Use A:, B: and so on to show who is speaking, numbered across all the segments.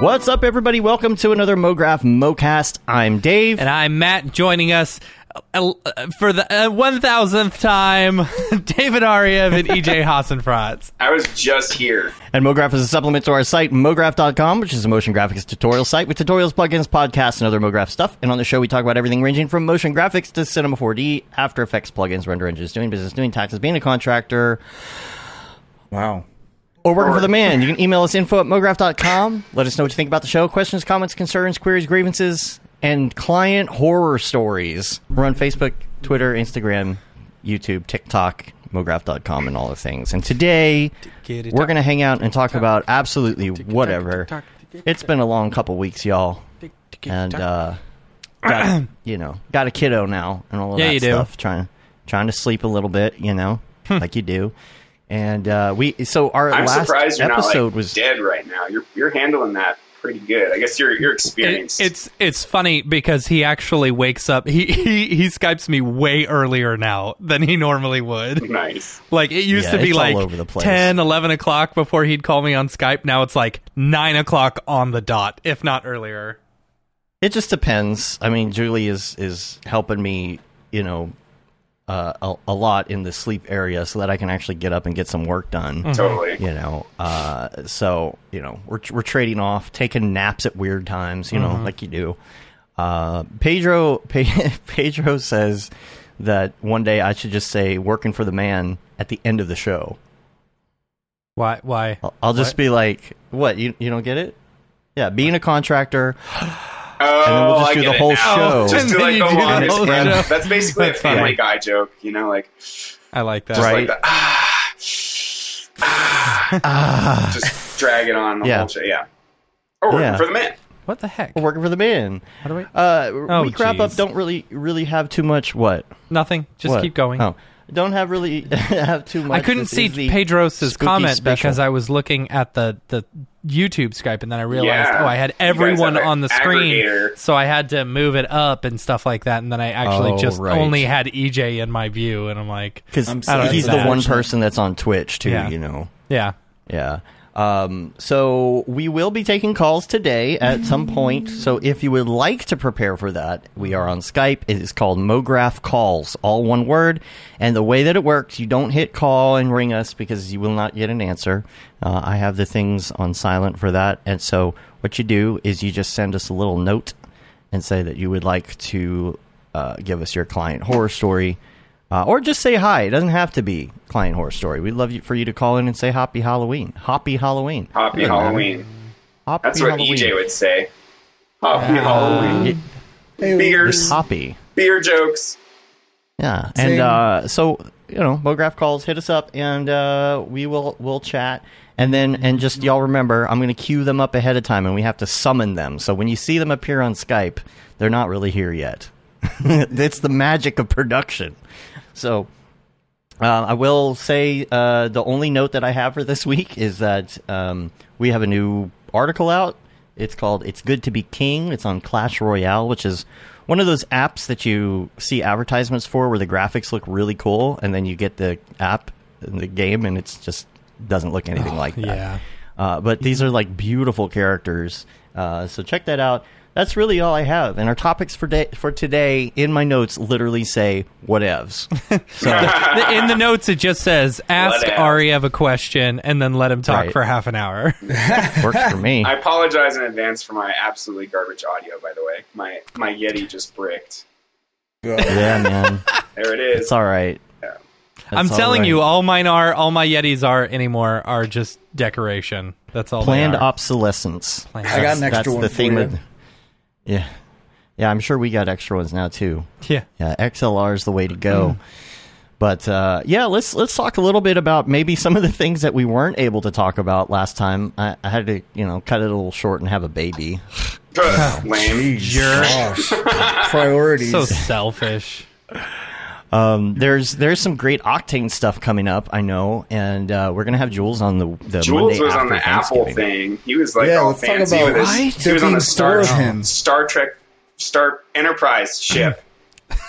A: What's up, everybody? Welcome to another MoGraph MoCast. I'm Dave.
B: And I'm Matt joining us uh, uh, for the uh, 1000th time, David Ariev and EJ Hassenfratz.
C: I was just here.
A: And MoGraph is a supplement to our site, MoGraph.com, which is a motion graphics tutorial site with tutorials, plugins, podcasts, and other MoGraph stuff. And on the show, we talk about everything ranging from motion graphics to Cinema 4D, After Effects, plugins, render engines, doing business, doing taxes, being a contractor. Wow. Or working for the man. You can email us info at mograph.com. Let us know what you think about the show. Questions, comments, concerns, queries, grievances, and client horror stories. We're on Facebook, Twitter, Instagram, YouTube, TikTok, mograph.com, and all the things. And today, we're going to hang out and talk about absolutely whatever. It's been a long couple weeks, y'all. And, uh, got, you know, got a kiddo now and all of
B: Yeah,
A: that
B: you do. Hmm.
A: stuff. Trying, trying to sleep a little bit, you know, like you do. And uh, we, so our
C: I'm
A: last
C: surprised you're
A: episode
C: not like
A: was
C: dead right now. You're you're handling that pretty good. I guess you're you're experienced.
B: It- it's it's funny because he actually wakes up. He, he he skypes me way earlier now than he normally would.
C: nice.
B: Like it used
A: Yeah,
B: to be
A: it's all
B: like
A: over the place.
B: 10, 11 o'clock before he'd call me on Skype. Now it's like nine o'clock on the dot, if not earlier.
A: It just depends. I mean, Julie is is helping me, you know, uh, a, a lot in the sleep area so that I can actually get up and get some work done.
C: Totally.
A: You know, uh, so you know we're we're trading off, taking naps at weird times. You know, like you do. Uh, Pedro Pe- Pedro says that one day I should just say "working for the man" at the end of the show.
B: Why? Why?
A: I'll, I'll just be like, "What? You you don't get it? Yeah, being a contractor."
C: Oh,
A: then we'll just
C: I
A: do
C: get
A: the
C: it
A: whole
C: now.
A: show.
C: Just do like
B: And then
C: the
B: you do the
C: longest
B: whole
C: breath.
B: show.
C: That's basically
B: That's
C: a family
A: fine.
C: guy joke, you know, like
B: I like that.
C: like
A: Right.
C: the ah, ah, just drag it on the
A: Yeah.
C: whole show. Yeah. Or
A: Yeah.
C: for the man.
B: What the heck?
A: We're working for the man.
B: How do we?
A: Uh,
B: Oh,
A: we crap up
B: jeez.
A: don't really really have too much. What?
B: Nothing. Just
A: What?
B: keep going.
A: Oh, don't have really have too much.
B: I couldn't
A: This
B: see
A: is the
B: Pedros'
A: spooky
B: comment
A: special.
B: because I was looking at the, the YouTube Skype, and then I realized,
C: Yeah.
B: oh, I had
C: You guys
B: everyone
C: have an
B: on the screen,
C: aggregator.
B: so I had to move it up and stuff like that. And then I actually
A: Oh,
B: just
A: right.
B: only had EJ in my view, and I'm like,
A: 'Cause
D: I'm sorry,
A: he's
B: that's
A: the one
D: unfortunate.
A: person that's on Twitch too.
B: Yeah.
A: You know.
B: yeah,
A: Yeah. Um, so we will be taking calls today at some point. So if you would like to prepare for that, we are on Skype. It is called MoGraph Calls, all one word. And the way that it works, you don't hit call and ring us because you will not get an answer. Uh, I have the things on silent for that. And so what you do is you just send us a little note and say that you would like to uh, give us your client horror story, uh, or just say hi. It doesn't have to be client horror story. We'd love you, for you to call in and say Happy Halloween. Happy Halloween.
C: Happy
A: Doesn't matter.
C: Halloween.
A: Happy
C: That's what
A: Halloween. Ah.
C: EJ would say. Happy Halloween. Beers,
A: Happy.
C: beer jokes.
A: Yeah, and uh, so you know, MoGraph calls, hit us up, and uh, we will we'll chat. And then and just y'all remember, I'm going to queue them up ahead of time, and we have to summon them. So when you see them appear on Skype, they're not really here yet. it's the magic of production. So uh, I will say uh, the only note that I have for this week is that um, we have a new article out. It's called "It's Good to Be King." It's on Clash Royale, which is one of those apps that you see advertisements for, where the graphics look really cool, and then you get the app, and the game, and it's just doesn't look anything like that.
B: yeah.
A: Uh, but these are like beautiful characters. Uh, so check that out. That's really all I have. And our topics for day for today in my notes literally say whatevs. So
B: The- in the notes it just says, ask
C: Let it out.
B: Ariev a question, and then let him talk
A: Right.
B: for half an hour.
A: works for me.
C: I apologize in advance for my absolutely garbage audio, by the way. My my Yeti just bricked.
A: Yeah, man.
C: There it is.
A: It's all right.
B: I'm
A: all
B: telling
A: right.
B: you, all mine are, all my Yetis are anymore are just decoration. That's all.
A: Planned
B: they are.
A: obsolescence.
B: Planned
D: I got an
A: That's
D: extra
A: the
D: one for
A: theme
D: you.
A: of. Yeah, yeah. I'm sure we got extra ones now too.
B: Yeah. Mm.
A: Yeah, XLR is the way to go. But uh, yeah, let's let's talk a little bit about maybe some of the things that we weren't able to talk about last time. I, I had to you know cut it a little short and have a baby.
C: Lame.
D: Gosh. Priorities.
B: So selfish.
A: Um, there's there's some great Octane stuff coming up. I know, and uh, we're gonna have Jules on the the
C: Jules
A: Monday
C: was
A: after
C: on the Apple
A: Thanksgiving.
C: thing. He was like
D: Yeah,
C: all
D: let's talk
C: fancy
D: about-
C: with his.
D: Right?
C: He
D: They're
C: was on
D: being
C: the Star
D: stored him.
C: Star Trek Star Enterprise ship.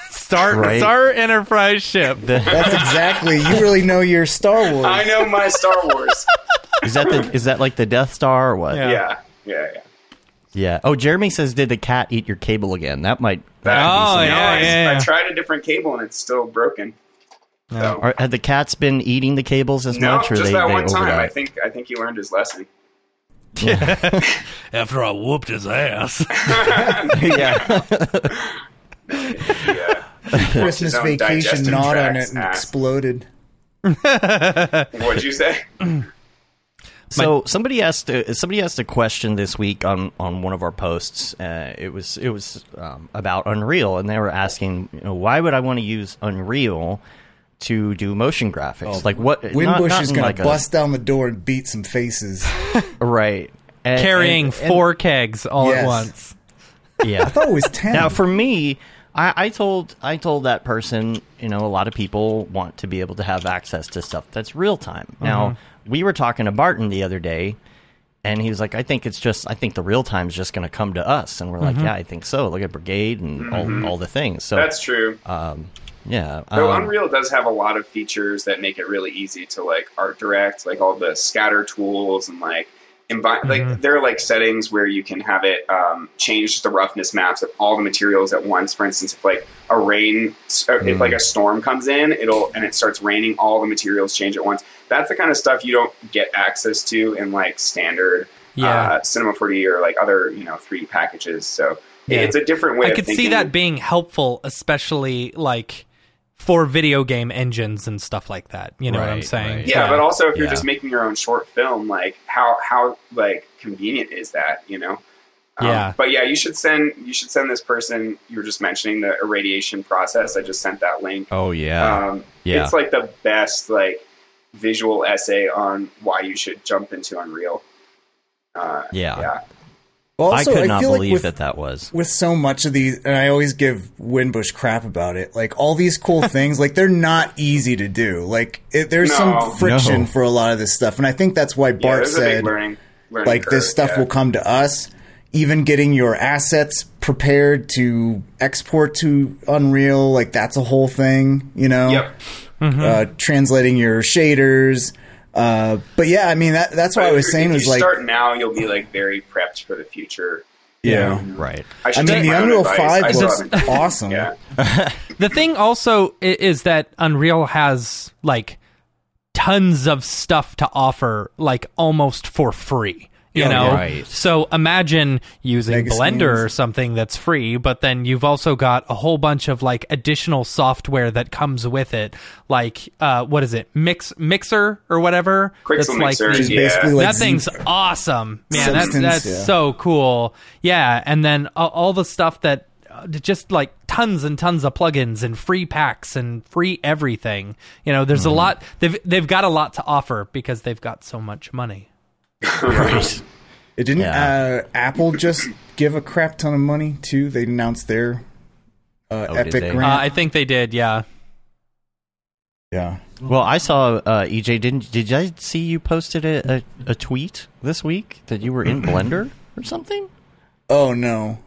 B: Start
A: Right.
B: start enterprise ship.
D: That's exactly. You really know your Star Wars.
C: I know my Star Wars.
A: Is that the is that like the Death Star or what?
B: Yeah.
C: yeah, yeah, yeah.
A: Yeah. Oh, Jeremy says, "Did the cat eat your cable again?" That might.
C: That-
B: Oh,
C: no,
B: yeah,
C: I,
B: yeah, yeah.
C: I tried a different cable and it's still broken. So-
A: Are, had the cats been eating the cables as
C: Oh. no,
A: much, or
C: just
A: they,
C: that
A: they
C: one time.
A: overnight?
C: I think I think he learned his lesson.
B: After I whooped his ass.
A: yeah.
C: Yeah.
D: Christmas
C: his own
D: vacation
C: digestive
D: gnawed on
C: tracts
D: it and
C: ass.
D: exploded.
C: What'd you say?
A: So somebody asked uh, somebody asked a question this week on, on one of our posts. Uh, it was it was um, about Unreal, and they were asking, you know, why would I want to use Unreal to do motion
B: Oh,
A: graphics? like what? not-
D: Wimbush
A: not
D: is
A: in
D: going
A: like
D: to
A: a-
D: bust down the door and beat some faces.
A: right? And-
B: Carrying
A: and- and-
B: four kegs all at
D: Yes.
B: once.
A: yeah.
D: I thought it was 10.
A: Now, for me, I, I told I told that person, you know, a lot of people want to be able to have access to stuff that's real time.
D: Mm-hmm.
A: Now, we were talking to Barton the other day, and he was like, "I think it's just, I think the real time is just going to come to us." And we're like,
D: Mm-hmm.
A: "Yeah, I think so. Look at Brigade and all, all the things." So
C: Mm-hmm.
A: um,
C: That's true.
A: yeah,
C: Though
A: um,
C: Unreal does have a lot of features that make it really easy to like art direct, like all the scatter tools and like envi-
B: Mm-hmm.
C: like there are like settings where you can have it um, change the roughness maps of all the materials at once. For instance, if like a rain, s- or if
B: Mm.
C: like a storm comes in, it'll and it starts raining, all the materials change at once. That's the kind of stuff you don't get access to in like standard
B: Yeah.
C: uh, Cinema 4D or like other you know 3D packages. So
B: Yeah.
C: it's a different way.
B: I
C: of
B: could see
C: thinking.
B: that being helpful, especially like for video game engines and stuff like that. You know what I'm
A: Right,
B: saying?
A: right.
C: yeah, but also if you're
A: Yeah.
C: just making your own short film like how how like convenient is that you know
B: Yeah.
C: but yeah you should send you should send this person you were just mentioning the irradiation process i just sent that link
A: oh yeah,
C: um,
A: yeah.
C: it's like the best like visual essay on why you should jump into unreal uh,
A: yeah,
C: yeah
D: also,
A: I could not
D: feel
A: believe
D: like with,
A: that that was.
D: with so much of these, and I always give Winbush crap about it. Like all these cool things, like they're not easy to do. Like it, there's
C: No.
D: some friction
A: No.
D: for a lot of this stuff, and I think that's why
C: yeah
D: Bart
C: there's a big
D: said,
C: learning, learning
D: like this
C: curve,
D: stuff
C: yeah.
D: will come to us. Even getting your assets prepared to export to Unreal, like that's a whole thing, you know.
C: yep
A: Mm-hmm.
D: Uh, translating your shaders, uh, but yeah, I mean that, that's what I
C: But
D: was
C: if
D: saying
C: you
D: was like,
C: start now you'll be like very prepped for the future
D: you
B: Yeah.
D: know,
A: Right.
C: I, should
D: I mean
C: take
D: the
C: my own
D: Unreal
C: advice. I
D: Five
C: still
D: looks
C: haven't-
D: awesome.
C: yeah
B: The thing also i- is that Unreal has like tons of stuff to offer, like almost for free. You
D: Oh,
B: know,
A: yeah. Right.
B: so imagine using
D: Mega
B: Blender or
D: schemes.
B: something that's free, but then you've also got a whole bunch of like additional software that comes with it, like uh, what is it, Mix Mixer or whatever? It's
C: Quixel
B: like
C: Mixer,
B: the-
D: Which is
C: Yeah.
D: basically like
B: that
D: Z-
B: thing's awesome, man. That,
D: Substance,
B: that's
D: yeah.
B: so oh, cool. Yeah, and then uh, all the stuff that uh, just like tons and tons of plugins and free packs and free everything. You know, there's
A: Mm-hmm.
B: a lot. They've they've got a lot to offer because they've got so much money.
A: Right.
D: It didn't
A: Yeah.
D: uh, Apple just give a crap ton of money too? They announced their uh,
A: Oh, did
D: Epic
A: they?
D: grant.
B: Uh, I think they did. Yeah.
D: yeah.
A: Well, I saw uh, EJ. Didn't did I see you posted a, a, a tweet this week that you were in Blender or something?
D: Oh no.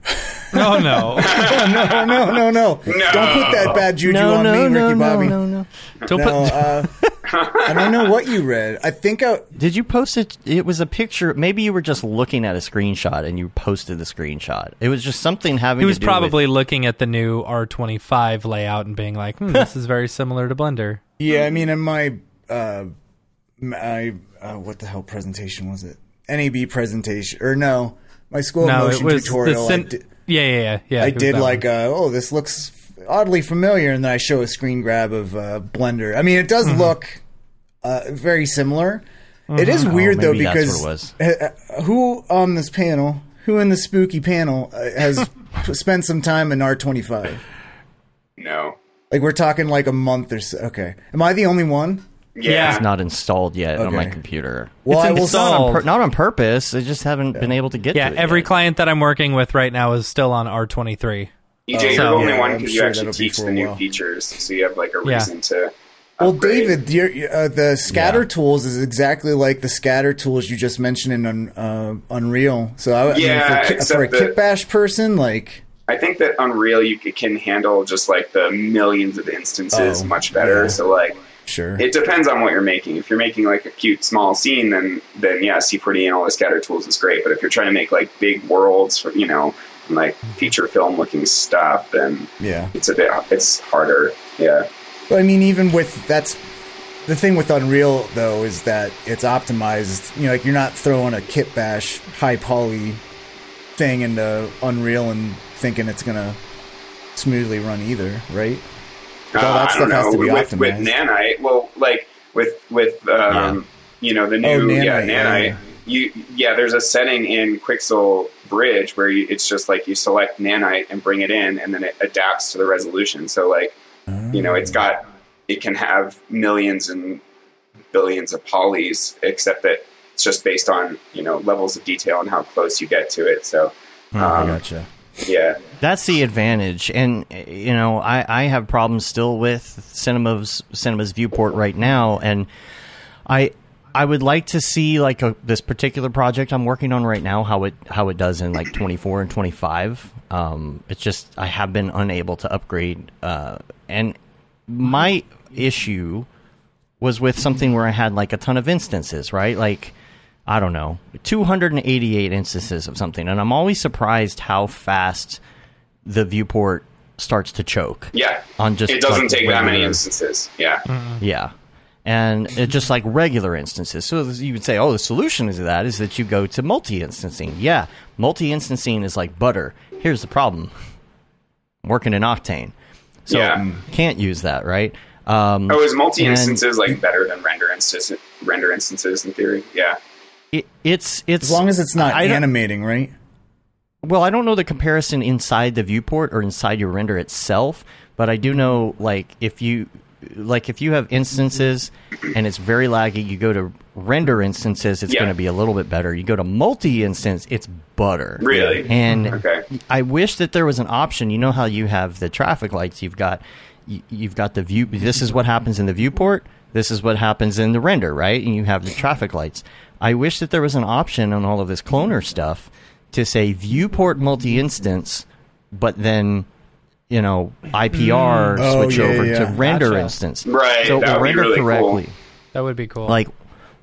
B: Oh no!
D: Oh no no no. Don't put that bad juju on me, Ricky Bobby.
A: no, no.
B: Don't
D: No,
B: put.
D: uh, I don't know what you read. I think I
A: Did you post it? It was a picture. Maybe you were just looking at a screenshot and you posted the screenshot. It was just something having.
B: He was
A: to do
B: probably looking at the new R25 layout and being like, hmm, "This is very similar to Blender."
D: Yeah, I
B: Mm-hmm.
D: mean, in my uh, my uh, what the hell presentation was it? NAB presentation or no? My school
B: No, it
D: of motion
B: was
D: tutorial.
B: the
D: I
B: sin-
D: di-
B: yeah, yeah, yeah, yeah.
D: I
B: it was
D: did
B: that
D: like, uh, oh, this looks oddly familiar, and then I show a screen grab of uh, Blender. I mean,
B: Mm-hmm.
D: it does look uh, very similar. It is weird though
A: Mm-hmm. Uh-huh. Oh, maybe that's
D: because
A: what it
D: uh, who on this panel, who in the spooky panel, uh, has spent some time in R twenty five?
C: no
D: Like we're talking like a month or so. Okay, am I the only one?
B: Yeah.
C: yeah
A: It's not installed yet on my
D: Okay.
A: computer.
D: Well,
B: It's
D: I will
A: It's not on,
B: installed.
A: pur- not on purpose. I just haven't been able to get.
B: Yeah,
A: to it
B: every
A: yet.
B: client that I'm working with right now is still on R23.
C: EJ, E you're
B: So-
C: the only
D: Oh, Yeah,
C: one
D: I'm
C: because you
D: sure
C: actually
D: that'll be
C: teach
D: for
C: the
D: a
C: new
D: while.
C: features, so you have like a
B: Yeah.
C: reason to.
D: Well,
C: upgrade.
D: David, your, your- uh, the scatter
A: Yeah.
D: tools is exactly like the scatter tools you just mentioned in un, uh, Unreal. So I, I
C: Yeah,
D: mean, for, ki-
C: except
D: for a
C: that-
D: kit bash person, like
C: I think that Unreal you c- can handle just like the millions of instances
D: Oh,
C: much better.
D: yeah.
C: So like
D: Sure.
C: It depends on what you're making. If you're making like a cute small scene, then then yeah, C4D and all the scatter tools is great. But if you're trying to make like big worlds for you know and, like feature film looking stuff, then
D: yeah.
C: it's a bit it's harder. Yeah,
D: But I mean, even with that's the thing with Unreal though is that it's optimized. You know, like you're not throwing a kit bash high poly thing into Unreal and thinking it's gonna smoothly run either, right? Well, that
C: Uh, I
D: stuff
C: don't
D: has
C: know.
D: to be
C: with, with
D: optimized.
C: nanite, well, like with with um, you know the new
D: Oh, nanite,
C: yeah
D: yeah,
C: nanite.
D: yeah.
C: You, yeah, there's a setting in Quixel Bridge where you, it's just like you select nanite and bring it in, and then it adapts to the resolution. So like you know it's got it can have millions and billions of polys except that it's just based on you know levels of detail and how close you get to it so
D: Oh, I
C: um,
D: gotcha.
C: yeah
A: That's the advantage, and uh, you know, I, I have problems still with cinema's cinema's viewport right now, and I I would like to see like a, this particular project I'm working on right now how it how it does in like 24 and 25. Um, it's just I have been unable to upgrade, uh, and my issue was with something where I had like a ton of instances, right? Like I don't know, 288 instances of something, and I'm always surprised how fast the viewport starts to choke.
C: yeah
A: On just
C: it doesn't
A: like,
C: take that many
A: regular- Mm-hmm.
C: instances yeah
A: Yeah. And it's just like regular instances. So you would say, oh, the solution to that is that you go to multi instancing. Yeah, multi instancing is like butter. Here's the problem I'm working in Octane. So
C: Yeah.
A: can't use that, right? Um,
C: oh is multi instances
A: and
C: like better than render instances render instances in theory yeah
A: it- it's, it's.
D: As long as it's not
A: I don't-
D: animating, right?
A: Well, I don't know the comparison inside the viewport or inside your render itself, but I do know like if you like if you have instances and it's very laggy, you go to render instances, it's
C: Yeah.
A: going to be a little bit better. You go to multi instance, it's butter.
C: Really?
A: And
C: Okay.
A: I wish that there was an option. You know how you have the traffic lights, you've got you- you've got the view this is what happens in the viewport, this is what happens in the render, right? And you have the traffic lights. I wish that there was an option on all of this cloner stuff to say viewport multi-instance but then you know IPR
D: Oh,
A: switch
D: yeah,
A: over
D: yeah,
A: to
D: yeah.
A: render
B: Gotcha.
A: instance.
C: Right,
A: So it
C: that
A: will
C: would be
A: render
C: really cool.
A: correctly.
B: That would be cool.
A: Like,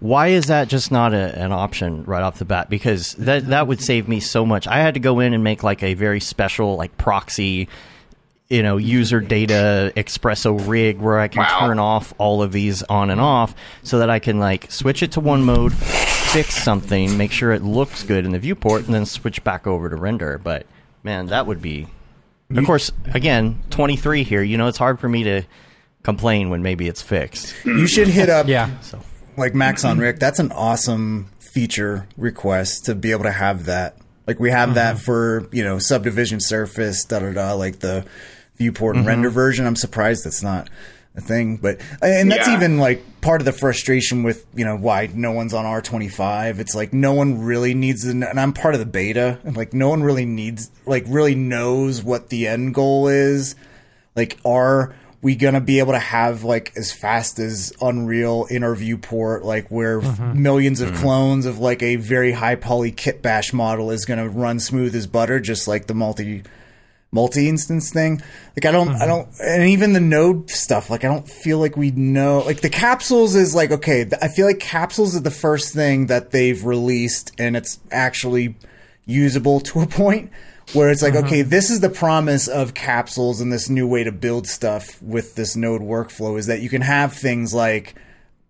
A: why is that just not a, an option right off the bat? Because that that would save me so much. I had to go in and make like a very special like proxy, you know, user data espresso rig where I can
C: Wow.
A: turn off all of these on and off so that I can like switch it to one mode, fix something, make sure it looks good in the viewport, and then switch back over to render. But man, that would be. Of course, again, 23 here. You know, it's hard for me to complain when maybe it's fixed.
D: You should hit up
B: yeah.
A: So.
D: like Max on Rick, that's an awesome feature request to be able to have that. Like we have that for you know subdivision surface, da da da, like the viewport and render version. I'm surprised that's not a thing, but uh, and that's
C: Yeah.
D: even like part of the frustration with you know why no one's on R25. It's like no one really needs, an, and I'm part of the beta, and like no one really needs, like really knows what the end goal is like are we gonna be able to have like as fast as unreal in our viewport like where f- millions of clones of like a very high poly kit bash model is gonna run smooth as butter just like the multi multi instance thing like i don't i don't and even the node stuff like i don't feel like we know like the capsules is like okay th- i feel like capsules are the first thing that they've released and it's actually usable to a point where it's like, okay, this is the promise of capsules and this new way to build stuff with this node workflow is that you can have things like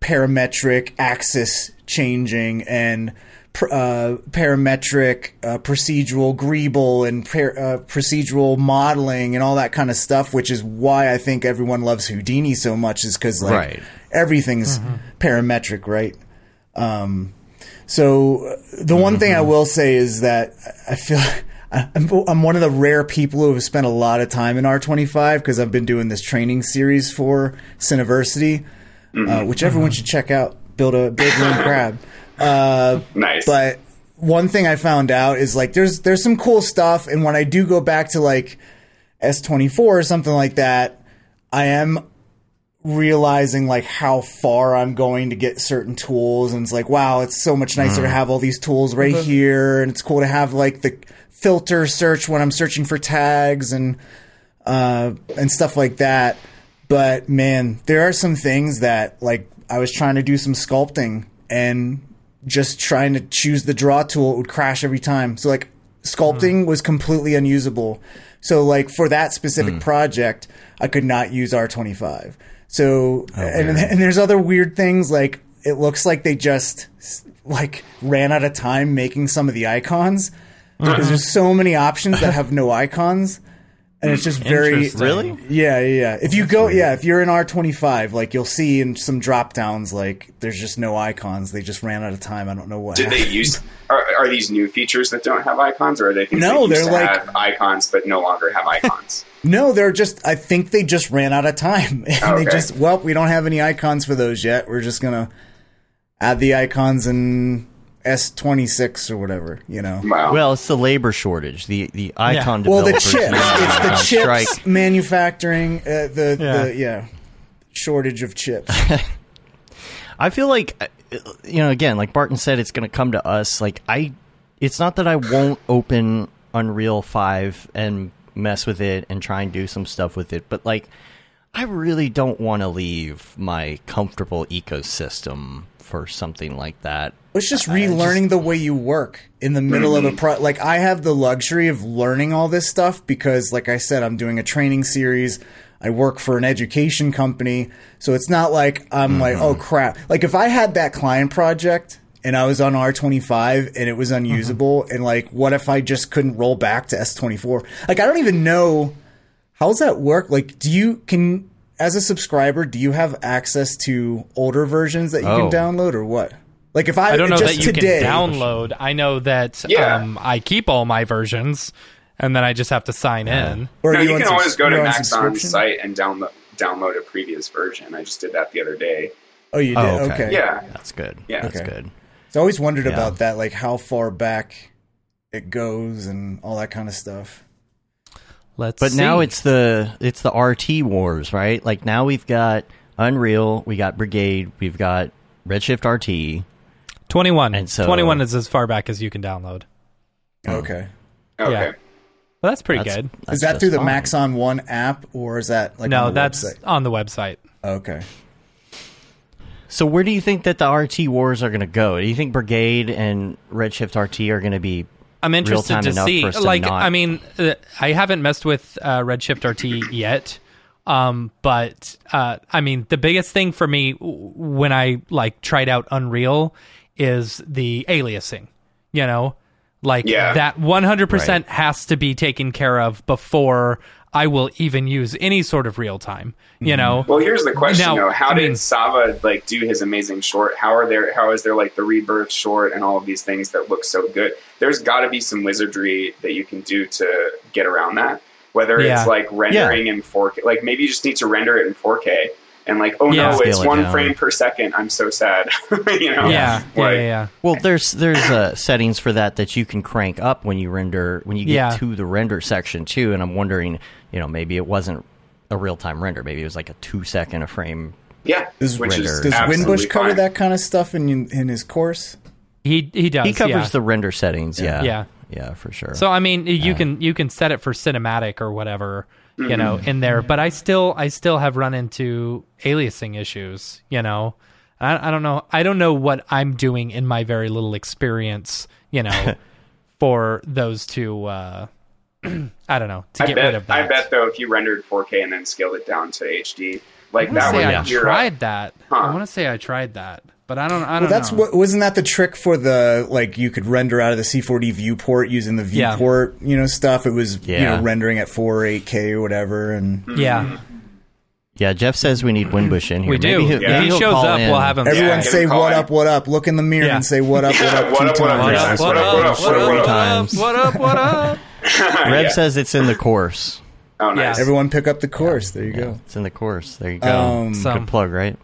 D: parametric axis changing and pr- uh, parametric uh, procedural greeble and par- uh, procedural modeling and all that kind of stuff, which is why I think everyone loves Houdini so much is because like
A: Right.
D: everything's parametric, right? Um, So uh, the one thing I will say is that I feel I'm, I'm one of the rare people who have spent a lot of time in R25 because I've been doing this training series for Cineversity, uh, which everyone should check out. Build a build your own crab. Uh,
C: nice
D: but one thing I found out is like there's there's some cool stuff, and when I do go back to like S24 or something like that, I am realizing like how far I'm going to get certain tools, and it's like wow, it's so much nicer to have all these tools right here, and it's cool to have like the filter search when I'm searching for tags and uh, and stuff like that. But man, there are some things that like I was trying to do some sculpting and just trying to choose the draw tool it would crash every time. So like sculpting was completely unusable. So like for that specific project, I could not use R25. So and and there's other weird things like it looks like they just like ran out of time making some of the icons. 'Cause there's so many options that have no icons. And it's just very
E: Interesting.
A: Really?
D: yeah, yeah, yeah. If you go, yeah, if you're in R25, like you'll see in some drop downs, like there's just no icons. They just ran out of time. I don't know what.
C: Did they
D: happened.
C: use are, are these new features that don't have icons, or are they things
D: No,
C: that used
D: they're
C: to
D: like-
C: have icons but no longer have icons?
D: No, they're just. I think they just ran out of time, and
C: Okay.
D: they just. Well, we don't have any icons for those yet. We're just gonna add the icons in S26 or whatever. You know.
C: wow.
A: Well, it's the labor shortage. The the icon
D: Well, the
A: developers
D: chips.
A: now are on
D: It's the
A: strike.
D: chips manufacturing. Uh, the
B: Yeah.
D: the yeah shortage of chips.
A: I feel like uh, you know again like Barton said it's going to come to us like I it's not that I won't open Unreal 5 and mess with it and try and do some stuff with it but like I really don't want to leave my comfortable ecosystem for something like that.
D: It's just relearning the way you work in the middle of a pro. Like I have the luxury of learning all this stuff because, like I said, I'm doing a training series. I work for an education company, so it's not like I'm like, oh crap. Like if I had that client project and I was on R25 and it was unusable, and like, what if I just couldn't roll back to S24? Like I don't even know how does that work. Like, do you can as a subscriber, do you have access to older versions that you
A: Oh.
D: can download or what? Like if I
B: I don't know
D: just
B: that you
D: today.
B: can download. I know that
C: Yeah.
B: um, I keep all my versions, and then I just have to sign in.
D: Or
C: no,
D: are
C: you,
D: on
C: can
D: subs-
C: always go to
D: you're on
C: Maxon's
D: subscription?
C: site and download download a previous version. I just did that the other day.
D: Oh, you did.
A: Oh,
D: okay.
A: okay.
C: Yeah,
A: That's good.
C: Yeah.
A: That's
D: Okay.
A: good.
D: So I always wondered about that, like how far back it goes and all that kind of stuff.
B: Let's.
A: But now
B: see.
A: it's the it's the RT wars, right? Like now we've got Unreal, we got Brigade, we've got Redshift RT.
B: 21.
A: And so-
B: 21 is as far back as you can download.
D: Okay.
C: okay.
B: Yeah. Well, that's pretty
A: That's-
B: good.
A: that's
D: Oh. is that through
A: just
D: the
A: fine.
D: Maxon One app or is that like
B: No,
D: on the
B: that's
D: website?
B: on the website.
D: okay.
A: So where do you think that the RT wars are going to go? Do you think Brigade and Redshift RT are going to be?
B: I'm interested
A: Real-time
B: to
A: enough
B: see.
A: for us to
B: Like,
A: not-
B: I mean, uh, I haven't messed with uh, Redshift RT yet, um, but uh, I mean, the biggest thing for me w- when I like tried out Unreal is the aliasing. You know, like
C: Yeah.
B: that 100% has to be taken care of before I will even use any sort of real time. You know,
C: Well, here's the question
B: Now,
C: though: How
B: I
C: did
B: mean-
C: Sava like do his amazing short? How are there? How is there like the rebirth short and all of these things that look so good? There's got to be some wizardry that you can do to get around that. Whether
B: Yeah.
C: it's like rendering in 4K, like maybe you just need to render it in 4K and like, oh
B: Yeah.
C: no,
A: Scale
C: it's
A: it
C: one
A: down.
C: frame per second. I'm so sad. you know?
B: yeah,
C: Like,
B: yeah, yeah, yeah.
A: Well, there's there's uh, settings for that that you can crank up when you render when you get
B: Yeah.
A: to the render section too. And I'm wondering, you know, maybe it wasn't a real time render. Maybe it was like a two second a frame.
C: yeah.
D: Does,
C: which is
A: Render.
D: does
C: absolutely
D: Winbush cover
C: fine.
D: that kind of stuff in in his course?
B: He he does.
A: He covers
B: yeah.
A: the render settings. Yeah.
B: Yeah.
A: Yeah, for sure.
B: So I mean, you can you can set it for cinematic or whatever, you know,
C: Mm-hmm.
B: in there. But I still I still have run into aliasing issues, you know. I, I don't know I don't know what I'm doing in my very little experience, you know, for those to uh I don't know to
C: I
B: get
C: bet,
B: rid of that.
C: I bet though, if you rendered 4K and then scaled it down to HD, like
B: I wanna
C: that
B: say
C: would
B: I
C: you're up.
B: tried that.
C: Huh.
B: I want to say I tried that, but I don't I don't
D: Well, that's
B: know.
D: what wasn't that the trick for the like you could render out of the C4D viewport using the
B: Yeah.
D: viewport you know stuff. It was you
A: Yeah.
D: know rendering at four or eight K or whatever, and
B: yeah,
A: yeah, Jeff says we need Winbush in here.
B: we do.
A: Maybe he'll-
B: If
A: maybe
B: he
A: he'll
B: shows
A: call
B: up,
A: in.
B: we'll have him.
D: everyone
C: Yeah, give
D: say
C: him a call,
D: what
C: eh?
D: up, what up. Look in the mirror
B: Yeah.
D: and say what up, what
C: Yeah,
D: up.
C: what
D: two
C: up, what up,
D: times.
C: yeah.
B: What up, what
C: What up,
B: up,
C: what up,
B: what
A: what
B: up,
A: up?
B: what up, what up?
A: Rev
C: Yeah.
A: says it's in the course.
C: Oh, nice.
B: Yeah.
D: Everyone pick up the course. There you go.
A: It's in the course. There you go.
D: Um,
B: Some-
A: Good plug, right?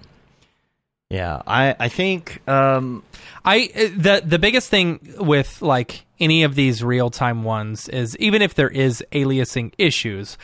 A: Yeah, I I think um,
B: I the the biggest thing with like any of these real time ones is even if there is aliasing issues,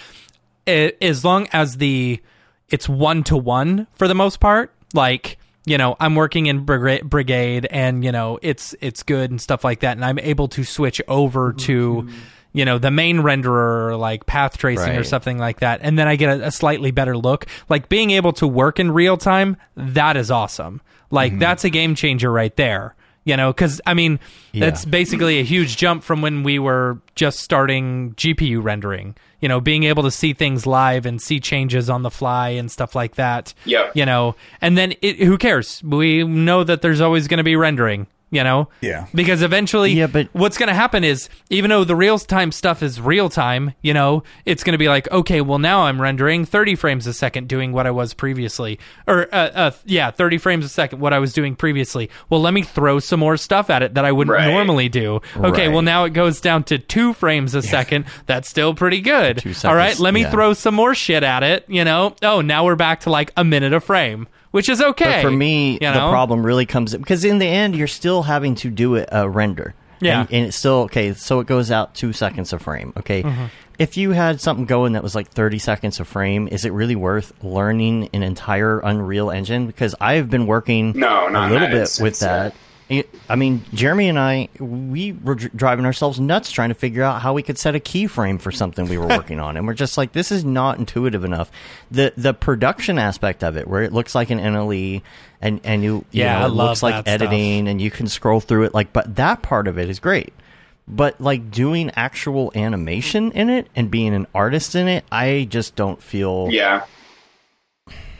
B: i as long as the it's one to one for the most part, like you know I'm working in briga- brigade and you know it's it's good and stuff like that, and I'm able to switch over to you know the main renderer or like path tracing or
A: Mm-hmm. Right.
B: something like that, and then I get a, a slightly better look. Like being able to work in real time, that is awesome. Like that's a game changer right there. You know, because I mean, that's basically a huge jump from when we were just starting GPU rendering. You know, being able to see things live and see changes on the fly and stuff like that.
C: Yep.
B: You know, and then it, who cares? We know that there's always going to be rendering. You know.
D: Yeah.
B: Because eventually,
A: Yeah, but-
B: what's going to happen is even though the real time stuff is real time, you know, it's going to be like, okay, well now I'm rendering 30 frames a second doing what I was previously or uh, uh yeah, 30 frames a second what I was doing previously. Well, let me throw some more stuff at it that I wouldn't
C: Right.
B: normally do. Okay,
A: Right.
B: well now it goes down to 2 frames a second. That's still pretty good.
A: Two
B: All right,
A: seconds,
B: let me
A: yeah.
B: throw some more shit at it, you know. Oh, now we're back to like a minute a frame, which is okay.
A: But for me,
B: you
A: the
B: know?
A: problem really comes because in the end, you're still having to do it a render.
B: Yeah.
A: and, and it's still okay. So it goes out two seconds a frame. Okay,
B: Mm-hmm.
A: if you had something going that was like thirty seconds a frame, is it really worth learning an entire Unreal Engine? Because I've been working
C: No,
A: a
C: not in
A: little
C: that
A: bit
C: instance,
A: with that. It- I mean, Jeremy and I, we were dr- driving ourselves nuts trying to figure out how we could set a keyframe for something we were working on, and we're just like, this is not intuitive enough. The the production aspect of it, where it looks like an NLE, and and you, you
B: Yeah,
A: know,
B: I
A: it
B: love
A: looks like
B: that stuff.
A: editing, and you can scroll through it, like, but that part of it is great. But like doing actual animation in it and being an artist in it, I just don't feel.
C: Yeah.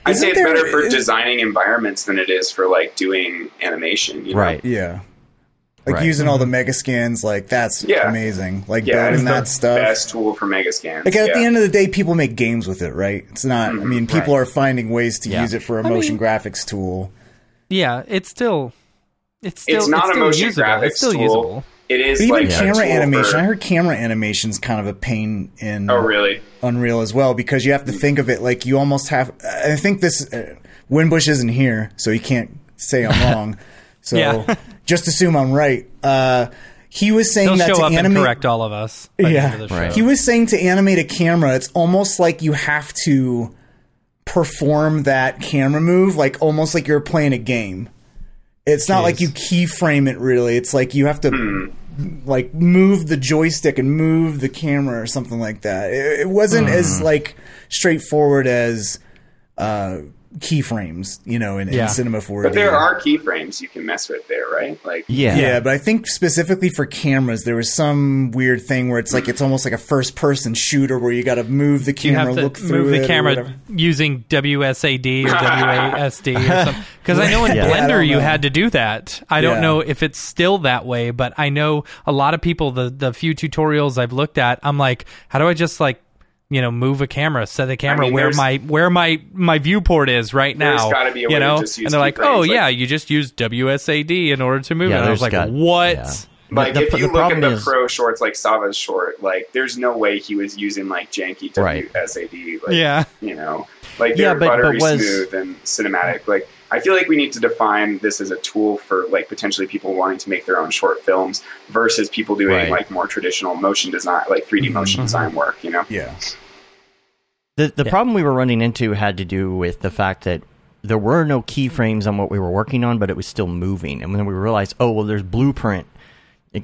C: I
D: Isn't
C: say it's
D: there-
C: better for
D: is-
C: designing environments than it is for like doing animation. You know?
A: Right.
D: Yeah. Like
A: Right.
D: using all the mega scans, like that's
C: Yeah.
D: amazing. Like
C: Yeah, it's
D: building
C: the
D: that stuff.
C: best tool for megascans.
D: Like at
C: yeah. Mm-hmm.
D: the end of the day, people make games with it, right? It's not. I mean, people
A: Right.
D: are finding ways to
A: Yeah.
D: use it for a
B: mean-
D: motion graphics tool.
B: Yeah, it's still it's still
C: it's not
B: still
C: a motion
B: usable.
C: graphics
B: it's still
C: tool.
B: usable.
C: It is
D: But even
C: like a tool
D: camera
C: for-
D: animation. I heard camera animation's kind of a pain in
C: Oh, really?
D: Unreal as well because you have to think of it like you almost have. I think this uh, Winbush isn't here, so he can't say I'm wrong. So
B: Yeah.
D: just assume I'm right. Uh, he was saying
B: They'll
D: that
B: show
D: to
B: up and
D: animate.
B: correct all of us. by the end of the
D: Yeah,
B: show.
A: Right.
D: he was saying to animate a camera, it's almost like you have to perform that camera move, like almost like you're playing a game. It's not like
B: Jeez.
D: you keyframe it really. It's like you have to like move the joystick and move the camera or something like that. It, it wasn't
B: Hmm.
D: as like straightforward as uh, keyframes, you know, in,
B: Yeah.
D: in Cinema 4D.
C: But there are keyframes you can mess with there, right? Like,
A: Yeah.
D: Yeah, but I think specifically for cameras, there was some weird thing where it's like it's almost like a first-person shooter where you got to move the
B: You
D: camera,
B: have to
D: look through
B: move
D: it
B: the
D: or
B: camera
D: whatever.
B: using WSAD or WASD or something. Because I know in
A: Yeah. Yeah,
D: I
B: Blender
D: don't
B: you
D: know.
B: had to do that. I don't
D: Yeah.
B: know if it's still that way, but I know a lot of people. The the few tutorials I've looked at, I'm like, how do I just like you know move a camera, set the camera
C: mean,
B: where
C: there's-
B: my where my my viewport is right now.
C: There's gotta be a
B: you
C: way to
B: know,
C: just use
B: and they're like,
C: keyframes,
B: oh
C: like-
B: yeah, you just use WSAD in order to move.
A: Yeah,
B: it. And I was like,
A: there's got-
B: what?
A: yeah.
C: Like
A: The-
C: if
A: the
C: you look at
A: problem
C: the
A: is-
C: pro shorts, like Sava's short, like there's no way he was using like janky
A: Right.
C: WSAD. Like,
B: Yeah.
C: you know, like
A: Yeah,
C: they're
A: but- but
C: buttery
A: was-
C: smooth and cinematic. Like I feel like we need to define this as a tool for like potentially people wanting to make their own short films versus people doing
A: Right. Mm-hmm.
C: like more traditional motion design, like 3D motion design work. You know,
D: Yeah,
A: The the problem we were running into had to do with the fact that there were no keyframes on what we were working on, but it was still moving. And then we realized, oh well, there's blueprint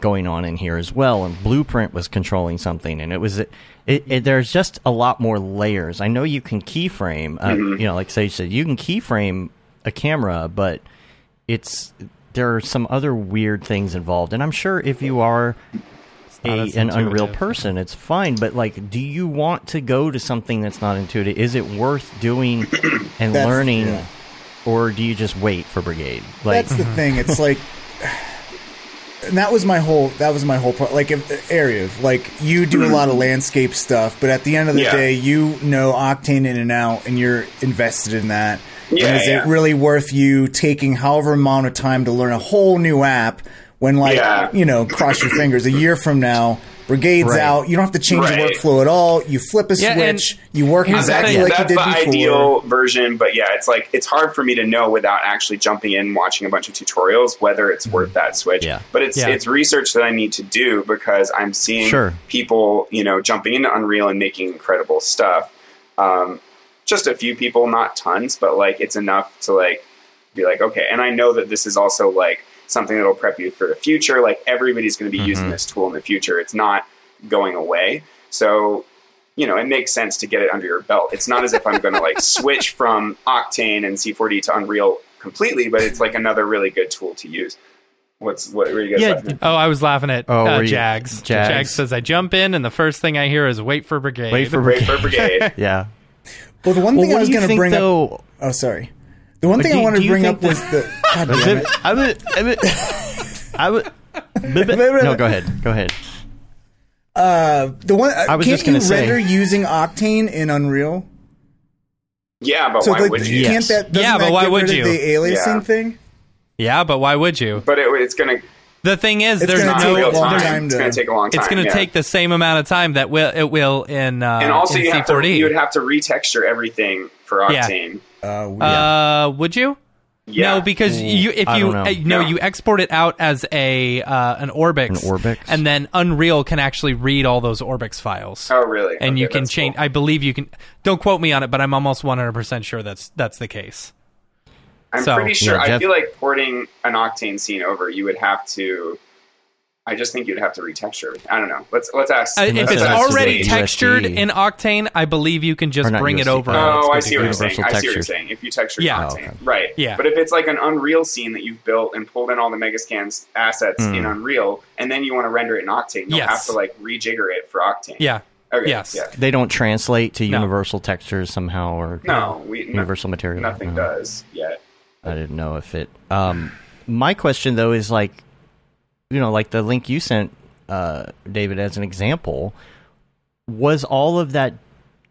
A: going on in here as well, and blueprint was controlling something, and it was it, it there's just a lot more layers. I know you can keyframe, uh, you know, like Sage said, you can keyframe a camera, but it's there are some other weird things involved, and I'm sure if you are
B: not
A: a,
B: as
A: an unreal
B: intuitive.
A: person it's fine but like do you want to go to something that's not intuitive is it worth doing and
D: That's-
A: learning
D: yeah.
A: or do you just wait for brigade like
D: that's the
C: mm-hmm.
D: thing. It's like, and that was my whole that was my whole part. Like if, area, of- like you do a lot of landscape stuff, but at the end of the
C: Mm-hmm. Yeah.
D: day, you know Octane in and out, and you're invested in that.
C: Yeah,
D: and is
C: yeah.
D: it really worth you taking however amount of time to learn a whole new app when, like,
C: Yeah.
D: you know, cross your fingers a year from now? Brigade's
A: Right.
D: out. You don't have to change your
C: Right.
D: workflow at all. You flip a
B: Yeah, and
D: switch. You work
B: here's the
D: exactly
B: thing.
D: like you
C: that's
D: did
C: the
D: before.
C: ideal version. But yeah, it's like it's hard for me to know without actually jumping in, and watching a bunch of tutorials, whether it's worth that switch.
A: Yeah.
C: But it's
B: Yeah.
C: it's research that I need to do because I'm seeing
A: Sure.
C: people, you know, jumping into Unreal and making incredible stuff. Um, just a few people, not tons, but like it's enough to like be like, okay. And I know that this is also
B: Mm-hmm.
C: like something that'll prep you for the future. Like everybody's going to be using this tool in the future. It's not going away. So, you know, it makes sense to get it under your belt. It's not as if I'm going to like switch from Octane and C4D to Unreal completely, but it's like another really good tool to use. What's what were you guys?
A: Yeah,
C: laughing at?
B: Oh, I was laughing at
A: Oh,
B: uh,
A: were you-
B: Jags.
A: Jags.
B: Jags. says I jump in, and the first thing I hear is "Wait for brigade."
A: Wait for
C: Wait
A: brigade.
C: for Brigade.
A: Yeah.
D: Well, the one
A: Well,
D: thing I
A: what
D: was
A: do you
D: going to
A: think
D: bring up.
A: though?
D: Oh, sorry. The one
A: But
D: thing
A: do-
D: I wanted
A: do
D: to
A: you
D: bring
A: think
D: up was the. God
A: Is
D: damn
A: it?
D: it.
A: I would. I would. I would. No, go ahead. Go ahead.
D: Uh, The one. I
A: was
D: can't
A: just gonna
D: you
A: say-
D: render using Octane in Unreal?
C: Yeah, but
D: So
C: why
D: like,
C: would you?
A: yeah.
D: can't that? doesn't
B: Yeah, but
D: that
B: why
D: get
B: would
D: rid of
B: you?
D: The aliasing
C: Yeah.
D: thing.
B: Yeah, but why would you?
C: But it, it's going to
B: The thing is,
D: It's
B: there's
D: gonna
C: not
D: take
B: no.
D: a
C: real
D: long
C: time.
B: there's-
C: It's
D: time to-
C: going to take a long time.
B: It's going to
C: yeah.
B: take the same amount of time that will it will in uh,
C: and also
B: in
C: you have to
B: C4D.
C: you would have to retexture everything for
B: Yeah.
C: Octane.
D: Uh,
A: Oh,
D: we-
B: uh, would you?
C: Yeah.
B: No, because you if
A: I
B: you
A: don't know.
B: uh, no
C: Yeah.
B: you export it out as a uh, an orbix,
A: An Orbix?
B: and then Unreal can actually read all those orbix files.
C: oh really?
B: and
C: Okay,
B: you can
C: that's
B: change.
C: cool.
B: I believe you can. Don't quote me on it, but I'm almost 100 percent sure that's that's the case.
C: I'm
B: so-
C: pretty sure.
A: Yeah,
C: I
A: Jeff-
C: feel like porting an Octane scene over, you would have to. I just think you'd have to retexture. everything. I don't know. Let's let's ask.
B: Uh, if
A: that's
C: let's
B: it's
A: an
C: ask
B: already
C: Dave.
A: USB.
B: textured in Octane, I believe you can
A: Or
B: just
A: not
B: bring it
A: USB.
B: over.
A: Oh,
C: Oh,
B: It's
C: I
B: gonna
C: see what you're
B: be-
C: saying.
A: universal
C: I see what you're
A: textures.
C: saying. If you texture
B: Yeah.
C: Octane,
A: Oh, okay.
C: right?
B: Yeah.
C: But if it's like an Unreal scene that you've built and pulled in all the Megascans assets
A: Hmm.
C: in Unreal, and then you want to render it in Octane, you'll
B: Yes.
C: have to like rejigger it for Octane.
B: Yeah.
C: Okay.
B: Yes.
C: Yeah.
A: They don't translate to
B: No.
A: universal textures somehow or
C: No, we no-
A: universal material. Uh-huh.
C: Nothing
A: No.
C: does yet.
A: I didn't know if it. Um, my question though is like, you know, like the link you sent, uh, David, as an example, was all of that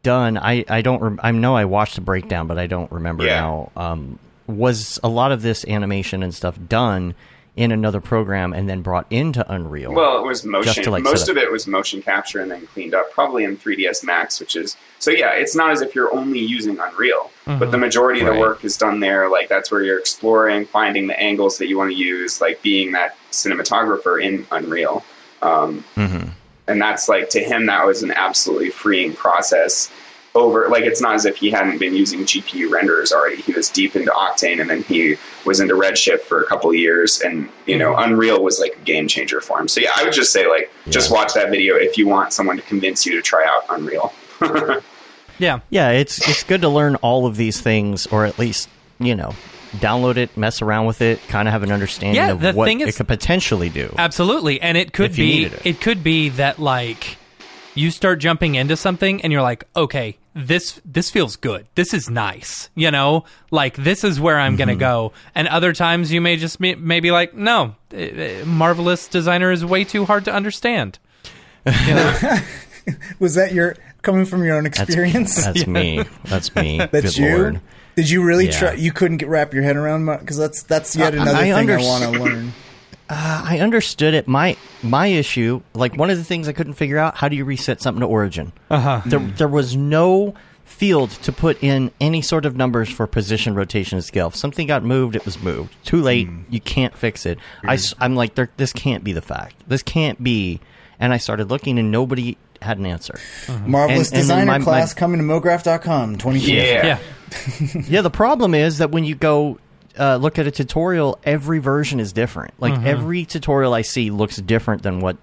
A: done? I I don't. Rem- I know I watched the breakdown, but I don't remember
C: Yeah.
A: now. Um, was a lot of this animation and stuff done in another program and then brought into Unreal?
C: Well, it was motion.
A: Just to, like,
C: Most
A: set
C: of it was motion capture and then cleaned up, probably in 3ds Max, which is so. Yeah, it's not as if you're only using Unreal, but the majority of
A: Right.
C: the work is done there. Like that's where you're exploring, finding the angles that you want to use, like being that cinematographer in Unreal. Um,
A: Mhm.
C: And that's like to him, that was an absolutely freeing process. Over like it's not as if he hadn't been using GPU renderers already. He was deep into Octane, and then he was into Redshift for a couple of years, and you know, Unreal was like a game changer for him. So yeah, I would just say like just watch that video if you want someone to convince you to try out Unreal.
B: Yeah.
A: Yeah, it's it's good to learn all of these things, or at least you know, download it, mess around with it, kind of have an understanding
B: Yeah, the
A: of what
B: thing
A: it
B: is-
A: could potentially do.
B: Absolutely, and it could
A: If you
B: be
A: needed
B: it.
A: it.
B: could be that like you start jumping into something and you're like, okay, this this feels good. This is nice. You know, like this is where I'm gonna go. And other times you may just be, maybe like, no, eh, eh, marvelous designer is way too hard to understand.
D: was that your coming from your own experience?
A: That's me. That's me.
D: That's
A: Good
D: you.
A: Lord.
D: Did you really
A: Yeah.
D: try? You couldn't get, wrap your head around because that's that's yet
A: I-
D: another
A: I
D: thing
A: underst-
D: I want to learn.
A: Uh, I understood it. My my issue, like one of the things I couldn't figure out, how do you reset something to origin? Uh-huh. There
D: Hmm.
A: there was no field to put in any sort of numbers for position, rotation, and scale. If something got moved, it was moved. Too late.
D: Hmm.
A: You can't fix it. I am like, there, this can't be the fact. This can't be. And I started looking, and nobody had an answer.
D: Mm-hmm. Marvelous
A: And- and then
D: designer
A: my- my-
D: class coming to mograph.com 2020.
C: Yeah.
B: Yeah,
A: Yeah, the problem is that when you go uh, look at a tutorial, every version is different. Like every tutorial I see looks different than what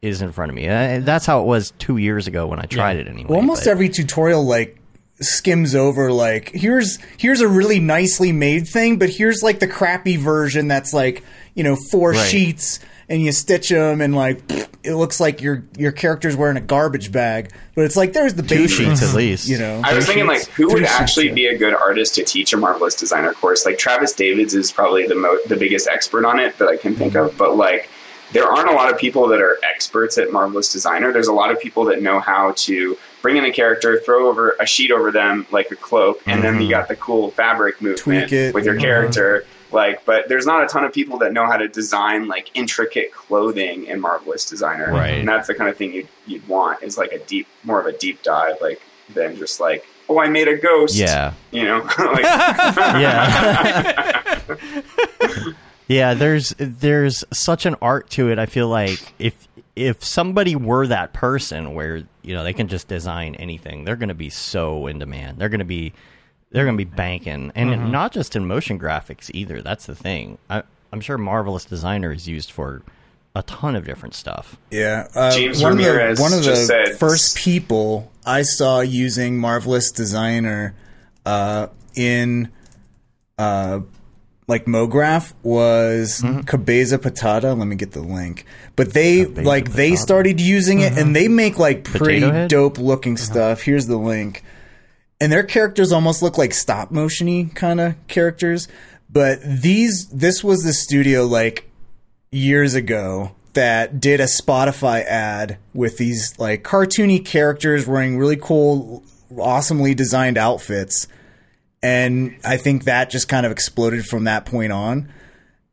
A: is in front of me. Uh, that's how it was two years ago when I tried it. Anyway,
D: Well, almost
A: but-
D: every tutorial like skims over like here's here's a really nicely made thing, but here's like the crappy version that's like you know four
A: Right.
D: sheets and you stitch them and like it looks like your your character's wearing a garbage bag, but it's like there's the
A: two
D: basics,
A: sheets at least.
D: You know,
C: I was thinking like who
D: Two
C: would
D: sheets,
C: actually
D: yeah.
C: be a good artist to teach a marvelous designer course? Like Travis Davids is probably the mo- the biggest expert on it that I can think of, but like there aren't a lot of people that are experts at marvelous designer. There's a lot of people that know how to bring in a character, throw over a sheet over them like a cloak, and then you got the cool fabric movement
D: Tweak it.
C: with your
D: Mhm.
C: character. Like, but there's not a ton of people that know how to design like intricate clothing in marvelous designer,
A: Right.
C: And that's the kind of thing you'd, you'd want is like a deep, more of a deep dive, like than just like, oh, I made a ghost.
A: Yeah,
C: You know, like,
A: yeah, yeah. There's there's such an art to it. I feel like if if somebody were that person where you know they can just design anything, they're going to be so in demand. They're going to be they're going to be banking, and
B: Mm-hmm.
A: not just in motion graphics either. That's the thing. I, I'm sure marvelous designer is used for a ton of different stuff.
D: Yeah, uh,
C: James
D: one of
C: Ramirez
D: the, one of the
C: just said-
D: first people I saw using Marvelous Designer uh, in uh, like MoGraph was
A: Mm-hmm.
D: Cabeza Patata. Let me get the link. But they like they started using it, and they make like
A: Mm-hmm. Potato
D: pretty
A: head? Uh-huh.
D: dope looking stuff. Here's the link. And their characters almost look like stop motiony kind of characters. But these this was the studio like years ago that did a Spotify ad with these like cartoony characters wearing really cool, awesomely designed outfits. And I think that just kind of exploded from that point on.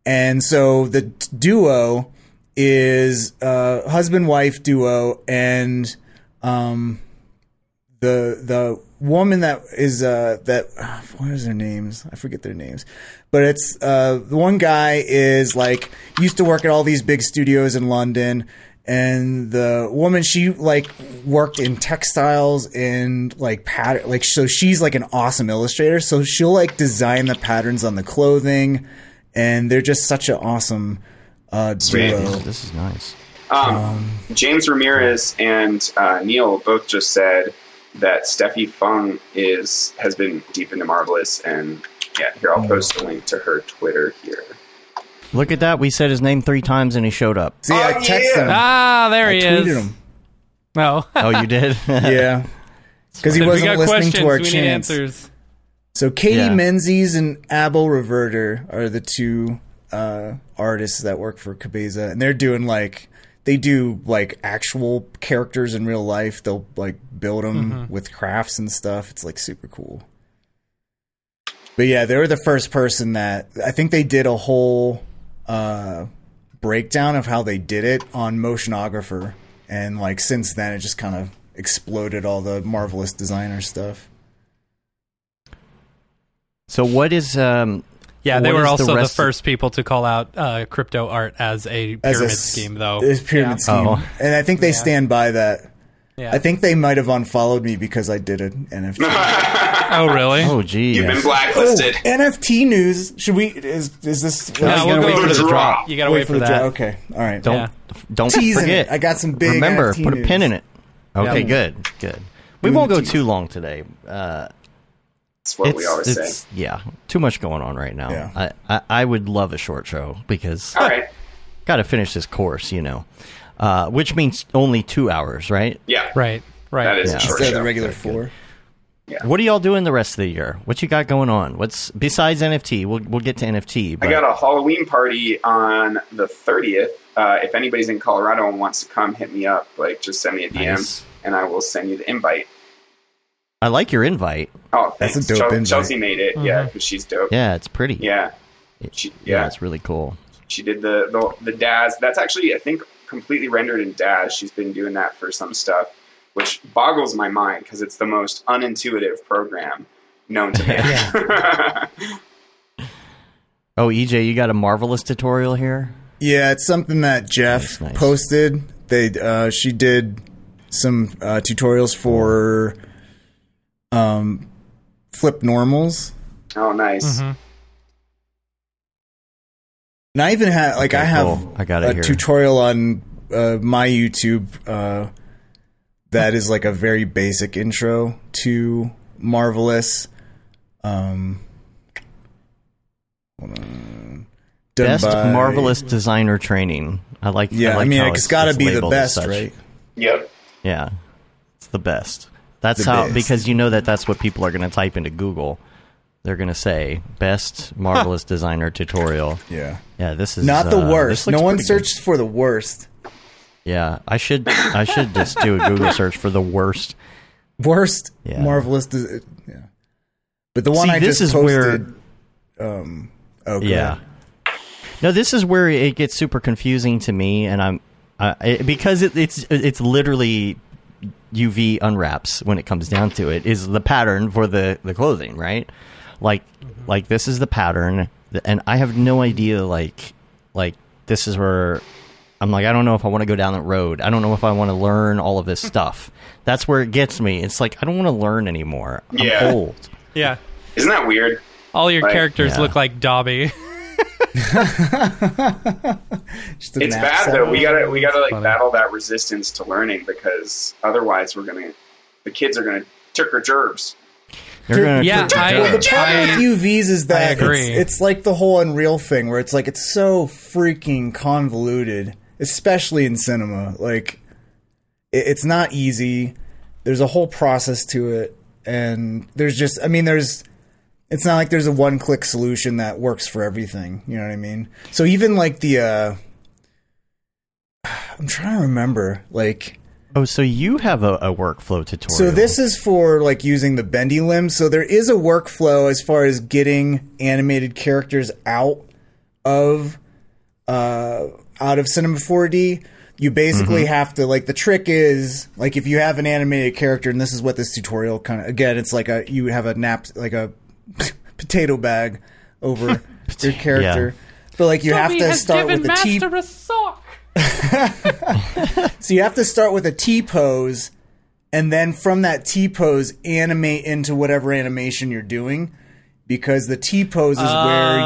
D: And so the t- duo is uh, husband wife duo, and um, the the woman that is uh that ah, what is their names? I forget their names, but it's uh the one guy is like used to work at all these big studios in London, and the woman she like worked in textiles and like pattern like so she's like an awesome illustrator, so she'll like design the patterns on the clothing, and they're just such an awesome uh duo.
A: This is nice.
C: Um, James Ramirez and uh, Neil both just said that Steffi Fung is has been deep into Marvelous, and yeah, here I'll post a link to her Twitter here.
A: Look at that. We said his name three times and he showed up.
D: See, I
C: Oh,
D: text
C: yeah.
D: him.
B: Ah, there
D: I
B: he
D: tweeted
B: is.
D: him.
B: No.
A: Oh, you did?
D: Yeah. Because he
B: we
D: wasn't
B: got
D: listening
B: questions.
D: to our
B: we need
D: chants.
B: answers.
D: So Katie
A: Yeah.
D: Menzies and Abel Reverter are the two uh, artists that work for Cabeza, and they're doing like they do like actual characters in real life. They'll like build them with crafts and stuff. It's like super cool. But yeah, they were the first person that I think they did a whole uh, breakdown of how they did it on Motionographer, and like since then it just kind of exploded all the marvelous designer stuff.
A: So what is um
B: Yeah, they
A: what
B: were
A: is
B: also the,
A: rest of-
B: first people to call out uh, crypto art as a pyramid
D: s-
B: scheme, though.
D: It's pyramid scheme,
A: Oh.
D: and I think they stand by that.
B: Yeah.
D: I think they might have unfollowed me because I did an NFT.
B: Oh, really?
A: Oh geez.
C: You've been
D: Oh,
C: blacklisted.
D: NFT news. Should we? Is is this?
B: No, we'll
A: gotta
B: go
A: wait
B: for
A: for
B: the
A: the
B: drop.
C: drop.
B: You gotta wait, for,
D: the
B: that.
D: dra- Okay, all right.
A: Don't
B: Yeah.
A: don't
D: Teasing
A: forget.
D: it. I got some big.
A: Remember,
D: NFT
A: put a
D: news.
A: pin in it. Okay,
B: Yeah.
A: good. Good. We
D: Doing
A: won't
D: the
A: go
D: teas.
A: too long today. Uh
C: That's what we
A: it's-
C: always
A: it's-
C: say.
A: Yeah, too much going on right now.
D: Yeah.
A: I, I, I would love a short show because
C: All right.
A: got to finish this course, you know, uh, which means only two hours, right?
C: Yeah.
B: Right, right.
C: That is
A: Yeah.
C: a short
D: Instead of
C: show.
D: the regular four.
A: What are y'all doing the rest of the year? What you got going on? What's besides NFT? We'll we'll get to NFT. But
C: I got a Halloween party on the 30th. Uh, if anybody's in Colorado and wants to come, hit me up. Like, just send me a DM,
A: Nice.
C: and I will send you the invite.
A: I like your invite.
C: Oh,
D: That's
C: thanks.
D: a dope
C: Chel-
D: invite.
C: Chelsea made it, yeah, because she's dope. Yeah,
A: Yeah, it's pretty.
C: She,
A: yeah,
C: yeah,
A: it's really cool.
C: she did the, the the Daz. That's actually, I think, completely rendered in Daz. She's been doing that for some stuff, which boggles my mind because it's the most unintuitive program known to man.
A: Oh, EJ, you got a marvelous tutorial here.
D: Yeah, it's something that
A: Nice,
D: Jeff
A: nice.
D: posted. They uh, she did some uh, tutorials for um, flip normals.
C: oh, nice.
D: And I even have like
A: Okay,
D: I have
A: cool. I got it
D: a
A: here.
D: tutorial on uh, my YouTube uh, that is like a very basic intro to Marvelous. Um, hold on. Done
A: Best
D: by-
A: marvelous designer training. I like.
D: Yeah, I,
A: I, like
D: mean
A: how
D: it's got to be the
A: labeled as
D: best,
A: such.
D: right?
C: Yep.
A: Yeah, it's the best. That's
D: The
A: how
D: best.
A: because you know that that's what people are going to type into Google. They're going to say best marvelous designer tutorial.
D: Yeah,
A: Yeah, this is
D: not
A: uh,
D: the
A: this
D: worst.
A: looks
D: No one
A: pretty good.
D: searched for the worst.
A: Yeah, I should I should just do a Google search for the worst.
D: Worst
A: Yeah.
D: Marvelous. Des- yeah, but the one
A: See,
D: I
A: this is
D: just
A: where-
D: posted. Um, oh, go
A: Yeah.
D: ahead.
A: No, this is where it gets super confusing to me, and I'm I, it, because it, it's it's literally UV unwraps when it comes down to it is the pattern for the the clothing, right? Like like this is the pattern, th- and I have no idea like like this is where I'm like I don't know if I want to go down that road. I don't know if I want to learn all of this stuff. That's where it gets me. It's like I don't want to learn anymore. I'm
C: Yeah.
A: old.
B: Yeah.
C: Isn't that weird?
B: All your
C: Like-
B: characters
A: Yeah.
B: look like Dobby.
D: Just an
C: it's
D: app
C: bad though.
D: sound.
C: We gotta we gotta like
B: funny.
C: battle that resistance to learning because otherwise we're gonna the kids are gonna turk or gerbs.
A: You're gonna
B: Yeah,
A: turn-
B: I-
A: turn-
D: Well, the problem
B: I-
D: with UVs is that
B: I agree.
D: It's, it's like the whole Unreal thing, where it's like it's so freaking convoluted, especially in cinema. Like, it, it's not easy. There's a whole process to it, and there's just, I mean, there's. It's not like there's a one-click solution that works for everything. You know what I mean? So even like the, uh, I'm trying to remember, like.
A: oh, so you have a, a workflow tutorial.
D: So this is for like using the bendy limbs. So there is a workflow as far as getting animated characters out of uh, out of Cinema 4D. You basically have to like the trick is like if you have an animated character, and this is what this tutorial kind of again, it's like a you have a nap like a potato bag over your character. But like you have to start with the T
B: a sock.
D: so you have to start with a T pose, and then from that T pose, animate into whatever animation you're doing, because the T pose is
B: Oh,
D: where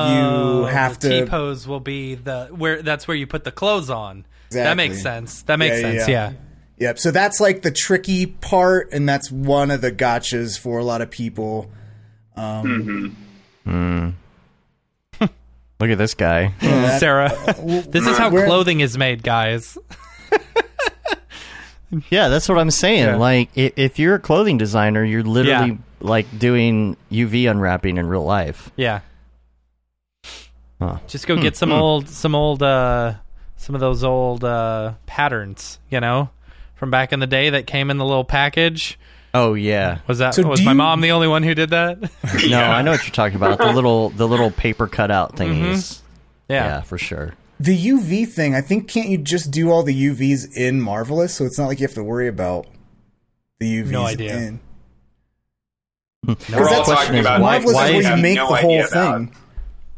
D: you have to.
B: T pose will be the where that's where you put the clothes on. That makes
D: Exactly.
B: sense. That makes
D: Yeah, yeah,
B: sense.
D: yeah.
B: Yeah.
D: Yep. So that's like the tricky part, and that's one of the gotchas for a lot of people. Um,
A: Hmm. Look at this guy.
B: Sarah, this is how
D: we're-
B: clothing is made, guys.
A: Yeah, that's what I'm saying. Like, i- if you're a clothing designer, you're literally
B: Yeah.
A: like doing UV unwrapping in real life.
B: Yeah.
A: Huh.
B: Just
D: Hmm,
B: go get some old, some old, uh, some of those old uh, patterns, you know, from back in the day that came in the little package. Uh,
A: Oh yeah.
B: Was that
D: So
B: was
D: do
B: my
D: you-
B: mom the only one who did that?
A: No, I know what you're talking about. The little the little paper cutout thingies. Yeah.
B: Mm-hmm. yeah.
A: for sure.
D: The UV thing, I think, can't you just do all the UVs in Marvelous? So it's not like you have to worry about the UVs
B: No idea.
D: in.
C: We're all
D: that's-
C: talking about
A: Why-
C: like,
D: Marvelous
A: why
D: is
A: is
D: where
A: that-
D: you make
C: no
D: the whole
C: idea about.
D: thing.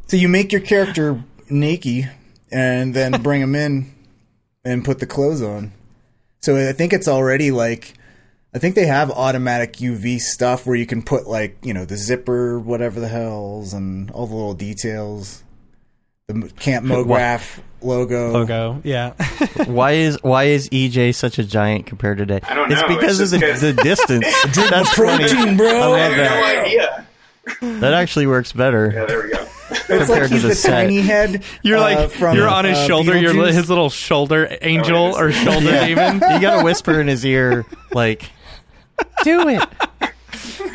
D: So you make your character naked and then bring him in and put the clothes on. So I think it's already like I think they have automatic UV stuff where you can put like you know the zipper, whatever the hell's, and all the little details. The M- Camp MoGraph logo.
B: Logo. Yeah.
A: Oh. Why is why is EJ such a giant compared to today?
C: I don't
A: It's
C: know.
A: because
C: It's
A: of
C: just
A: the, the distance. That's funny.
D: Protein,
A: I
D: bro.
A: love
C: No
A: that.
C: idea.
A: That actually works
C: Yeah,
A: better.
C: there we go.
D: It's like
A: compared to
D: he's
A: the
D: the
A: set.
D: tiny head.
B: You're
D: uh,
B: like
D: from,
B: you're on his
D: uh,
B: shoulder. You're li-
D: Beetlejuice.
B: his little shoulder angel or shoulder
A: Yeah.
B: demon.
A: You gotta whisper in his ear, like, "Do it."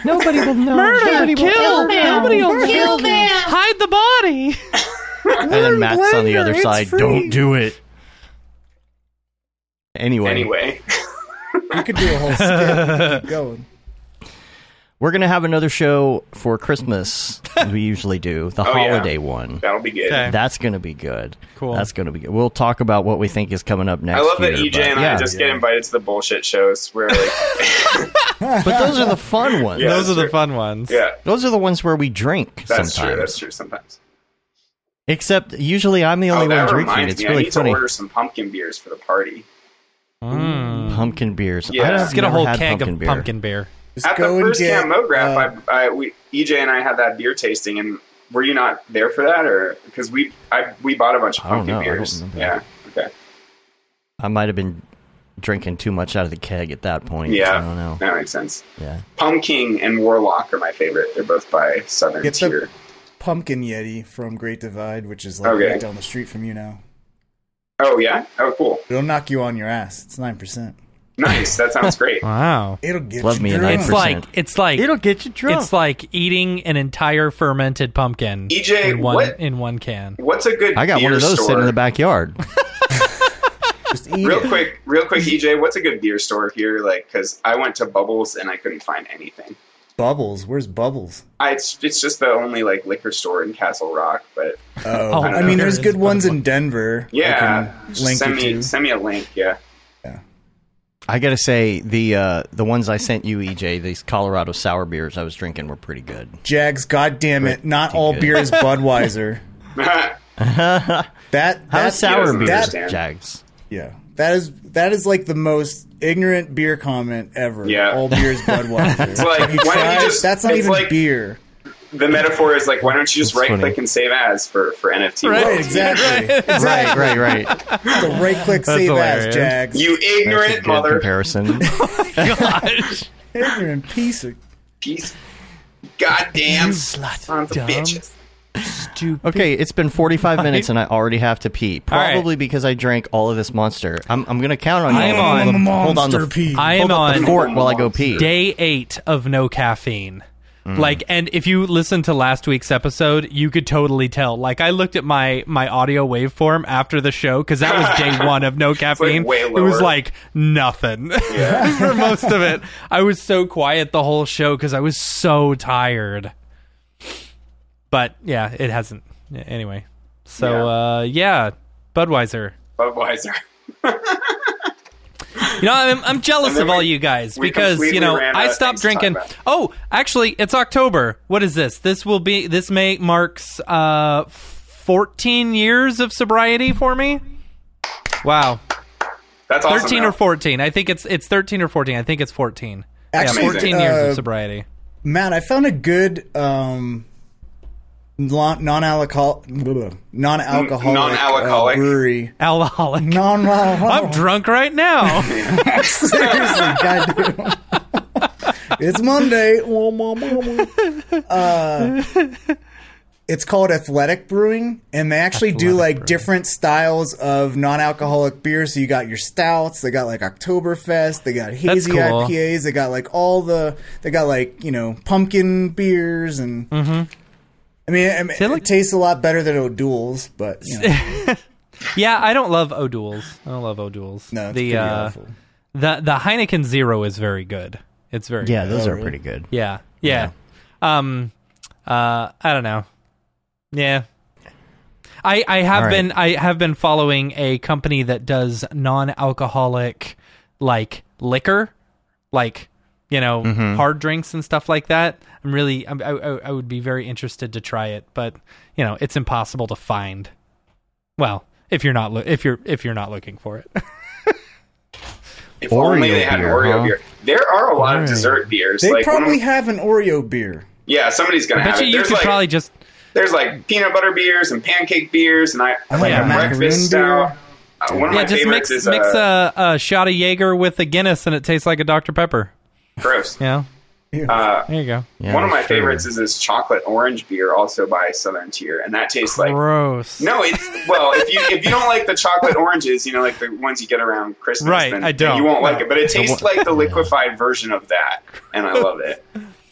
A: Nobody will know. Nobody will ever know.
B: will kill them. Hide the body.
A: And then Matt's on the
D: Blender,
A: other
D: it's
A: side.
D: free.
A: Don't do it. Anyway,
C: Anyway,
D: You could do a whole skit. Keep going.
A: we're gonna have another show for Christmas. as we usually do the
C: Oh, yeah.
A: holiday one.
C: that'll be good.
B: Okay.
A: That's gonna be good.
B: Cool.
A: That's gonna be good. We'll talk about what we think is coming up next.
C: I love that
A: year,
C: EJ
A: but-
C: and
A: yeah.
C: I just get invited to the bullshit shows where like
A: But those are the fun ones.
C: Yeah.
B: Those are the
C: sure.
B: fun ones.
C: yeah,
A: Those are the ones where we drink
C: that's
A: sometimes.
C: true. That's true. Sometimes.
A: Except usually I'm the only
C: oh,
A: one
C: that
A: drinking.
C: reminds
A: It's
C: me. I
A: really
C: need
A: funny.
C: to order some pumpkin beers for the party.
A: Pumpkin beers.
C: Yeah.
A: I have
B: Mm. Let's get a
A: never
B: whole
A: had
B: keg
A: pumpkin
B: of
A: beer.
B: pumpkin beer.
D: Just
C: At the
D: go and
C: first
D: get,
C: Camograph,
D: uh,
C: I, I, we, EJ and I had that beer tasting, and were you not there for that, or because we, I, we bought a bunch of
A: I don't
C: pumpkin
A: know. I don't
C: beers.
A: remember.
C: yeah. Okay.
A: I might have been drinking too much out of the keg at that point.
C: Yeah.
A: I don't know.
C: That makes sense.
A: Yeah.
C: Pumpkin and Warlock are my favorite. They're both by Southern
D: Get the-
C: Tier.
D: Pumpkin Yeti from Great Divide, which is like
C: Okay.
D: right down the street from you now.
C: Oh yeah. Oh cool.
D: It'll knock you on your ass. It's nine percent.
C: Nice. That sounds great.
B: Wow.
D: It'll get
A: Love
D: you
A: me a
D: drunk.
B: It's
A: 9%.
B: like it's like
A: It'll get you drunk.
B: it's like eating an entire fermented pumpkin
C: EJ,
B: in one
C: E what-
B: in one can.
C: What's a good?
A: I got
C: beer
A: one of those
C: store?
A: sitting in the backyard.
D: Just eat
C: Real
D: it.
C: quick, real quick, EJ. What's a good beer store here? Like, because I went to Bubbles and I couldn't find anything.
D: Bubbles. Where's Bubbles?
C: I, it's it's just the only like liquor store in Castle Rock, but
D: Oh,
B: Oh,
D: I
C: no,
D: mean,
B: there
D: there's
B: is
D: good ones in
B: Bubbles.
D: Denver. I
C: yeah,
D: can
C: just
D: link
C: send
D: you
C: me
D: to.
C: send me a link. Yeah,
A: I gotta say the uh, the ones I sent you, EJ, these Colorado sour beers I was drinking were pretty good.
D: Jags. God damn it! Not all
A: good.
D: beer is Budweiser. That
A: How
D: that
A: is sour
C: doesn't
A: beers,
C: understand.
A: Jags?
D: Yeah, that is that is like the most ignorant beer comment ever.
C: Yeah.
D: all beer is
C: like,
D: Budweiser. Have you
C: why don't you
D: tried-
C: just-
D: that's not
C: it's
D: even
C: like-
D: beer.
C: the metaphor is like, why don't you just
A: That's
C: right
A: funny.
C: click and save as for for NFT?
B: Right.
C: world?
D: Right, exactly.
A: Right, right, right.
D: The right click save
B: hilarious.
D: as Jags.
C: You
A: That's a
C: ignorant
A: good
C: mother.
A: comparison.
B: Gosh.
D: ignorant piece of
C: Peace. Goddamn
B: slut,
C: sons of
B: dumb.
C: bitches.
B: Stupid.
A: Okay, it's been 45 minutes and I already have to pee.
B: right.
A: Probably because I drank all of this monster. I'm, I'm going to count on you.
B: I am
A: Hold
B: on.
A: the- Hold on
D: monster
A: the,
D: pee.
B: I am
A: hold up
B: on
A: the fort while I go pee.
B: day eight of no caffeine.
A: Mm.
C: Mm.
B: Like, and if you listen to last week's episode, you could totally tell. Like, I looked at my my audio waveform after the show because that was day one of no caffeine.
C: way
B: it was
C: lower.
B: like nothing for most of it. I was so quiet the whole show because I was so tired. But yeah, it hasn't. yeah, Anyway, so
C: Yeah.
B: uh, yeah, Budweiser.
C: Budweiser.
B: You know, I'm, I'm jealous
C: And then
B: of all
C: we-
B: you guys
C: we
B: because you
C: completely
B: know
C: ran out
B: I
C: of
B: stopped
C: things to
B: drinking.
C: talk
B: Oh, actually, it's October. What is this? This will be this May marks uh 14 years of sobriety for me. Wow,
C: That's awesome.
B: 13
C: though.
B: or 14. I think it's it's 13 or 14. I think it's 14.
D: Actually,
B: yeah, 14 years
D: uh,
B: of sobriety.
D: Matt, I found a good um, non-alcoholic, non-alcoholic,
C: Non-alcoholic.
D: Uh, brewery.
B: Alcoholic. I'm
D: Non-alcoholic.
B: drunk right now.
D: Seriously, goddamn. it's Monday. Wah, wah, wah, wah. Uh, it's called Athletic Brewing, and they actually do
B: Athletic
D: like
B: Brewing.
D: different styles of non-alcoholic beer. So you got your stouts, they got like Oktoberfest, they got hazy
B: cool.
D: IPAs, they got like all the, they got like you know pumpkin beers, and I mean, I mean,
B: it
D: it,
B: Mm-hmm. like-
D: tastes a lot better than O'Doul's, but you know,
B: yeah, I don't love O'Douls. I don't love O'Douls.
D: no, it's
B: the
D: pretty
B: uh,
D: awful.
B: the the Heineken Zero is very good. It's very
A: Yeah, those
D: Oh,
A: are
D: really?
A: pretty good.
B: Yeah. Yeah. Um uh I don't know. Yeah. I I have
A: All right.
B: been I have been following a company that does non-alcoholic like liquor, like you know,
A: Mm-hmm.
B: hard drinks and stuff like that. I'm really I'm, I I I would be very interested to try it, but you know, it's impossible to find. Well, if you're not lo- if you're if you're not looking for it.
C: If
A: Oreo
C: only they had
A: beer,
C: Oreo
A: huh?
C: beer. There are a lot of dessert beers.
D: They
C: like one of-
D: probably have an Oreo beer.
C: yeah, somebody's gonna
B: I bet
C: have
B: you
C: it.
B: you
C: There's
B: could
C: like
B: probably just
C: there's like peanut butter beers and pancake beers and I like
B: yeah.
C: a
D: Macaroon
C: breakfast
D: beer.
C: stout. Uh, one of
B: yeah,
C: my
B: just
C: favorites
B: mix
C: is
B: mix
C: uh,
B: a, a shot of Jaeger with a Guinness and it tastes like a Dr Pepper.
C: gross.
B: Yeah.
D: Yeah.
C: Uh,
B: There you go.
A: Yeah,
C: one of my
A: sure.
C: favorites is this chocolate orange beer, also by Southern Tier, and that tastes like
B: Gross.
C: No, it's well. If you if you don't like the chocolate oranges, you know, like the ones you get around Christmas,
B: Right,
C: Then,
B: I
C: then
B: don't.
C: you won't like
B: No.
C: it, but it tastes like the liquefied version of that, and I love it.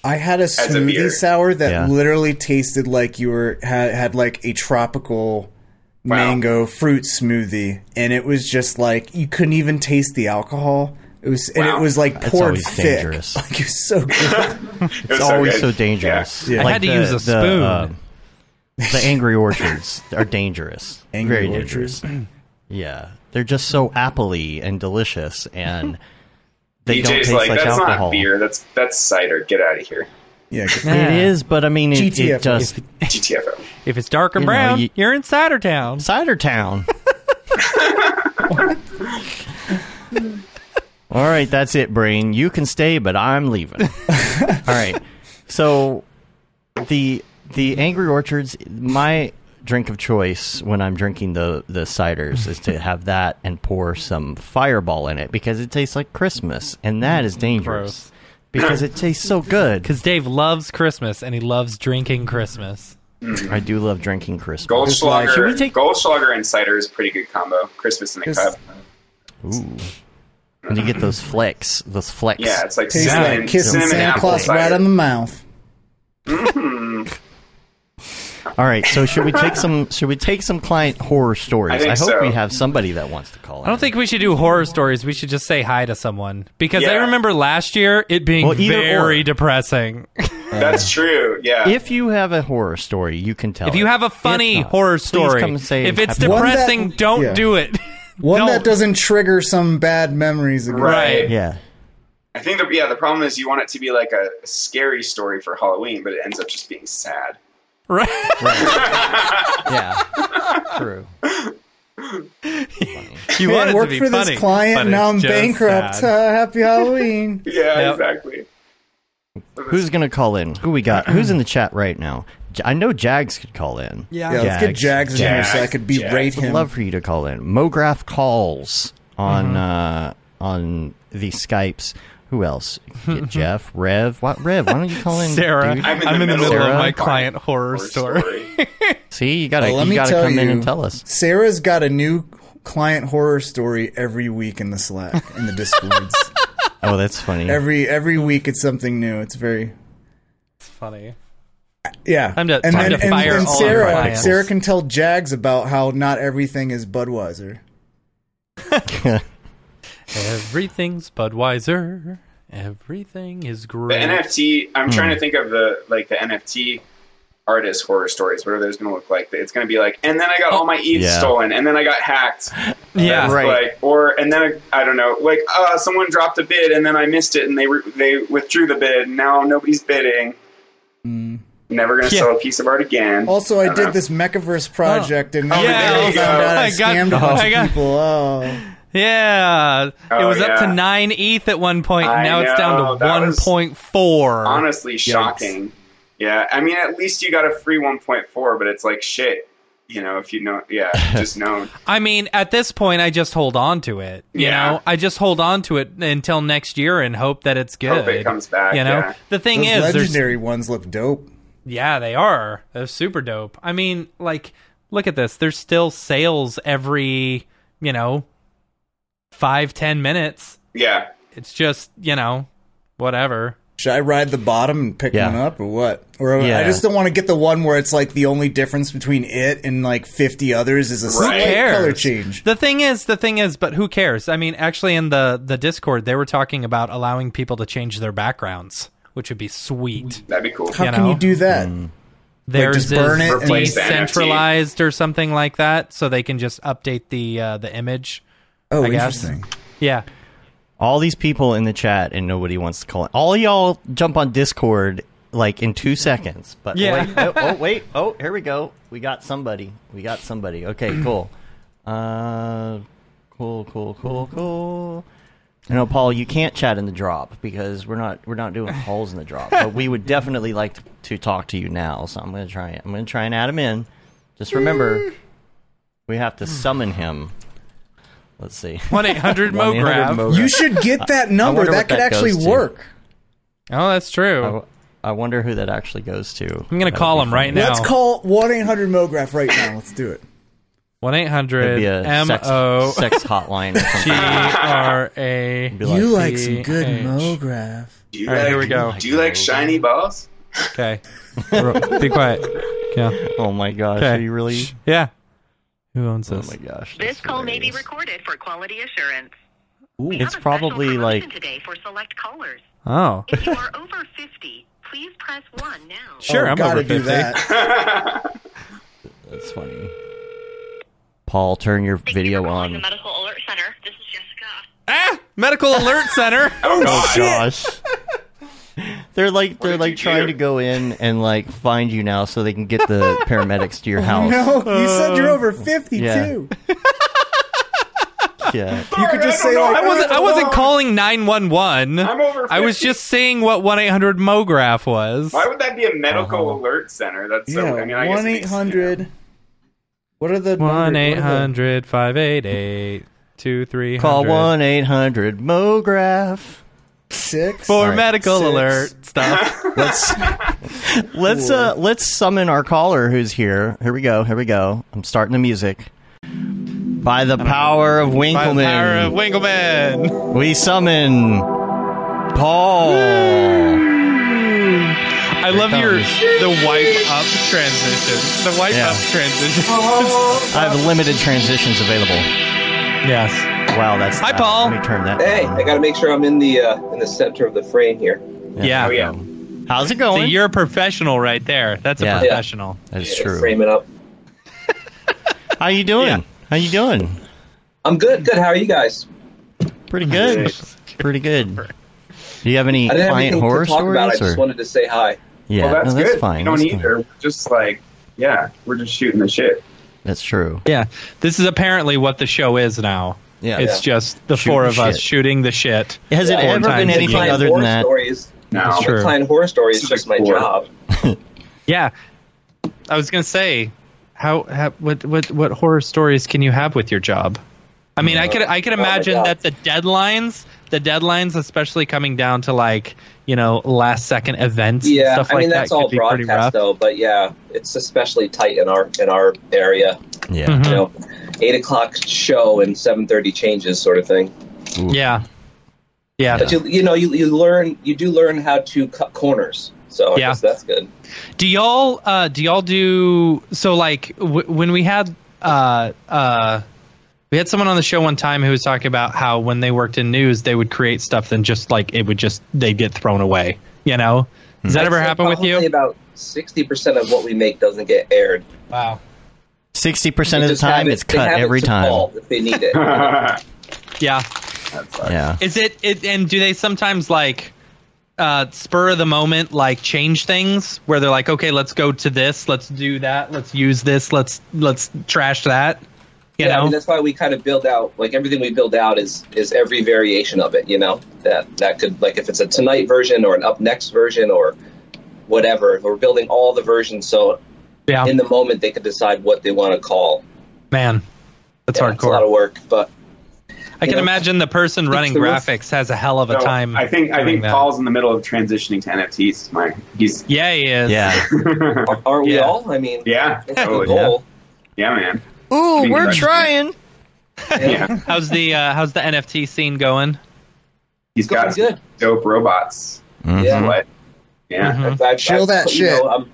D: I had a
C: a
D: smoothie
C: beer.
D: sour that
A: Yeah.
D: literally tasted like you were had, had like a tropical
C: Wow.
D: mango fruit smoothie, and it was just like you couldn't even taste the alcohol. It was and it
C: Wow.
D: was like poured
A: always
D: thick.
A: dangerous.
D: Like it was so good.
C: It
A: It's
C: was
A: always
C: good.
A: so
C: Yeah.
A: dangerous.
D: Yeah. I
B: had to use a spoon.
A: uh, um, the Angry Orchards are dangerous.
D: Angry
A: Very
D: Orchards.
A: dangerous. yeah. They're just so appley and delicious and they don't
C: DJ's
A: taste
C: like,
A: like,
C: that's
A: alcohol.
C: not beer. That's that's cider. Get out of here.
D: yeah,
A: It is, but I mean it, it
D: GTFO.
A: just
C: GTFO.
B: If it's dark and
A: You know,
B: brown,
A: you-
B: you, are in Cider Town.
A: Cider Town. All right, that's it, Brain. You can stay, but I'm leaving. All right. So the the Angry Orchards, my drink of choice when I'm drinking the the ciders is to have that and pour some Fireball in it because it tastes like Christmas, and that is
B: Gross.
A: dangerous because it tastes so good.
B: Because Dave loves Christmas and he loves drinking Christmas.
C: Mm.
A: I do love drinking Christmas.
C: Goldschlager.
D: like-
A: Should we take-
C: Goldschlager and cider is a pretty good combo. Christmas in a
D: It's-
C: cup.
A: Ooh. And you get those flecks, those flecks.
C: Yeah, it's like
D: tastes
C: cinnamon,
D: like kissing
C: cinnamon
D: Santa
C: apple
D: Claus
C: cider.
D: right on the mouth.
C: Mm-hmm.
A: All right, so should we take some? Should we take some client horror stories?
C: I think
A: hope
C: so.
A: we have somebody that wants to call.
B: I don't think we should do horror stories. We should just say hi to someone. Because I
C: Yeah.
B: remember last year it being
A: Well, either
B: very
A: or.
B: depressing.
C: That's true. Yeah.
A: Uh, If you have a horror story, you can tell.
B: If you
A: it.
B: have a funny
A: not,
B: horror
A: please
B: story,
A: come say
B: if it's
A: happy-
D: One that-
B: depressing, don't
D: yeah.
B: do it.
D: One
B: Don't-
D: that doesn't trigger some bad memories. Again.
C: Right.
A: yeah,
C: I think the yeah the problem is you want it to be like a scary story for Halloween, but it ends up just being sad.
B: right.
A: yeah, true.
B: You
D: Man,
B: want it
D: work
B: to be
D: for
B: funny,
D: this client.
B: but
D: Now
B: it's
D: I'm
B: just
D: bankrupt. Uh,
B: sad.
D: happy Halloween.
C: Yeah,
B: Yep.
C: exactly.
A: Who's gonna call in? Who we got? Who's in the chat right now? J- I know Jags could call in.
B: Yeah.
D: Yeah, let's get Jags in here so I could berate
C: Jags.
A: Would
D: him.
A: love for you to call in. MoGraph calls on
B: Mm-hmm.
A: uh, on the Skypes. Who else? Get Jeff, Rev. What Rev? Why don't you call in?
B: Sarah,
A: dude?
C: I'm in
B: I'm
C: the
B: in the
C: middle
B: middle
A: of
B: of
A: my
B: my client horror story.
A: See, you gotta
D: Well, let
A: you
D: me
A: gotta
D: tell
A: come in
D: you,
A: and tell us.
D: Sarah's got a new client horror story every week in the Slack in the Discords.
A: Oh, that's funny.
D: every every week it's something new. It's very
B: It's funny.
D: yeah.
B: Time to-
D: and
B: time
D: then,
B: to
D: and,
B: fire
D: and
B: all
D: Sarah
B: our clients.
D: Sarah can tell Jags about how not everything is Budweiser.
B: Everything's Budweiser. Everything is
C: The
B: great.
C: NFT.
A: Hmm.
C: I'm trying to think of the like the NFT artist horror stories. What are those going to look like? It's going to be like, and then I got all my ETH
A: Oh, Yeah.
C: stolen, and then I got hacked.
B: yeah,
C: That's
A: right.
C: Like, or and then I don't know, like uh, someone dropped a bid and then I missed it and they re- they withdrew the bid. Now nobody's bidding. Never gonna
B: Yeah.
C: sell a piece of art again.
D: Also, I
C: dunno.
D: did this Mechaverse project, and then
B: Yeah,
D: I
C: also-
D: found out I,
B: I got-
D: scammed a bunch
B: I got-
D: of people. Oh.
B: yeah. it
C: Oh,
B: was up to
C: yeah.
B: nine ETH at one point, and
C: I
B: now it's
C: know,
B: down to
C: that
B: one
C: was-
B: point four.
C: Honestly, shocking. Yeah, I mean, at least you got a free 1.4, but it's like shit. You know, if you know, yeah, just known.
B: I mean, at this point, I just hold on to it. You
C: Yeah.
B: know, I just hold on to it until next year and hope that it's good.
C: Hope it comes back,
B: You know,
C: yeah.
B: the thing
D: Those
B: is, there's
D: legendary ones look dope.
B: Yeah, they are. They're super dope. I mean, like, look at this. There's still sales every, you know, five, ten minutes.
C: Yeah,
B: It's just, you know, whatever.
D: Should I ride the bottom and pick
A: Yeah.
D: one up, or what? Or
A: Yeah.
D: I just don't want to get the one where it's like the only difference between it and like fifty others is a
C: Right.
D: slight
C: Who
B: cares?
D: color change.
B: The thing is, the thing is, but who cares? I mean, actually, in the the Discord, they were talking about allowing people to change their backgrounds, which would be sweet.
C: that'd be cool.
D: How
B: you
D: can
B: know.
D: you do that?
A: Hmm. Mm.
B: Theirs
D: just burn
B: is
D: it and- Replace
C: the NFT.
B: decentralized or something like that, so they can just update the uh, the image.
D: Oh,
B: I guess.
D: interesting.
B: Yeah,
A: all these people in the chat and nobody wants to call in. All y'all jump on Discord like in two seconds. But
B: Yeah.
A: wait, oh, oh, wait, oh here we go. We got somebody. We got somebody. Okay, cool. Uh, cool, cool, cool, cool. You know, Paul, you can't chat in the drop because we're not we're not doing calls in the drop. But we would definitely like to, to talk to you now. So I'm gonna try it. I'm gonna try and add him in. Just
B: Mm.
A: remember, we have to summon him. Let's see.
B: one eight hundred
A: 1-800
B: MoGrab.
A: Mograph.
D: You should get that number.
A: wonder
D: That
A: what
D: could
A: that
D: actually
A: goes to.
D: work.
B: Oh, that's true.
A: I w- I wonder who that actually goes to.
B: I'm gonna call him right now.
D: Let's call one eight hundred MoGraph right now. Let's do it.
B: One eight hundred
A: Be a
B: M
A: sex,
B: O
A: sex hotline. Or
B: G
A: something.
B: R A.
A: Be like,
D: you like some good
B: PH.
D: MoGraph.
C: Do you
B: All right,
C: like,
B: here we go.
C: Do you like shiny balls?
B: Okay, be quiet. Yeah,
A: oh my gosh,
B: Okay.
A: are you really?
B: yeah. Who owns
A: Oh
B: this?
A: my gosh.
E: This
A: that's
E: call may be
A: hilarious.
E: recorded for quality assurance. We have
A: It's
E: a special
A: probably
E: promotion
A: like
E: today for select callers.
B: Oh,
E: If you are over 50, please press 1 now.
B: sure.
D: Oh,
B: I'm
D: gotta
B: over
D: do
B: fifty.
D: that.
A: that's funny. Paul, turn your video on.
E: Medical Alert Center. This is Jessica.
B: Ah, medical alert center.
C: Oh,
A: Oh
C: God.
A: gosh. They're like they're
C: did
A: like
C: you
A: trying
C: do?
A: to go in and like find you now so they can get the paramedics to your house. Uh,
D: No, you said you're over fifty
A: yeah.
D: too.
A: Yeah.
D: You could just
C: I don't
D: say
C: know.
D: like,
B: I wasn't. I wasn't
D: "Oh,
B: calling nine one one.
C: I'm over
B: I was
C: 50.
B: just saying what one eight hundred MoGraph was.
C: Why would that be a medical
A: Uh-huh.
C: alert center? That's so. I mean, I
D: Yeah,
C: guess
D: one
C: it
D: eight
C: makes-
D: hundred. What are the
B: One eight
D: number- what are the-
B: hundred five eight eight two three.
A: Call one eight hundred MoGraph.
D: six
B: for
A: right.
B: medical
D: Six.
B: alert stuff.
A: Let's let's uh let's summon our caller who's here. Here we go. Here we go. I'm starting the music. By the power of Winkleman,
B: Winkleman.
A: we summon Paul.
B: I love your
A: comes.
B: the wipe up transition. The wipe
A: Yeah.
B: up transition.
A: I have limited transitions available.
B: yes.
A: Wow, that's
B: Hi,
A: uh,
B: Paul.
A: Let me turn that.
F: Hey,
A: down.
F: I got to make sure I'm in the uh, in the center of the frame here.
B: Yeah.
C: Oh yeah.
A: How's it going?
B: So you're a professional right there. That's a
A: Yeah.
B: professional.
A: That's
F: Yeah,
A: true.
F: Frame it up.
A: How you doing?
B: Yeah.
A: How you doing?
F: I'm good. Good. How are you guys?
A: Pretty good. Pretty good. Do you have any
F: I didn't have
A: client
F: anything
A: horror
F: to talk
A: stories?
F: about. I
A: or?
F: just wanted to say hi.
A: yeah,
C: Well, that's,
A: no, that's
C: good.
A: fine.
C: You don't
A: that's
C: need to.
A: fine.
C: Just like, yeah, we're just shooting the shit.
A: That's true.
B: Yeah. This is apparently what the show is now.
A: Yeah.
B: It's just the
A: Shooting
B: four of us
A: shit.
B: shooting the shit.
A: Has it
F: Yeah.
B: Four
A: ever been
B: times a
A: anything
B: year.
A: other
F: horror
A: than that?
F: stories.
C: now.
G: That's true.
F: Client horror story is
C: This is
F: just my
C: cool.
F: job.
B: Yeah, I was gonna say, how, how what what what horror stories can you have with your job? I mean, I could I could
F: Uh, oh my
B: imagine
F: God.
B: that the deadlines, the deadlines, especially coming down to like you know last second events, and
F: Yeah,
B: stuff
F: I
B: like
F: mean
B: that
F: that's
B: could
F: all
B: be pretty rough.
F: broadcast though, but yeah, it's especially tight in our in our area.
A: Yeah.
B: Mhm.
F: You know, eight o'clock show and seven thirty changes, sort of thing.
B: Yeah, yeah.
F: But you you know you, you learn you do learn how to cut corners, so I
B: Yeah.
F: guess that's good.
B: Do y'all uh, do y'all do so like w- when we had uh, uh, we had someone on the show one time who was talking about how when they worked in news they would create stuff then just like it would just they get thrown away. You know, does that ever
F: So
B: happen with
F: probably
B: you?
F: About sixty percent of what we make doesn't get aired.
B: Wow.
A: Sixty percent of
F: They
A: the
F: just have
A: time,
F: it-
A: it's
F: they
A: cut
F: have it
A: every
F: to
A: time.
F: Paul if they need it.
B: Yeah.
A: Yeah.
B: Is it, it and do they sometimes like uh, spur of the moment like change things where they're like okay let's go to this let's do that let's use this let's let's trash that you
F: yeah, I
B: know
F: mean, that's why we kind of build out like everything we build out is is every variation of it. You know that that could like if it's a tonight version or an up next version or whatever. We're building all the versions so
B: yeah
F: in the moment they could decide what they want to call.
B: man that's
F: Yeah,
B: hardcore
F: It's a lot of work, but
B: I can
F: know,
B: imagine the person running
F: the risk.
B: graphics has a hell of a
C: So,
B: time.
C: I think I
B: doing
C: think
B: that.
C: Paul's in the middle of transitioning to NFTs. My he's
B: Yeah, he is.
A: Yeah.
F: ar- aren't we
B: Yeah.
F: all? I mean,
C: yeah,
F: that's the
C: totally.
F: goal.
C: yeah, man.
A: Ooh,
C: we're trying. Yeah,
B: How's the uh, how's the NFT scene going?
C: he's
F: Going
C: got
F: good.
C: some dope robots.
B: Mm-hmm.
F: Yeah.
C: What? Yeah.
B: Mhm.
F: I've,
D: Chill that
F: you know,
D: shit.
F: I'm,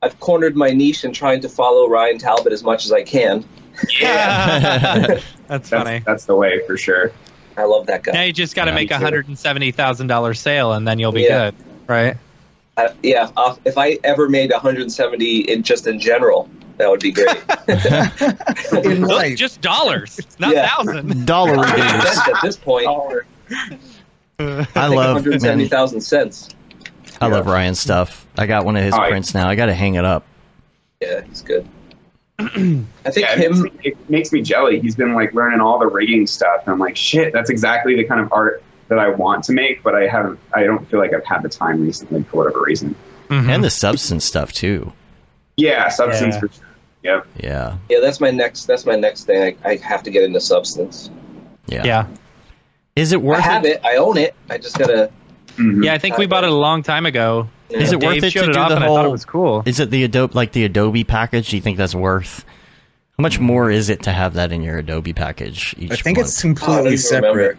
F: I've cornered my niche and trying to follow Ryan Talbot as much as I can.
B: that's
C: That's,
B: funny.
C: that's the way for sure.
F: I love that guy.
B: Now you just got to
A: Yeah,
B: make
C: me
B: a
C: too.
B: hundred and seventy thousand dollar sale, and then you'll be
F: Yeah.
B: good, right?
F: I, yeah, uh, if I ever made 170 in just in general, that would be great.
D: In life.
B: Just dollars, not
F: Yeah.
B: thousand.
A: Dollar dues.
F: Cents at this point,
A: I love man,
F: 170,000 cents.
A: I love Ryan's stuff. I got one of his
C: Oh, yeah.
A: prints now. I got to hang it up.
F: Yeah, he's good. I think
C: Yeah, it, makes
F: him.
C: me, it makes me jelly. He's been like learning all the rigging stuff. And I'm like, shit, that's exactly the kind of art that I want to make, but I haven't. I don't feel like I've had the time recently for whatever reason.
A: And the substance stuff too.
C: Yeah, substance
B: Mm-hmm. Yeah.
C: for sure. Yep.
A: Yeah.
F: Yeah, that's my next. That's my next thing. I, I have to get into substance.
A: Yeah.
B: yeah,
A: Is it
F: I
A: worth
F: have
A: it?
F: it. I own it. I just gotta. Mm-hmm.
C: Mhm.
B: yeah. I think we bought it a long time ago.
A: Is it
B: Dave
A: worth it
B: showed
A: to
B: it
A: do
B: off,
A: the
B: and I
A: whole?
B: thought it was cool.
A: Is it the Adobe like the Adobe package? Do you think that's worth? How much more is it to have that in your Adobe package each
D: I think
A: month?
D: it's
F: I don't
D: completely
F: even
D: separate.
F: remember.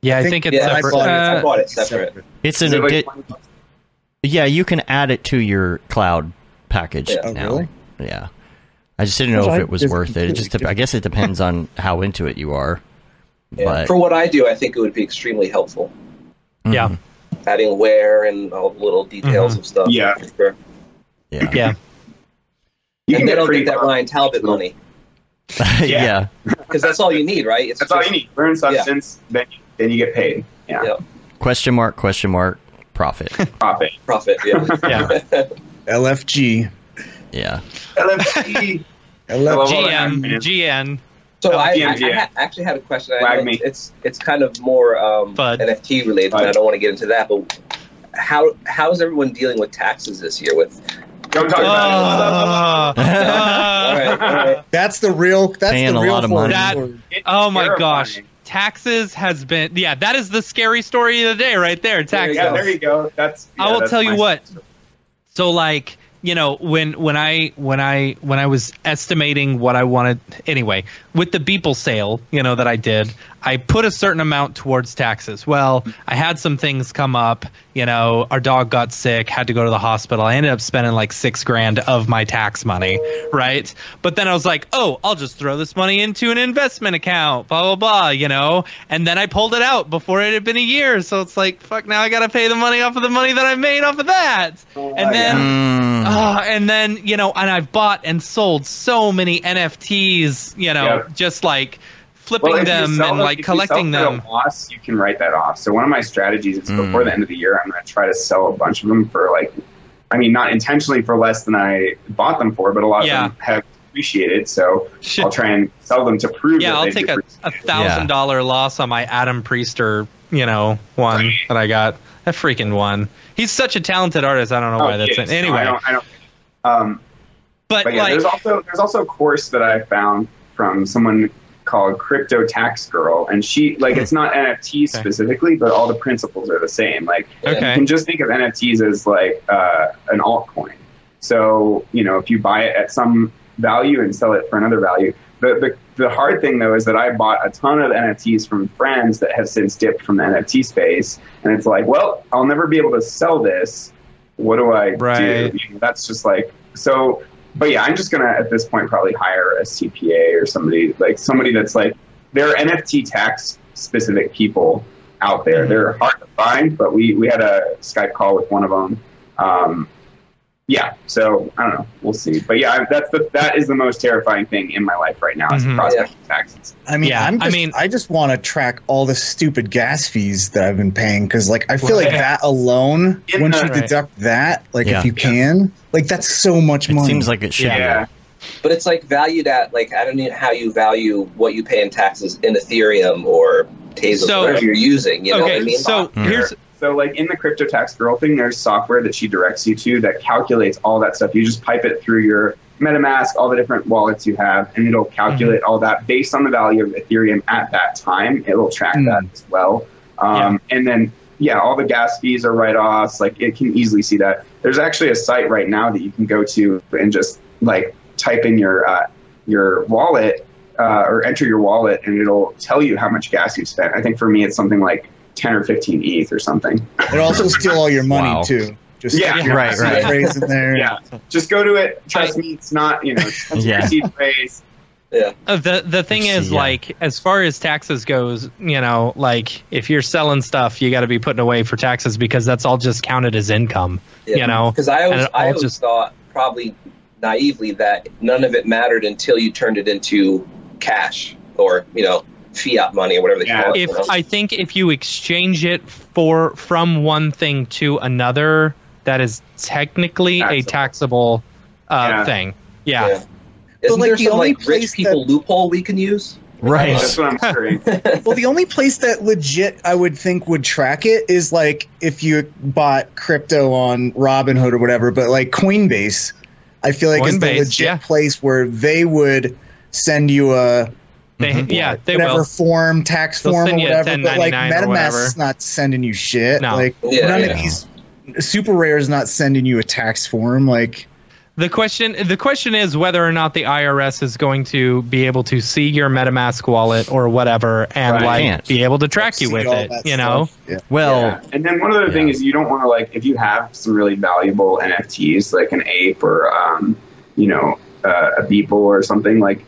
B: Yeah, I think it's
F: yeah,
D: I
B: separate.
D: bought it.
B: Uh,
F: I bought it separate.
A: it's
C: Is
A: an
C: it like
A: addi-
C: 20 bucks?
A: yeah. You can add it to your cloud package
F: Yeah.
D: Oh,
A: now.
D: really?
A: Yeah. I just didn't know
D: Because
A: if
D: I-
A: it was
D: it's
A: worth it. It just dep- I guess it depends on how into it you are.
F: Yeah.
A: But mm-hmm.
F: For what I do, I think it would be extremely helpful.
B: yeah,
F: Adding wear and all the little details of stuff.
C: Yeah.
F: for sure.
A: yeah.
B: yeah.
C: You can
F: and then
C: get
F: I'll
C: pretty
F: get that
C: far.
F: Ryan Talbot money
A: yeah.
F: because that's all you need, right? It's
C: That's all you
F: just-
C: need. Learn substance, then then you get paid. Yeah.
F: Yeah.
A: Question mark, question mark, profit.
C: Profit.
F: Profit. Yeah.
B: Yeah.
D: LFG.
A: yeah.
C: LFG.
D: LFG.
C: Hello.
B: GN, GN.
F: So I, I,
C: yeah,
F: I
C: yeah.
F: ha- actually had a question. I
C: Wag
F: know
C: me.
F: It's it's kind of more um,
B: Bud.
F: NFT related.
C: Bud.
F: and I don't want to get into that, but how how is everyone dealing with taxes this year? With
C: Don't talk about it.
F: all
B: Oh,
F: right, all right.
D: That's the real. That's
A: Paying
D: the
A: a
D: real
A: lot of
D: horror
A: money.
B: That-
D: story.
C: It's
B: Oh my
C: terrifying.
B: gosh. Taxes has been yeah, that is the scary story of the day right there.
F: There
B: Taxes.
F: you
C: Yeah,
F: go.
C: there you go. That's.
B: I
C: yeah,
B: will
C: that's
B: tell you
C: my-
B: what. So like, you know, when when I when I when I was estimating what I wanted anyway, with the Beeple sale, you know, that I did, I put a certain amount towards taxes. Well, I had some things come up, you know, our dog got sick, had to go to the hospital. I ended up spending like six grand of my tax money, right? But then I was like, oh, I'll just throw this money into an investment account, blah blah blah, you know. And then I pulled it out before it had been a year, so it's like, fuck, now I gotta pay the money off of the money that I made off of that.
C: Oh,
B: and then,
A: Mm.
B: ah, and then you know, and I've bought and sold so many NFTs, you know,
C: Yeah.
B: just like flipping
C: Well, if you
B: them
C: sell
B: and
C: them-
B: like
C: if you sell
B: collecting
C: them at
B: them. Mm.
C: A loss, you can write that off. So one of my strategies is before the end of the year, I'm going to try to sell a bunch of them for like, I mean, not intentionally for less than I bought them for, but a lot
B: Yeah.
C: of them have appreciated. So
B: Shit.
C: I'll try and sell them to prove.
B: Yeah,
C: that
B: I'll
C: they've
B: take a,
C: depreciated.
B: a thousand dollar loss on my Adam Priester you know, one that I got. That freaking one. He's such a talented artist. I don't know why
C: Oh,
B: that's
C: jeez.
B: in.
C: No,
B: Anyway,
C: I don't, I don't, um,
B: but,
C: but yeah,
B: like,
C: there's also there's also a course that I found from someone called Crypto Tax Girl, and she like it's not NFTs
B: Okay.
C: specifically, but all the principles are the same. Like you
B: okay,
C: can just think of NFTs as like uh, an altcoin. So you know, if you buy it at some value and sell it for another value, the the, the hard thing though is that I bought a ton of NFTs from friends that have since dipped from the NFT space, and it's like, well, I'll never be able to sell this. What do I
B: Right.
C: do? You know, that's just like so. But yeah, I'm just gonna at this point probably hire a CPA or somebody like somebody that's like there are NFT tax specific people out there. They're hard to find, but we, we had a Skype call with one of them. Um, yeah, so I don't know. We'll see. But yeah, I, that's the that is the most terrifying thing in my life right now is
B: Mhm.
C: prospecting taxes.
D: I mean,
B: Yeah,
D: I'm
B: I
D: just, I
B: mean-
D: just want to track all the stupid gas fees that I've been paying because, like, I feel like
B: Right.
D: that alone.
C: Yeah,
D: once you
B: right.
D: deduct that, like,
A: Yeah.
D: if you can, like, that's so much
A: It
D: money.
A: seems like it should.
C: Yeah,
A: be.
F: but it's like valued at like I don't know how you value what you pay in taxes in Ethereum or Tezos,
B: So-
F: whatever you're using. You know what I
B: okay.
F: mean?
B: So
A: Mm.
B: here's
C: So like in the crypto tax girl thing, there's software that she directs you to that calculates all that stuff. You just pipe it through your MetaMask, all the different wallets you have, and it'll calculate all that based on the value of Ethereum at that time. It'll track
A: Hmm.
D: Mm.
C: that as well. Um, And then yeah, all the gas fees are write offs. Like it can easily see that. There's actually a site right now that you can go to and just like type in your uh, your wallet uh, or enter your wallet, and it'll tell you how much gas you've spent. I think for me, it's something like 10 or 15 ETH or something.
D: it also steal all your money
A: Wow.
D: too. Just
C: Yeah,
A: Yeah. right,
D: secret
A: right.
D: raise in there.
C: Yeah, just go to it. Trust me, it's not you know.
A: Yeah.
C: yeah. Phrase.
B: Uh, the the thing
A: Let's
B: is
A: see, yeah.
B: like as far as taxes goes you know like if you're selling stuff you got to be putting away for taxes because that's all just counted as income you know
F: because I
B: and
F: always
B: it all
F: I always
B: just-
F: thought probably naively that none of it mattered until you turned it into cash or you know fiat money or whatever they
C: Yeah.
F: call it.
B: if
F: you know?
B: i think if you exchange it for from one thing to another that is technically a taxable uh,
C: Yeah.
B: thing yeah,
F: Yeah. Isn't
D: like,
F: there
D: the
F: some
D: only
F: like
D: place
F: rich people loophole we can use?
A: Right.
C: Oh, That's what I'm wondering.
D: Well, the only place that legit I would think would track it is like if you bought crypto on Robinhood or whatever, but like Coinbase, I feel like is the
B: Coinbase,
D: legit
B: yeah.
D: place where they would send you a
B: They,
A: Mhm.
B: yeah they
D: whatever
B: will
D: form, tax
B: They'll
D: form, or
B: send you a
D: whatever. But like
B: 1099 or
D: MetaMask
B: whatever.
D: is not sending you shit.
B: No.
D: Like
F: Yeah,
D: none
F: yeah.
D: of these super rares not sending you a tax form. Like
B: The question the question is whether or not the IRS is going to be able to see your MetaMask wallet or whatever and
C: Right.
B: like
A: Can't.
B: be able to track you
D: see
B: with
D: all
B: it,
D: that
B: you know?
D: stuff. Yeah.
A: Well,
C: Yeah. And then one other thing is you don't want to like if you have some really valuable NFTs like an ape or um, you know uh, a beeple or something like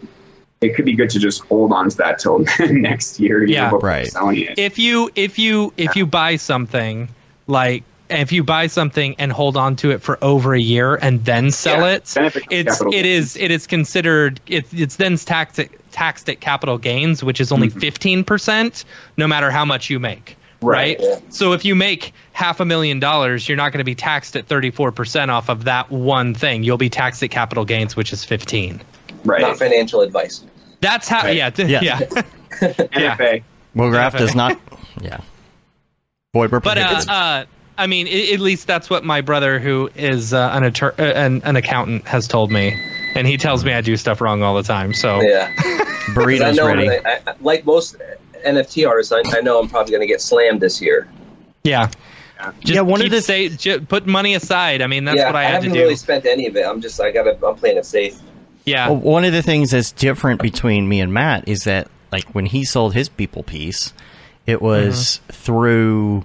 C: it could be good to just hold on to that till next year. you know,
B: Yeah.
C: before
A: Right.
C: Selling it.
B: If you if you if you buy something like if you buy something and hold on to it for over a year and then sell
C: Yeah.
B: it,
C: Then it becomes
B: it's
C: capital
B: it is it is considered it's it's then taxed at, taxed at capital gains, which is
C: Mm-hmm.
B: only 15 percent, no matter how much you make.
C: Right.
B: Right. So if you make half a million dollars, you're not going to be taxed at 34% off of that one thing. You'll be taxed at capital gains, which is 15.
F: Not
C: right.
F: financial advice.
B: That's how.
C: Right.
B: Yeah. d-
A: Yeah.
B: Yeah. yeah.
C: NFA.
A: Well, graph
B: Yeah.
A: does not. Yeah. Void where
B: But uh,
A: prohibited.
B: uh, I mean, i at least that's what my brother, who is uh, an, attor- uh, an an accountant, has told me, and he tells me I do stuff wrong all the time. So
F: Yeah. 'Cause I
A: Burritos
F: know
A: ready.
F: when I, I, like most NFT artists, I, I know I'm probably going to get slammed this year.
B: yeah. Just
A: Yeah, one of
B: keep
A: the-
B: sa- ju- put money aside. I mean, that's
F: yeah,
B: what I
F: I
B: had to
F: haven't
B: do.
F: really spent any of it. I'm just I got to I'm playing it safe.
B: yeah.
A: Well, Oh, one of the things that's different between me and Matt is that, like, when he sold his people piece, it was through. Uh,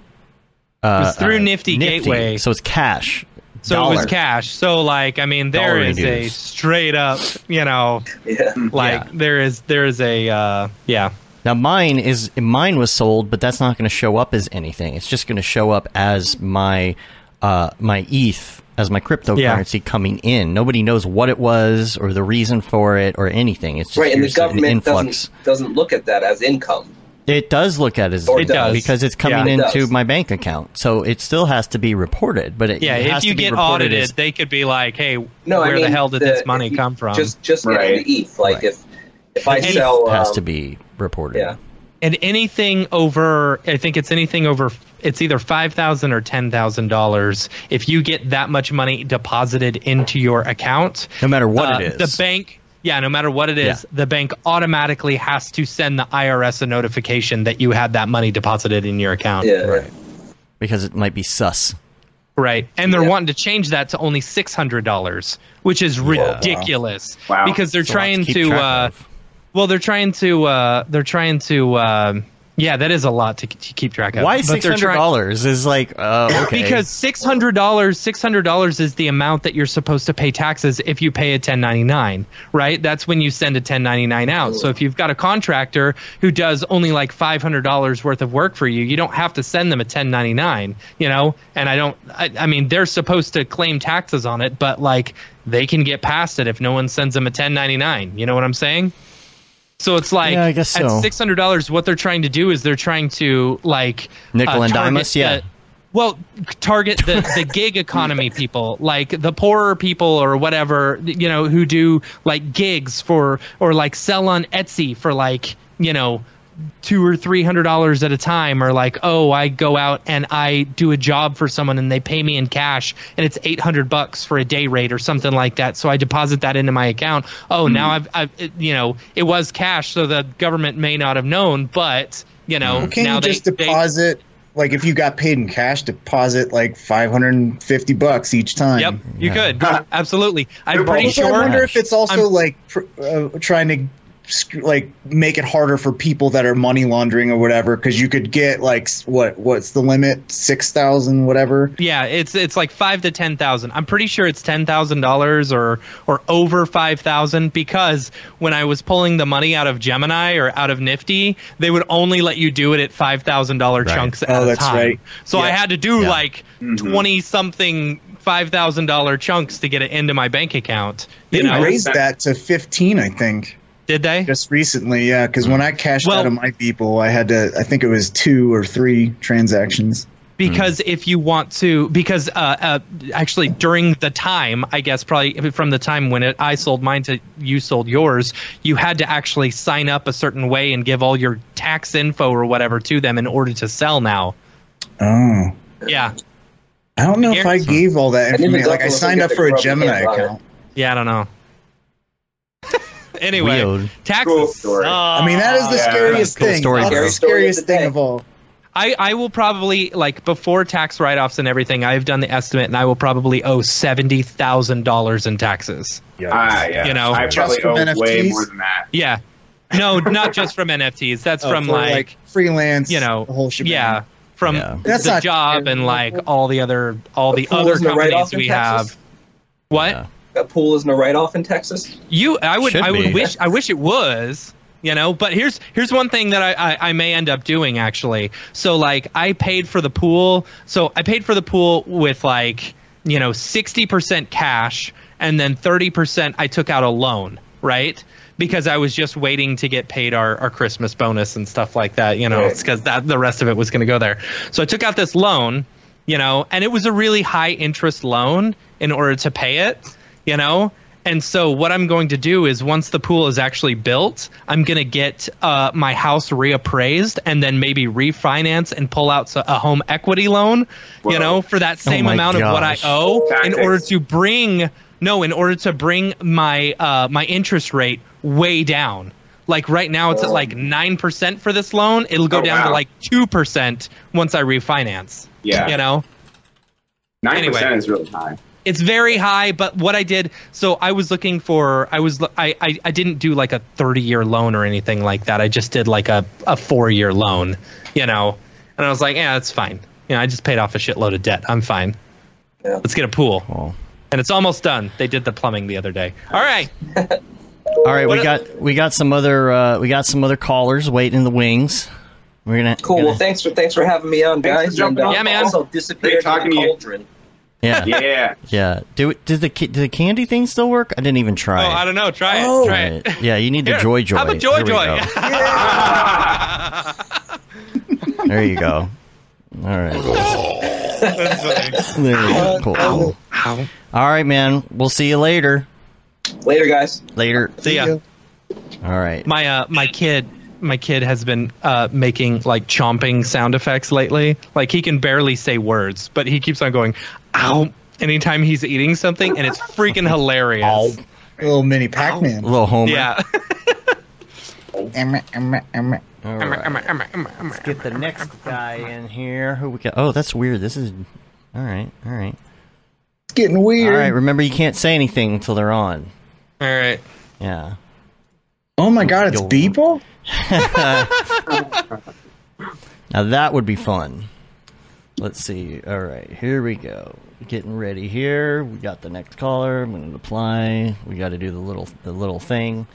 B: Mm-hmm. was through Nifty Gateway.
A: So it's cash.
B: So it was
A: dollar.
B: cash. So like, I mean, there
A: Dollar
B: is a
A: dues.
B: straight up, you know,
F: Yeah.
B: like
A: Yeah.
B: there is there is a uh, yeah.
A: Now mine is mine was sold, but that's not going to show up as anything. It's just going to show up as my uh, my ETH as my cryptocurrency coming in. Nobody knows what it was or the reason for it or anything. It's just
F: Right, and the
A: here's an
F: government
A: influx.
F: doesn't doesn't look at that as income.
A: It does look at it as
F: Or it
B: does.
A: income because it's coming
F: Yeah, it
A: into
F: does.
A: my bank account, so it still has to be reported. But it,
B: Yeah,
A: it
B: if
A: has
B: you
A: to be
B: get
A: reported
B: audited,
A: as-
B: they could be like, "Hey,
F: No,
B: where
F: I mean,
B: the hell did
F: the-
B: this money
F: if you
B: come from?"
F: Just just get
C: Right.
F: on the ETH. Like
A: Right.
F: if if I
A: ETH
F: sell
A: has
F: um,
A: to be reported.
F: yeah.
B: and anything over i think it's anything over it's either $5000 or $10000 if you get that much money deposited into your account
A: No matter what it
B: uh,
A: is.
B: the bank yeah no matter what it is
A: Yeah.
B: the bank automatically has to send the irs a notification that you had that money deposited in your account
F: Yeah.
A: because it might be sus.
B: Right. And they're
F: Yeah.
B: wanting to change that to only $600, which is ridiculous
C: Wow.
B: because they're
A: It's a lot to
B: trying
A: keep
B: to,
A: track
B: uh,
A: of.
B: well, they're trying to, uh, they're trying to, um yeah, that is a lot to, to keep track of.
A: Why
B: But
A: six
B: they're
A: hundred
B: trying-
A: dollars is like uh, okay
B: Because six hundred dollars, six hundred dollars is the amount that you're supposed to pay taxes if you pay a ten ninety nine, right? That's when you send a ten ninety nine out. So if you've got a contractor who does only like five hundred dollars worth of work for you, you don't have to send them a ten ninety nine, you know. And I don't, I, I mean, they're supposed to claim taxes on it, but like they can get past it if no one sends them a ten ninety nine. You know what I'm saying? So it's like
A: Yeah, I guess
B: at
A: so.
B: six hundred dollars, what they're trying to do is they're trying to like uh,
A: Nickel and dime
B: target
A: us, yeah.
B: the- well, target the, the gig economy people, like the poorer people or whatever, you know, who do like gigs for or like sell on Etsy for like, you know, two or three hundred dollars at a time, or like, oh, I go out and I do a job for someone and they pay me in cash and it's eight hundred bucks for a day rate or something like that. So I deposit that into my account. Oh, now
D: Hmm.
B: I've, I've, it- you know, it was cash, so the government may not have known, but you know,
D: Can
B: now
D: you just
B: they, they,
D: deposit? like if you got paid in cash, deposit like five hundred and fifty bucks each time.
B: Yep, you
A: Yeah.
B: could absolutely. I'm
C: Well,
B: pretty
D: Also, I
B: sure.
D: wonder if it's also
B: I'm-
D: like pr- uh, trying to sc- like make it harder for people that are money laundering or whatever because you could get like s- what what's the limit six thousand whatever.
B: Yeah, it's it's like five to ten thousand. I'm pretty sure it's ten thousand dollars or or over five thousand because when I was pulling the money out of Gemini or out of Nifty, they would only let you do it at five thousand dollar
A: Right.
B: chunks at
D: Oh,
B: a
D: that's
B: time.
D: right.
B: So I
D: Yeah. Mm-hmm.
B: had to do
A: Yeah.
B: like twenty something five thousand dollar chunks to get it into my bank account. You
D: They
B: know,
D: raised that to fifteen, I think,
B: did they?
D: just recently. Yeah, because when I cashed
B: Well-
D: out of my people, I had to. I think it was two or three transactions.
B: because
A: Mm.
B: if you want to because uh, uh, actually during the time i guess probably from the time when it, i sold mine to you sold yours you had to actually sign up a certain way and give all your tax info or whatever to them in order to sell now
D: Oh,
B: yeah
D: I don't know if I
B: Garrison.
D: gave all that
F: And even
D: information. Like I
F: Douglas will
D: signed
F: get
D: up
F: the
D: for a
F: corrupt
D: Gemini
F: hand buyer.
D: account.
B: yeah i don't know anyway Oh,
A: Weird.
B: taxes
C: Cool story.
B: suck.
D: I mean, that is the
B: Ah,
C: Yeah.
D: scariest
A: Cool
D: thing.
A: story,
D: That's
A: bro.
D: the scariest
F: Scary
D: thing of all.
B: I, I will probably like before tax write offs and everything. I've done the estimate, and I will probably owe seventy thousand dollars in taxes.
C: Ah, yeah.
B: You know,
C: I
D: Just
C: probably
D: from
C: owe way
D: NFTs?
C: more than that.
B: Yeah, no, Oh, not just from NFTs. That's
D: Oh,
B: from
D: for,
B: like
D: freelance,
B: you know,
D: the whole shebang.
B: yeah from
A: Yeah.
D: That's
B: the
D: not-
B: job and like all the other all the
F: Pool
B: other
F: isn't a
B: companies
F: write-off in
B: we
F: Texas?
B: have what
A: Yeah.
F: That pool isn't a write off in Texas.
B: you i would
A: Should
B: i would
A: be.
B: wish i wish it was you know but here's here's one thing that I, I i may end up doing actually so like i paid for the pool so i paid for the pool with like you know 60% cash and then 30% i took out a loan right because i was just waiting to get paid our, our christmas bonus and stuff like that you know
F: Right.
B: because that the rest of it was going to go there so i took out this loan you know, and it was a really high interest loan in order to pay it, you know. And so what I'm going to do is once the pool is actually built, I'm going to get uh, my house reappraised and then maybe refinance and pull out so- a home equity loan,
C: Whoa.
B: you know, for that same
A: Oh my
B: amount of what I
A: gosh.
B: owe in
C: Tactics.
B: order to bring no, in order to bring my uh, my interest rate way down. Like right now, it's at like nine percent for this loan. It'll go
C: Oh,
B: down to
C: wow.
B: like two percent once I refinance.
C: Yeah.
B: you know.
C: Nine
B: Anyway.
C: percent is really high.
B: it's very high but what i did so i was looking for i was i i, I didn't do like a 30 year loan or anything like that i just did like a, a four year loan you know and i was like yeah that's fine you know i just paid off a shitload of debt i'm fine
F: Yeah.
B: let's get a pool
A: Well.
B: and it's almost done they did the plumbing the other day all right
A: All right, we
B: What-
A: got we got some other uh, we got some other callers waiting in the wings. We're gonna
F: Cool.
A: gonna-
F: Well, thanks for thanks for having me on,
C: Thanks for
F: guys.
C: jumping
F: and, uh,
C: on.
B: Yeah, man.
F: Also
C: Great
F: disappeared
C: talking
F: in the
C: to you.
F: cauldron.
A: yeah, yeah.
C: Yeah.
A: Do it. Did the ca- did the candy thing still work? I didn't even try.
B: oh
A: it.
B: i don't know try it
F: Oh.
B: try
A: All
B: it
A: right. Yeah, you need the
B: Here,
A: joy joy.
B: have a joy
A: Here we
B: joy
A: go. There you go. All right. there you go. Cool. All right, man. We'll see you later.
F: Later, guys.
A: Later.
B: see ya
A: All right.
B: my uh my kid my kid has been uh, making like chomping sound effects lately. Like he can barely say words, but he keeps on going ow anytime he's eating something, and it's freaking hilarious.
D: Little mini Pac
A: A
D: Man.
A: little Homer.
B: Yeah.
A: All right. Let's get the next guy in here. Who we got? Oh, that's weird. This is all right. All right.
D: It's getting
A: All
D: weird.
A: right. Remember, you can't say anything until they're on.
B: All right.
A: Yeah.
D: Oh my god, it's
A: Yo.
D: people?
A: Now that would be fun. Let's see. All right, here we go. Getting ready here. We got the next caller. I'm gonna apply. We got to do the little the little thing.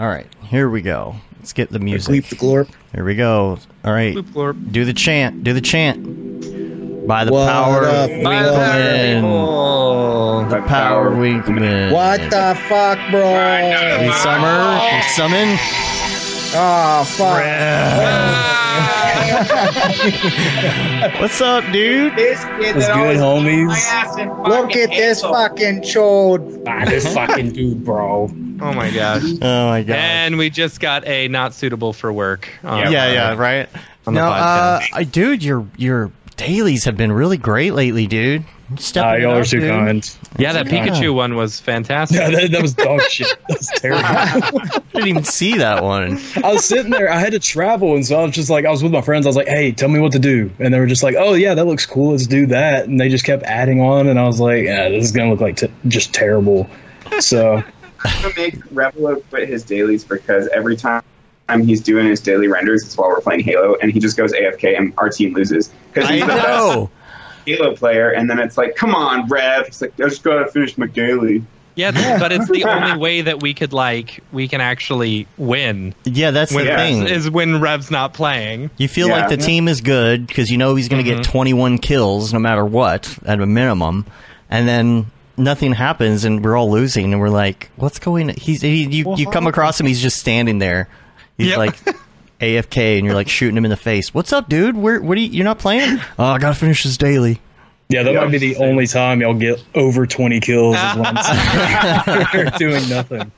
A: All right, here we go. Let's get the music.
D: Bleep the glorp.
A: Here we go. All right,
B: Bloop, blorp.
A: do the chant. Do the chant. By the
D: What
A: power
D: up,
A: of
D: By the power of
A: Winkleman, the power of Winkleman.
D: What the fuck, bro?
A: We summer. We summon.
D: Oh, fuck.
A: What's up, dude?
C: This kid
H: What's
C: that
H: good,
C: always
H: homies?
D: Look at this fucking chode.
H: Ah, this fucking dude, bro.
B: Oh my gosh.
A: Oh my god.
B: And we just got a not suitable for work. on-
A: yeah, yeah, right.
B: the
A: no, uh,
B: podcast.
A: I- dude, your your dailies have been really great lately, dude. You're Stepping
H: Ah,
A: it
H: y'all are
A: up,
H: too
A: dude.
H: kind.
B: Yeah, that Pikachu one was fantastic.
H: Yeah, that, that was dog shit. That was terrible.
A: I didn't even see that one.
H: I was sitting there. I had to travel, and so I was just like, I was with my friends. I was like, "Hey, tell me what to do," and they were just like, "Oh yeah, that looks cool. Let's do that." And they just kept adding on, and I was like, "Yeah, this is gonna look like t- just terrible." So
C: to make Revelo quit his dailies because every time he's doing his daily renders, it's while we're playing Halo, and he just goes AFK, and our team loses because
A: I
C: he's the best
A: know.
C: Halo player. And then it's like, come on, Rev. It's like, I just gotta finish my daily.
B: Yeah, th- but it's the only way that we could like we can actually win
A: Yeah, that's the
B: when
C: Yeah.
A: thing.
B: is when Rev's not playing.
A: you feel like the
C: Yeah.
A: team is good because you know he's going to
B: Mm-hmm.
A: get 21 kills no matter what at a minimum, and then nothing happens and we're all losing and we're like, what's going? on? He's he, you you come across him, he's just standing there. He's
B: Yep.
A: like. AFK and you're like shooting him in the face. What's up, dude? Where? What are you? You're not playing? Oh, I gotta finish this daily.
H: yeah, that
C: Yeah.
H: might be the only time y'all get over twenty kills at once. doing nothing.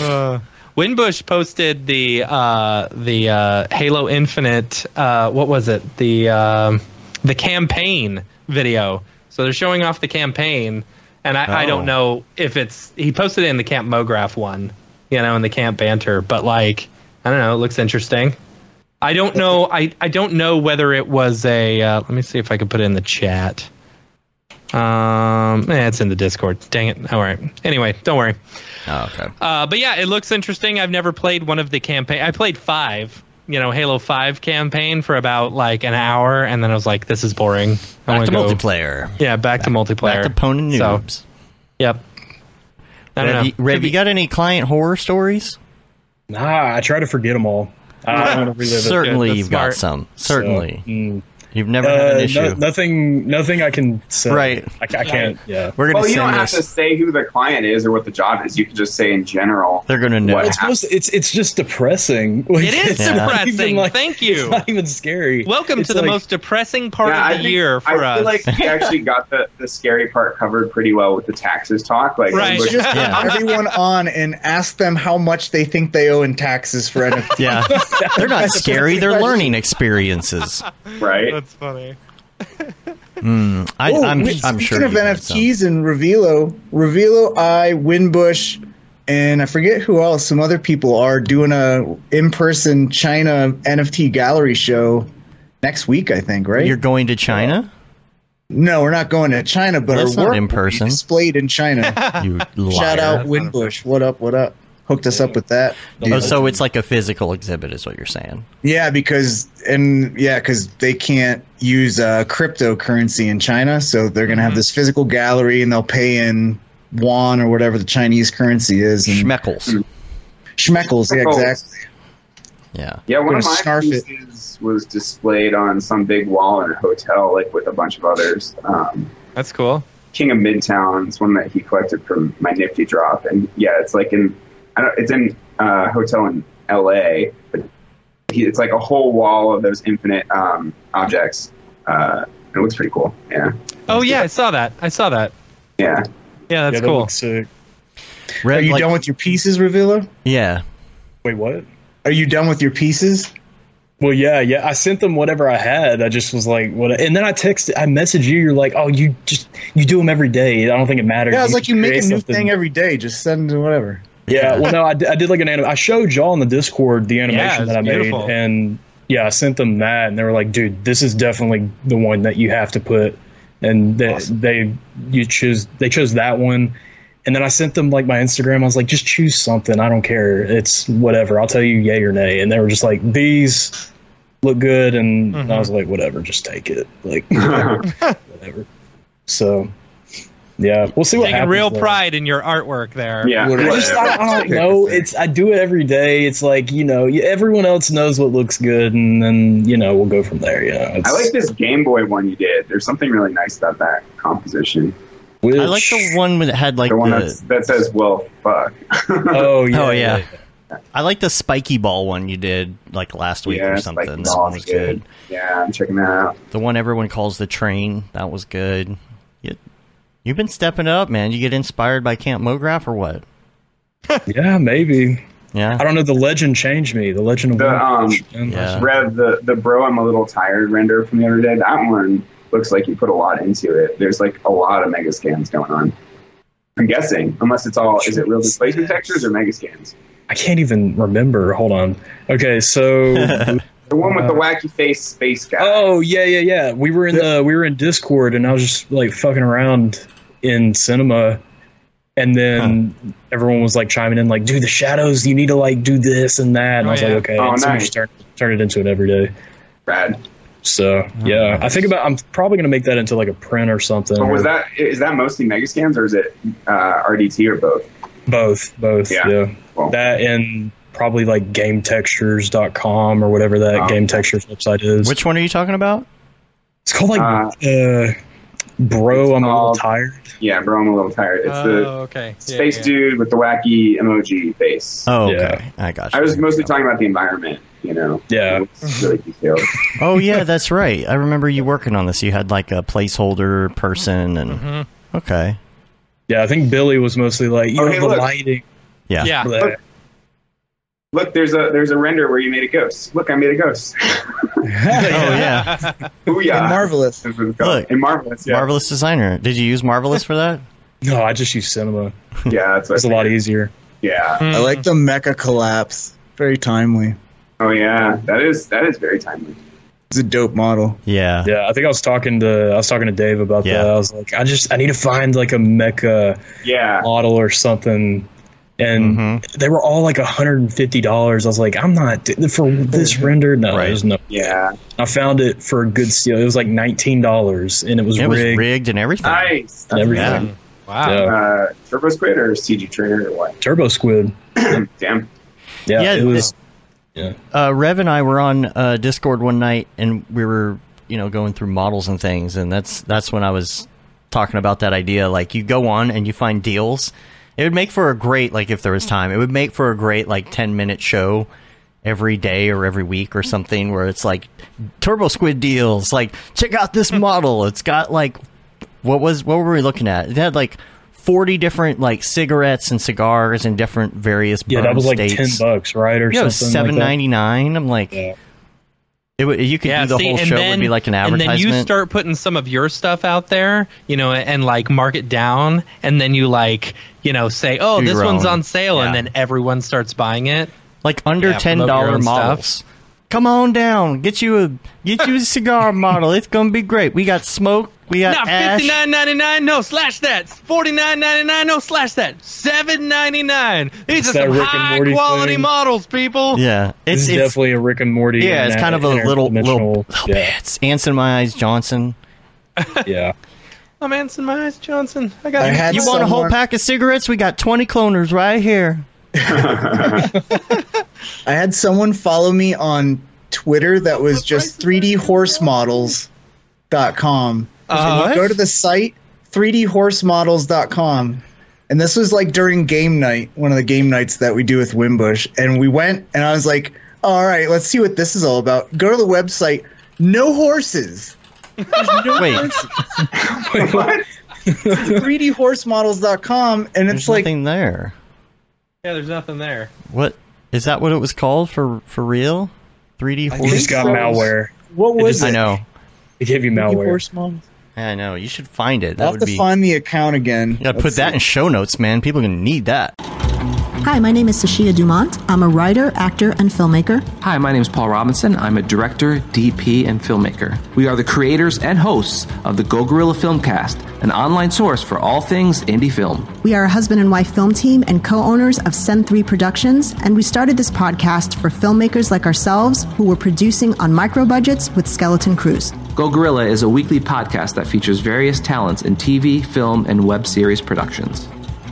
B: Uh, Winbush posted the uh, the uh, Halo Infinite. Uh, what was it? The um, the campaign video. So they're showing off the campaign, and I, I
A: Oh.
B: don't know if it's he posted it in the Camp MoGraph one, you know, in the Camp Banter. But like, I don't know. It looks interesting. I don't know. I, I don't know whether it was a. Uh, let me see if I can put it in the chat. Um, eh, it's in the Discord. Dang it! All right. Anyway, don't worry.
A: Oh, okay.
B: Uh, but yeah, it looks interesting. I've never played one of the campaign. I played five, you know, Halo Five campaign for about like an hour, and then I was like, "This is boring." I
A: Back
B: wanna
A: to
B: go-
A: multiplayer.
B: Yeah, back, to multiplayer.
A: Back to Pwn and
B: So,
A: Noobs.
B: yep. I don't
A: Rev,
B: know.
A: you, Rev, you got any client horror stories?
H: Nah, I try to forget them all. I don't want to relive it.
A: Certainly,
B: Yeah, that's
A: you've got
B: smart.
A: some.
H: So,
A: Certainly,
H: mm,
A: you've never had an
H: uh,
A: issue.
H: no, nothing, nothing I can say.
A: Right.
H: I, ca- I can't. Yeah.
A: We're gonna
C: Well, you
A: send
C: don't have
A: this.
C: to say who the client is or what the job is. You can just say in general.
A: They're gonna know.
C: What?
H: It's most, it's it's just depressing. Like,
B: It is
H: it's not
B: depressing.
H: even, like-
B: Thank you.
H: It's not even scary.
B: Welcome
H: It's
B: to the
H: like-
B: most depressing part
C: Yeah,
B: of
C: I
B: the
C: think-
B: year for
C: I
B: us.
C: feel like we actually got the, the scary part covered pretty well with the taxes talk. Like,
B: Right.
C: Bush-
D: Just
A: Yeah.
D: put everyone on and ask them how much they think they owe in taxes for anything.
A: Yeah, they're not scary. They're learning experiences.
C: right?
B: That's funny.
A: Hmm, I,
D: Ooh,
A: I'm,
D: wait,
A: I'm sure.
D: Oh, Speaking of
A: you've had some.
D: NFTs and Revelo, Revelo, I, Winbush, and I forget who else. Some other people are doing a in-person China NFT gallery show next week, I think. Right?
A: you're going to China,
D: no, we're not going to China, but
A: That's
D: our
A: not
D: work
A: in
D: will be
A: person.
D: displayed in China.
A: you liar.
D: Shout out Winbush. What up? What up? Hooked us up with that. dude.
A: Oh, so it's like a physical exhibit, is what you're saying?
D: Yeah, because and yeah, because they can't use uh, cryptocurrency in China, so they're
H: Mm-hmm.
D: gonna have this physical gallery, and they'll pay in yuan or whatever the Chinese currency is, and
A: Schmeckles.
D: schmeckles. Yeah,
C: Schmeckles.
D: exactly.
A: Yeah.
C: Oh. Yeah, one
D: Gonna
C: of my
D: snarf it.
C: pieces was displayed on some big wall in a hotel, like with a bunch of others. Um,
B: That's cool.
C: King of Midtown is one that he collected from my Nifty drop, and yeah, it's like in I don't it's in uh, hotel in L.A. But he, it's like a whole wall of those infinite um, objects. Uh, it looks pretty cool. Yeah,
B: Oh yeah, I saw that. I saw that.
C: yeah.
B: Yeah, that's
H: yeah, that uh,
B: cool.
H: looks sick.
A: Rev,
D: Are you
A: like-
D: done with your pieces, Revilla?
A: Yeah.
H: Wait, what?
D: Are you done with your pieces?
H: Well, yeah, yeah. I sent them whatever I had. I just was like, what? And then I texted, I messaged you. You're like, oh, you just you do them every day. I don't think it matters.
D: Yeah, it's like you make a
H: create
D: new
H: something.
D: thing every day. Just send whatever.
H: Yeah, well, no, I did, I did like an anim- I showed y'all in the Discord the animation
I: it's
H: that I
I: beautiful.
H: made, and yeah, I sent them that, and they were like, "Dude, this is definitely the one that you have to put," and they, they you choose they chose that one, and then I sent them like my Instagram. I was like, "Just choose something. I don't care. It's whatever. I'll tell you yay or nay," and they were just like, "These." Look good, and
I: Mm-hmm.
H: I was like, whatever, just take it, like whatever. So, yeah, we'll see what
I: Taking
H: happens.
I: real
H: though.
I: pride in your artwork there.
C: Yeah.
D: Whatever.
H: I just I, I don't know. It's I do it every day. It's like you know y- everyone else knows what looks good, and then you know we'll go from there. Yeah,
C: I like this Game Boy one you did. There's something really nice about that composition.
A: I like the one that had like
C: The one
A: the.
C: that's, that says, "Well, fuck."
H: Oh yeah.
A: Oh yeah. I like the spiky ball one you did like last week
C: yeah,
A: or
C: it's
A: something.
C: Like,
A: that one was good.
C: Yeah, I'm checking that out.
A: The one everyone calls the train. That was good. You, you've been stepping up, man. You get inspired by Camp Mograph or what?
H: Yeah, maybe.
A: Yeah.
H: I don't know. The legend changed me. The legend of
C: The, um,
H: Wonder-
A: Yeah.
C: Rev, the, the bro, I'm a little tired render from the other day. That one looks like you put a lot into it. There's like a lot of mega scans going on. I'm guessing, unless it's all is it real displacement textures or mega scans?
H: I can't even remember. Hold on. Okay, so
C: The one with the wacky face space guy.
H: Oh yeah, yeah, yeah. We were in the we were in Discord, and I was just like fucking around in cinema, and then everyone was like chiming in, like, "Dude, the shadows. You need to like do this and that." And
I: Oh,
H: I was
I: yeah.
H: like, "Okay."
C: Oh,
H: and so we
C: nice.
H: just turned turn it into it every day.
C: Brad.
H: So
A: Oh,
H: yeah, I think about. I'm probably gonna make that into like a print or something.
C: But Oh, was
H: or
C: that is that mostly mega scans or is it uh, RDT or both?
H: both? Both.
C: Yeah.
H: Yeah.
C: Well,
H: That and probably like GameTextures.com or whatever that
C: Oh.
H: Game Textures website is.
A: Which one are you talking about?
H: it's called like uh,
C: it's
H: Bro. I'm a little
C: called-
H: tired.
C: yeah, bro, I'm a little tired. It's
I: Oh,
C: the
I: okay. Yeah,
C: space
I: yeah.
C: dude with the wacky emoji face.
A: Oh,
H: Yeah.
A: okay. I got you.
C: I was mostly talking about the environment, you know.
H: Yeah.
C: It's really detailed.
A: Oh yeah, that's right. I remember you working on this. You had like a placeholder person and
H: Mm-hmm.
I: Mm-hmm.
A: okay,
H: Yeah, I think Billy was mostly like, you
C: Oh,
H: know,
C: hey,
H: the
C: look.
H: lighting.
A: yeah,
I: Yeah.
H: Blah.
C: Look, there's a there's a render where you made a ghost. Look, I made a ghost. Oh,
A: oh yeah,
C: Booyah.
D: And marvelous.
C: That's what it's called.
A: Look.
C: And marvelous. Yeah.
A: marvelous designer. Did you use marvelous for that?
H: No, I just use cinema.
C: Yeah, that's what
H: It's a lot easier.
C: Yeah.
D: I like the mecha collapse. Very timely.
C: Oh yeah. That is that is very timely.
D: It's a dope model.
A: Yeah,
H: Yeah, I think I was talking to I was talking to Dave about
A: Yeah.
H: that. I was like, I just I need to find like a mecha
C: Yeah.
H: model or something. And
A: Mm-hmm.
H: they were all like $150. I was like, I'm not for this render. No,
A: Right.
H: there's no.
C: Yeah.
H: I found it for a good steal. It was like $19 and it was
A: it was
H: rigged.
A: rigged and everything.
C: Nice.
H: and everything.
A: Yeah.
I: Wow.
H: Yeah.
C: Uh, Turbo Squid or CG Trainer or what?
H: Turbo Squid.
C: Damn.
H: Yeah,
A: Yeah,
H: it was.
A: uh, Rev and I were on uh, Discord one night, and we were, you know, going through models and things, and that's that's when I was talking about that idea. Like, you go on and you find deals. It would make for a great, like, if there was time, it would make for a great, like, ten minute show every day or every week or something, where it's like Turbo Squid deals. Like, check out this model. It's got like what was what were we looking at? It had like. 40 different like cigarettes and cigars and different various
H: Yeah, that
A: burn
H: was like
A: states.
H: 10 bucks, right? Or
A: Yeah, it was
H: something. like
A: seven
H: that.
A: ninety nine. I'm like,
H: Yeah.
A: it would, you could
I: Yeah,
H: uh,
A: do the
I: see,
A: whole
I: and
A: show
I: then,
A: would be like an advertisement.
I: And then you start putting some of your stuff out there, you know, and like mark it down, and then you like, you know, say, oh,
A: Do
I: this
A: your
I: one's
A: own.
I: on sale,
A: Yeah.
I: and then everyone starts buying it.
A: like under
I: Yeah,
A: ten
I: promote your
A: dollar
I: own
A: models. Come on down, get you a get you a cigar model. It's gonna be great. We got smoke. We got
I: Now
A: ash.
I: fifty nine ninety nine, no slash that. Forty nine ninety nine, no slash that. Seven ninety nine. These
H: It's
I: are
H: that
I: some
H: Rick and
I: high
H: Morty
I: quality
H: thing.
I: models, people.
A: Yeah,
H: This
A: it's
H: is
A: it's
H: definitely a Rick and Morty.
A: yeah, it's
H: internet-
A: kind of a little little,
H: interdimensional-
A: little bit. It's ants in my eyes, Johnson.
H: Yeah, yeah.
I: I'm Anson Myers Johnson. I got
D: I
I: you.
D: had
A: you want a whole
D: someone-
A: pack of cigarettes? We got twenty cloners right here.
D: I had someone follow me on Twitter that was just 3dhorsemodels.com.
A: Uh, What?
D: Go to the site 3dhorsemodels.com. And this was like during game night, one of the game nights that we do with Wimbush. And we went and I was like, all right, let's see what this is all about. Go to the website, no horses.
A: Wait,
D: 3dhorsemodels.com and it's
A: there's
D: like
A: nothing there.
I: Yeah, there's nothing there.
A: What? Is that what it was called for for real? 3D
H: You
A: horse.
H: just got
J: It
H: malware.
D: What
H: It
D: was
H: just-
A: I
D: it?
A: know.
H: They gave you
D: Mickey
H: malware.
D: Horse Month?
A: I know. You should find it.
D: I'll
A: That
D: have
A: would
D: to
A: be.
D: find the account again.
A: Yeah,
D: Let's
A: put that
D: see.
A: in show notes, man. People can need that.
K: Hi, my name is Sashia Dumont. I'm a writer, actor, and filmmaker.
F: Hi, my name is Paul Robinson. I'm a director, DP, and filmmaker. We are the creators and hosts of the Go Gorilla Filmcast, an online source for all things indie film.
K: We are a husband and wife film team and co owners of Send 3 Productions, and we started this podcast for filmmakers like ourselves who were producing on micro budgets with skeleton crews.
F: Go Gorilla is a weekly podcast that features various talents in TV, film, and web series productions.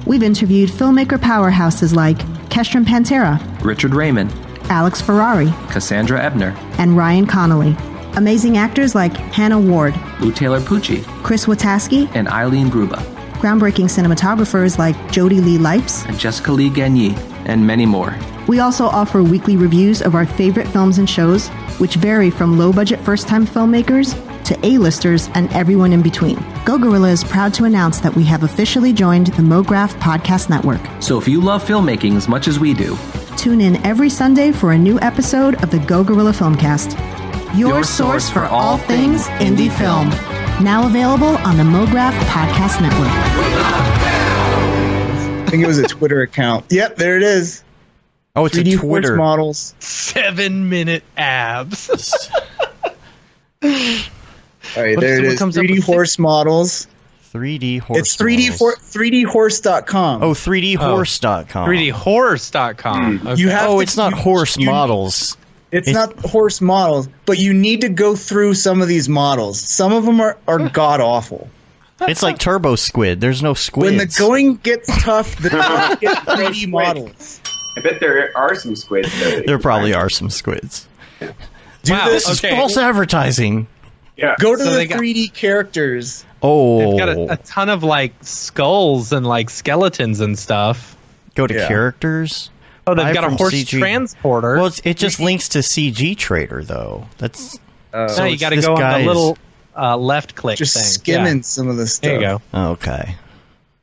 K: We've interviewed filmmaker powerhouses like Kestrin Pantera,
F: Richard Raymond,
K: Alex Ferrari,
F: Cassandra Ebner,
K: and Ryan Connolly. Amazing actors like Hannah Ward,
F: Lou Taylor Pucci,
K: Chris Wataski,
F: and Eileen Gruba,
K: groundbreaking cinematographers like Jody Lee Lipes,
F: and Jessica Lee Gagne, and many more.
K: We also offer weekly reviews of our favorite films and shows, which vary from low budget first time filmmakers to A listers and everyone in between. Go Gorilla is proud to announce that we have officially joined the MoGraph Podcast Network.
F: So if you love filmmaking as much as we do,
K: Tune in every Sunday for a new episode of the Go Gorilla Filmcast, your,
F: Your
K: source, for all things indie film. Now available on the MoGraph Podcast Network.
D: I think it was a Twitter account. Yep, there it is.
A: Oh, it's
D: 3D
A: a
D: horse
A: Twitter.
D: models.
B: Seven minute abs.
D: All right,
B: What if
D: there it
B: someone
D: is.
B: comes up
D: 3D
B: with
D: horse models.
A: 3D horse.
D: it's 3D
A: models.
D: for 3DHorse.com.
A: Oh, 3dhorse.com.
B: 3dhorse.com.
H: Hmm.
B: Okay.
D: you have
A: Oh,
D: to-
A: it's not
D: you-
A: horse
D: you-
A: models.
D: It's,
A: It's-
D: not horse models, but you need to go through some of these models. Some of them are, are god awful.
A: It's like turbo squid. There's no squids.
D: When the going gets tough, the don't get 3D models.
C: I bet there are some squids. Though,
A: there probably are some squids.
B: wow.
A: This is
B: okay.
A: false advertising.
C: Yeah.
D: Go to
B: So
D: the
B: they got-
D: 3D characters.
A: Oh,
B: They've got a, a ton of like skulls and like skeletons and stuff.
A: go to
D: Yeah.
A: characters.
B: Oh, they've
A: Buy
B: got a
A: from
B: horse
A: CG.
B: transporter.
A: Well, it's, it just links to CG Trader though. That's
D: Oh.
B: no, you
A: it's
B: got to
A: this
B: go on
A: guy's-
B: the little uh, left click
D: Uh, Just
B: thing.
D: skimming
B: Yeah.
D: some of the stuff.
B: There you go.
A: Oh, okay.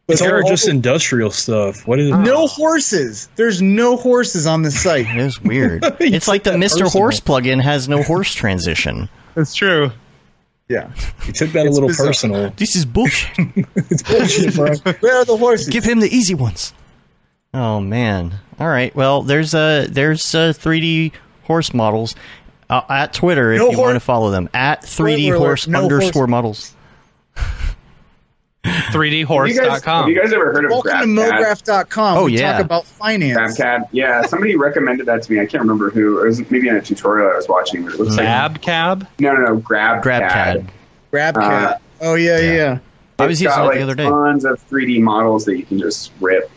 D: But
H: It's all
D: they're
H: just industrial stuff. What is it?
D: No horses. There's no horses on the site.
A: It is weird. it's like the Mr.
D: personal.
A: Horse plugin has no horse transition.
B: That's true.
D: Yeah.
H: You took that a little
D: bizarre.
H: personal.
A: This is bullshit.
D: Where are the horses?
A: Give him the easy ones. Oh man. All right. Well, there's uh there's uh, 3D horse models uh, at Twitter if
D: No
A: you
D: hor-
A: want to follow them at 3D
D: Spoiler alert,
A: horse
D: no
A: underscore
D: horse.
A: models.
B: 3dhorse.com.
C: you guys, have you guys ever heard of
D: Welcome to
C: GrabCAD?
D: MoGraph.com.
A: Oh,
D: we
A: yeah.
D: talk about finance.
C: GrabCAD? Yeah, somebody recommended that to me. I can't remember who. It was maybe in a tutorial I was watching, but it looks like
B: Zab cab.
C: no, no, no, GrabCAD.
A: GrabCAD.
D: GrabCAD.
C: Uh,
D: oh, yeah, yeah.
A: I
C: It's
A: was using
C: got,
A: it
C: like,
A: the other day.
C: Tons of 3D models that you can just rip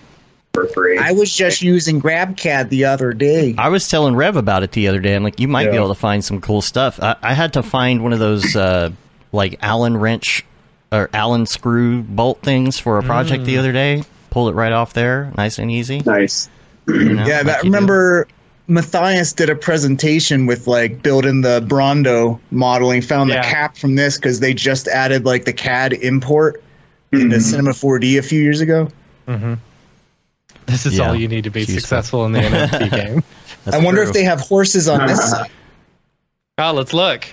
C: for free.
D: I was just using GrabCAD the other day.
A: I was telling Rev about it the other day. I'm like, you might be
H: Yeah.
A: able to find some cool stuff. I, I had to find one of those uh, like Allen wrench or Allen screw bolt things for a project
D: Mm.
A: the other day. Pulled it right off there, nice and easy.
C: nice.
A: you know,
D: yeah,
A: like you
D: that,
A: do.
D: remember Matthias did a presentation with like building the Brondo modeling, found
B: Yeah.
D: the cap from this because they just added like the CAD import
A: Mm-hmm.
D: into Cinema 4D a few years ago.
B: This is
A: Yeah.
B: all you need to be
A: It's useful.
B: successful in the NFT game.
A: That's
D: I wonder
A: true.
D: if they have horses on this site.
B: Oh, let's look.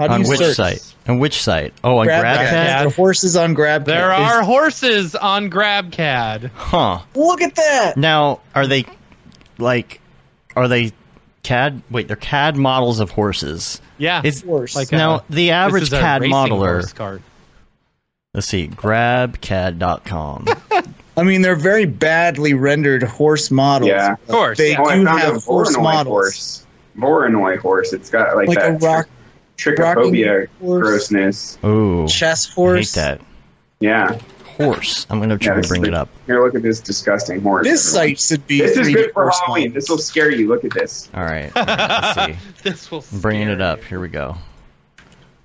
D: How do
A: on
D: you
A: which
D: search?
A: site? On which site? Oh, on
D: GrabCAD.
A: GrabCAD.
D: The horses on GrabCAD.
B: There
D: Is-
B: are horses on GrabCAD.
A: Huh.
D: Look at that.
A: Now, are they like are they CAD? Wait, they're CAD models of horses.
B: Yeah.
A: Is
D: Horse.
B: Like a-
A: now the
B: This
A: average
B: is a
A: CAD
B: racing
A: modeler.
B: horse cart.
A: Let's see, GrabCAD.com.
D: I mean, they're very badly rendered horse models.
C: Yeah.
D: but
B: Of course,
D: They
B: yeah.
C: Oh, I
D: do
C: found a
D: have horse
C: Voronoi
D: models.
C: horse. Voronoi horse. It's got like,
D: Like a
C: that
D: rock-
C: tri-
D: rocking
C: trichophobia
D: horse.
C: grossness.
A: Ooh,
D: Chess
A: I
D: horse.
A: hate that
C: Yeah.
A: horse. I'm gonna try
C: yeah
A: to bring it up.
C: Here, look at this disgusting horse.
D: This
C: everyone.
D: site should be.
C: This is
D: 3D
C: good for
D: horse
C: Halloween.
D: models.
C: This will scare you. Look at this.
A: All right, all right, let's see.
B: This will
A: I'm bringing
B: scare
A: it up. Here we go.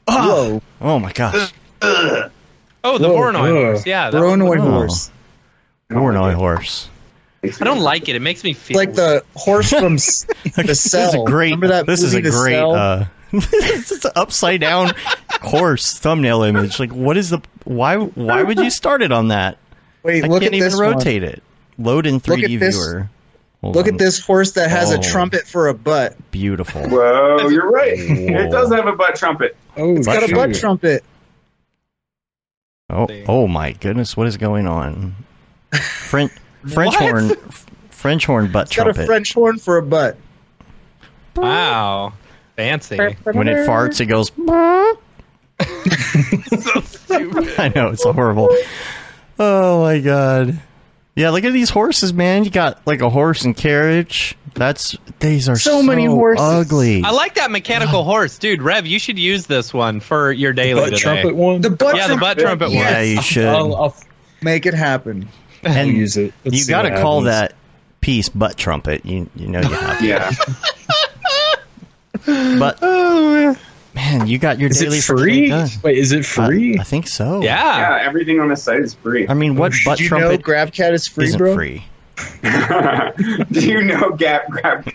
D: Whoa,
A: Oh my gosh,
B: Oh, the
H: Whoa,
B: Voronoi
H: whoa.
B: horse. Yeah, that
D: Bronoid
A: Oh.
D: horse.
A: Voronoi horse.
B: I don't like it. It makes me feel
D: It's like the horse from S- the cell.
A: This is a great.
D: Remember that
A: this is a
D: movie, The
A: great.
D: Cell?
A: Uh, this is an upside down horse thumbnail image. Like, what is the why? Why would you start it on that?
D: Wait,
A: I
D: look
A: can't
D: at
A: even
D: this
A: rotate it. Load in 3D
D: at this-
A: viewer.
D: Look at this horse that has
A: Oh.
D: a trumpet for a butt.
A: Beautiful.
C: Whoa, you're right.
A: Whoa.
C: It does have a butt trumpet.
D: Oh, it's got a butt trumpet.
A: Oh, oh my goodness, what is going on? French French
D: What?
A: horn, f- French horn butt
D: It's got a
A: trumpet.
D: French horn for a butt.
B: Wow. Fancy.
A: When it farts, it goes. I know it's horrible. Oh my god. Yeah, look at these horses, man. You got like a horse and carriage. That's these are so,
D: many horses.
A: Ugly.
B: I like that mechanical horse, dude. Rev, you should use this one for your daily
H: butt
B: today.
H: trumpet one.
D: The butt
B: Yeah, the
D: trumpet.
B: butt trumpet one.
A: yeah, you should.
H: I'll, I'll
D: Make it happen.
A: and
H: use it. Let's
A: you
H: see
A: got to
H: what
A: call
H: happens.
A: that piece butt trumpet. You you know you have.
C: Yeah.
A: But man, you got your
H: Is
A: daily
H: it
A: for today
H: free?
A: done.
H: Wait, is it free?
A: I think so.
B: Yeah.
C: yeah, everything on this site is free.
A: I mean, what
D: Should
A: butt
D: you know
A: trumpet
D: GrabCat is free,
A: isn't
D: bro?
A: free?
C: Do you know Gap Grab?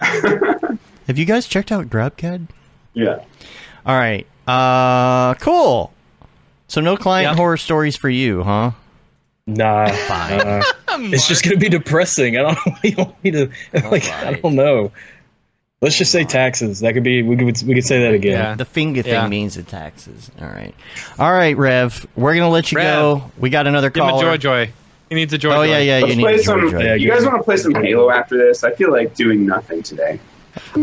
A: Have you guys checked out GrabCAD?
C: Yeah.
A: All right. Uh, cool. So no client
B: Yeah.
A: horror stories for you, huh?
H: Nah. nah. it's just gonna be depressing. I don't know what you want me to like. I
A: right.
H: don't know. Let's just say taxes. That could be. We could. We could say that again.
B: Yeah.
A: The finger thing
B: Yeah.
A: means the taxes. All right. All right, Rev. We're gonna let you
B: Rev.
A: go. We got another
B: Give him a
A: caller.
B: joy joy. He needs a joy
A: Oh
B: joy.
A: yeah, yeah.
C: Let's
A: You need
C: play
A: a joy
C: some.
A: joy.
H: Yeah,
C: you
H: good.
C: guys want to play some Halo after this? I feel like doing nothing today.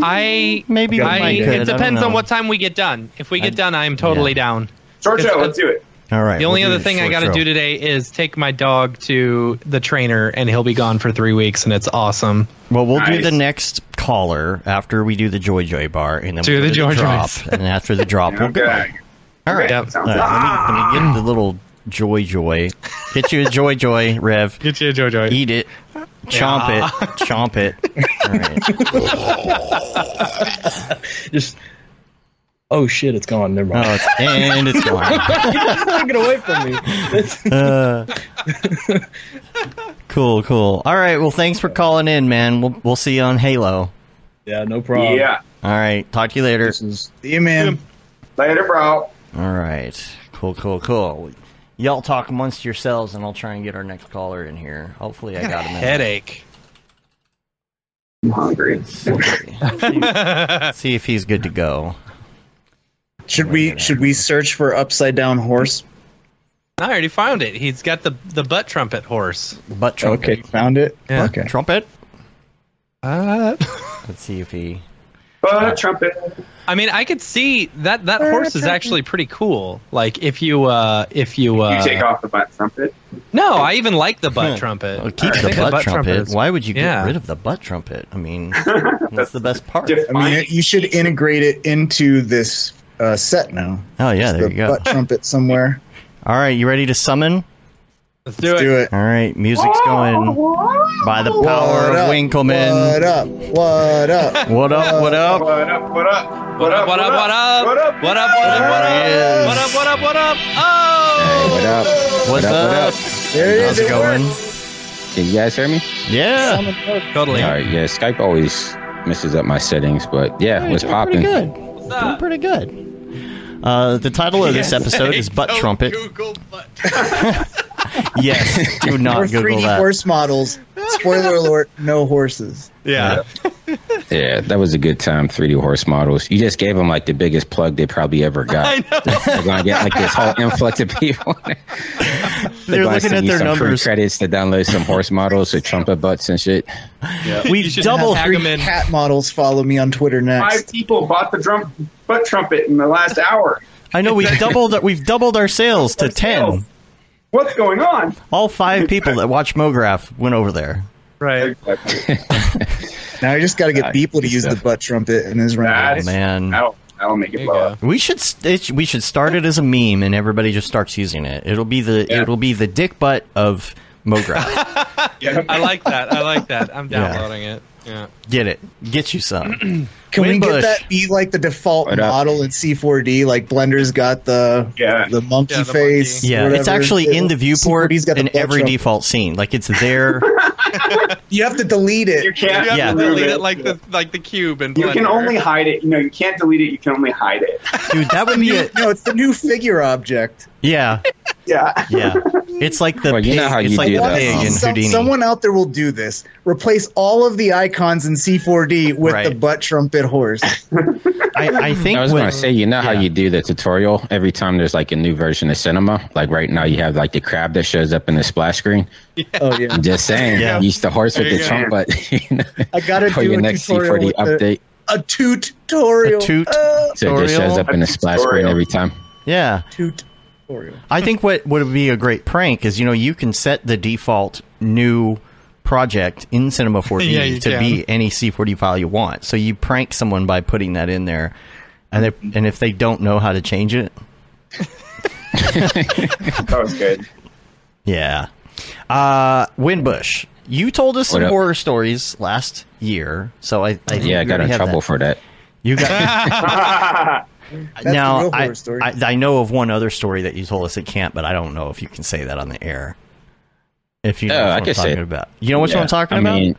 B: I
A: Maybe
H: I-
A: we
B: I,
A: could.
B: it
A: don't
B: depends
A: know.
B: on what time we get done. If we get
A: I-
B: done, I am totally
A: yeah.
B: down.
C: Giorgio,
B: It's-
C: let's do it.
A: All right.
B: The only
A: we'll do
B: other
A: the
B: thing I
A: short
B: got to
A: show.
B: do today is take my dog to the trainer, and he'll be gone for three weeks, and it's awesome.
A: Well, we'll do
C: Nice.
A: the next caller after we do the Joy Joy bar, and then
B: Do
A: we'll
B: the Joy
A: drop,
B: Joys.
A: and after the drop, we'll go.
C: Okay.
A: All right.
B: Yep.
A: All
C: Sounds good.
A: right, let, me, let me get the little Joy Joy. Get you a Joy Joy, Rev.
B: Get you a joy joy.
A: Eat it. Chomp it. Chomp it. All right.
H: Just. Oh shit! It's gone. Never mind.
A: Oh, it's, and it's gone.
H: Take it away from me.
A: Uh, Cool, cool. All right. Well, thanks for calling in, man. We'll, we'll see you on Halo.
H: yeah. No problem.
C: yeah.
A: All right. Talk to you later.
H: This is
D: See you, man.
C: Later, bro.
A: All right. Cool, cool, cool. Y'all talk amongst yourselves, and I'll try and get our next caller in here. Hopefully, I got him. in.
B: Headache.
C: I'm hungry.
A: See if he's good to go.
D: Should we should we search for upside down horse?
B: No, I already found it. He's got the the butt trumpet horse.
A: Butt trumpet.
D: Okay, found it.
B: Yeah.
D: Okay.
A: Trumpet.
B: Uh,
A: Let's see if he.
C: But trumpet.
B: I mean, I could see that that horse is actually pretty cool. Like if you uh if you uh
C: you take off the butt trumpet.
B: no, I even like the butt
A: Well,
B: trumpet.
A: keep
B: I
A: the
B: think
A: butt, trumpet.
B: is-
A: Why would you get
B: Yeah.
A: rid of the butt trumpet? I mean, that's the best part.
C: Diff-
D: I mean, it- you should integrate it into this uh, set now.
A: Oh yeah, there
D: the
A: you go.
D: butt trumpet somewhere.
A: All right, you ready to summon?
B: Let's do it.
D: Do it.
A: All right, music's going by the power of
D: What up? What
A: Winkleman.
D: up? What up?
A: What up? What up?
C: What up? What up?
B: What up? What up? What up? What up? What up? What up? What
A: There
B: up?
A: he
L: What up?
B: What up? What up? What up? Oh!
A: is. What's up?
D: There it
A: How's
D: is.
A: it
D: It
A: going?
D: worked.
L: Can you guys hear me?
A: Yeah,
B: Totally.
L: All right, yeah. Skype always messes up my settings, but yeah,
A: Hey,
L: what's
A: doing pretty
L: popping?
A: good.
B: What's
A: Doing
B: up?
A: pretty good. Uh, the title of this episode is butt
B: Don't
A: trumpet.
B: Google butt.
A: Yes, do
D: Or
A: not Google
D: 3D
A: that.
D: horse models. Spoiler alert: no horses.
B: Yeah.
L: Yeah, that was a good time. 3D horse models. You just gave them like the biggest plug they probably ever
B: I
L: got.
B: know.
L: They're gonna get like this whole influx of people. gonna
A: They're looking
L: send
A: at
L: you
A: their
L: some
A: numbers.
L: Credits to download some horse models or trumpet butts and shit.
A: We've
B: should
A: double
B: have- Tag 'em in.
D: Cat models follow me on Twitter
C: Five
D: next.
C: people bought the drum butt trumpet in the last hour.
A: I know we've doubled we've doubled our sales to ten.
C: What's going on?
A: All five people that watch MoGraph went over there.
B: Right.
D: Now I just got to get people to use the butt trumpet in his round.
C: That's-
A: Oh, Man,
C: That'll, that'll make it
B: There you
C: blow up.
A: we should st- it, we should start it as a meme, and everybody just starts using it. It'll be the
C: Yeah.
A: it'll be the dick butt of MoGraph.
B: I like that. I like that. I'm
A: Yeah.
B: downloading it. Yeah.
A: get it, get you some.
D: Can we
A: Wimbush.
D: get that be like the default
L: What up?
D: model in C4D? Like Blender's got the
C: Yeah.
D: the monkey
B: Yeah, the
D: face.
A: Yeah, it's
D: whatever.
A: actually in the viewport
D: C4D's got the
A: in
D: butt
A: every
D: trumpet.
A: default scene. Like it's there.
D: You have to delete
C: You
D: it.
C: can't
B: You have
A: Yeah.
B: to
C: remove
B: delete
C: it.
B: it like the like the cube and
C: You can only hide it. You know, you can't delete it. You can only hide it.
A: Dude, that would be it.
D: No, it's the new figure object.
A: Yeah.
M: Yeah.
A: Yeah, it's like the
L: Well, you
A: pig,
L: know how
A: it's
L: you
A: like
L: do
A: the
L: that,
A: pig
L: huh?
A: in
L: Some-
A: Houdini.
M: Someone out there will do this. Replace all of the icons in C4D with the butt trumpet horse.
A: I, think
L: I was
A: when-
L: going to say, you know how you do the tutorial every time there's like a new version of cinema? Like right now, you have like the crab that shows up in the splash screen.
M: Oh, yeah.
L: I'm just saying,
M: Yeah.
L: use the horse with
M: There you
L: the
M: go.
L: trunk, but you know,
M: I gotta
L: for
M: do
L: your
M: a
L: next
M: tutorial
L: C4D
M: with the-
L: update.
M: A tutorial. Uh,
A: A toot.
L: So it just shows up in the splash screen every time.
A: Yeah. I think what would be a great prank is you know you can set the default new project in Cinema 4D
B: Yeah, you
A: to
B: can.
A: be any C4D file you want. So you prank someone by putting that in there, and if, and if they don't know how to change it,
C: That was good.
A: yeah. Uh, Winbush, you told us
L: What
A: some
L: up?
A: horror stories last year, so I, I think
L: yeah, I
A: you
L: got
A: already
L: in
A: have
L: trouble
A: that.
L: for that.
A: You got now.
M: the real
A: I,
M: horror story.
A: I I know of one other story that you told us it can't, but I don't know if you can say that on the air. If you know
L: Oh,
A: what
L: I
A: I'm
L: can say
A: talking
L: it.
A: about, you know what
L: Yeah,
A: I'm talking
L: I
A: about.
L: mean,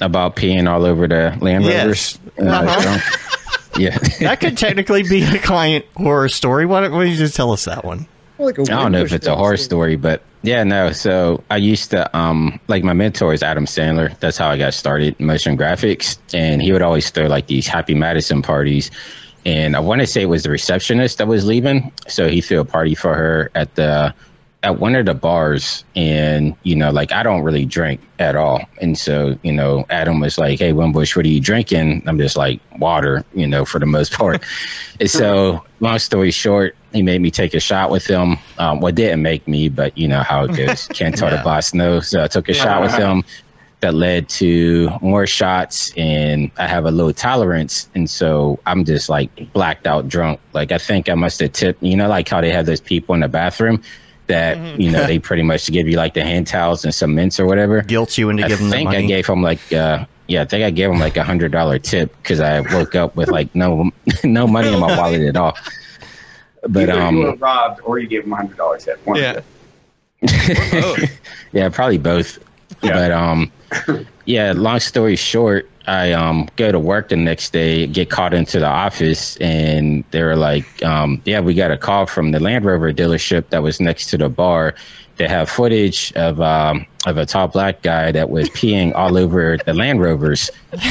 L: about peeing all over the Land
A: Yes.
L: Rovers. when I was
A: Uh-huh.
L: drunk. yeah.
A: that could technically be a client horror story. Why don't, why don't you just tell us that one?
M: Like
A: Oh,
L: I don't know if it's a horror story, but yeah, no. So I used to um like my mentor is Adam Sandler. That's how I got started in motion graphics, and he would always throw like these Happy Madison parties. And I want to say it was the receptionist that was leaving, so he threw a party for her at the at one of the bars and you know like i don't really drink at all and so you know adam was like hey wimbush what are you drinking i'm just like water you know for the most part and so long story short he made me take a shot with him um, well didn't make me but you know how it goes can't tell
A: Yeah.
L: the boss no so i took a
A: Yeah.
L: shot with him that led to more shots and I have a low tolerance and so I'm just like blacked out drunk. Like I think I must have tipped you know like how they have those people in the bathroom that
C: Mm-hmm.
L: you know they pretty much give you like the hand towels and some mints or whatever.
A: Guilt you into
L: I
A: giving them
L: think
A: money.
L: I gave him like uh yeah, I think I gave him like a hundred dollar tip because I woke up with like no no money in my wallet at all. But
C: Either
L: um
C: you were robbed or you gave him a hundred dollar tip. One yeah.
L: yeah, probably both. But um, yeah. Long story short, I um go to work the next day, get called into the office, and they were like, um, yeah, we got a call from the Land Rover dealership that was next to the bar. They have footage of um of a tall black guy that was peeing all over the Land Rovers,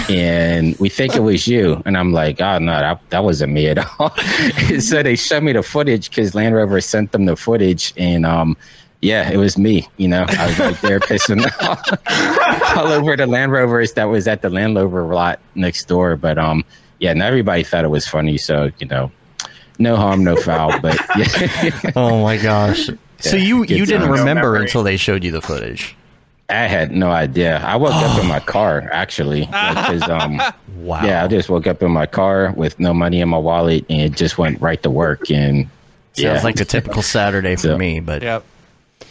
L: and we think it was you. And I'm like, oh no, that, that wasn't me at all. so they showed me the footage because Land Rover sent them the footage, and um. Yeah, it was me. You know, I was like there pissing all, all over the Land Rovers that was at the Land Rover lot next door. But um, yeah, and everybody thought it was funny. So you know, no harm, no foul. But yeah.
A: oh my gosh! so
L: Yeah,
A: you
L: good
A: you didn't
L: times.
A: remember until they showed you the footage.
L: I had no idea. I woke up in my car actually. Like, 'cause, um,
A: wow.
L: Yeah, I just woke up in my car with no money in my wallet and just went right to work. And
A: Sounds
L: yeah.
A: like a typical Saturday for me, but
B: Yep.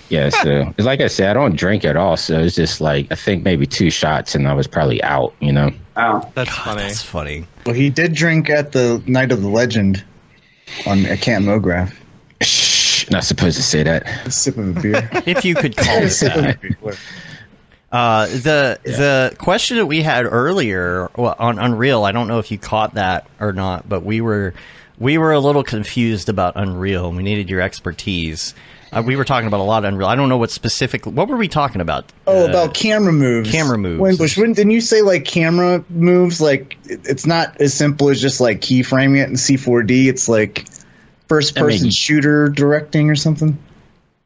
L: Yeah, so like I said, I don't drink at all. So it's just like I think maybe two shots, and I was probably out. You know.
C: Oh,
B: that's funny.
A: That's funny.
M: Well, he did drink at the Night of the Legend on at Camp Mograph.
L: Not supposed to say that.
M: A sip of a beer.
A: if you could call it that. Uh, the the question that we had earlier well, on Unreal, I don't know if you caught that or not, but we were we were a little confused about Unreal. and We needed your expertise. Uh, we were talking about a lot of Unreal. I don't know what specific. What were we talking about?
M: Oh,
A: Uh,
M: about camera moves.
A: camera moves.
M: Wimbush, wouldn't, didn't you say like camera moves? Like it- it's not as simple as just like keyframing it in C4D. It's like first
L: I mean-
M: person shooter directing or something.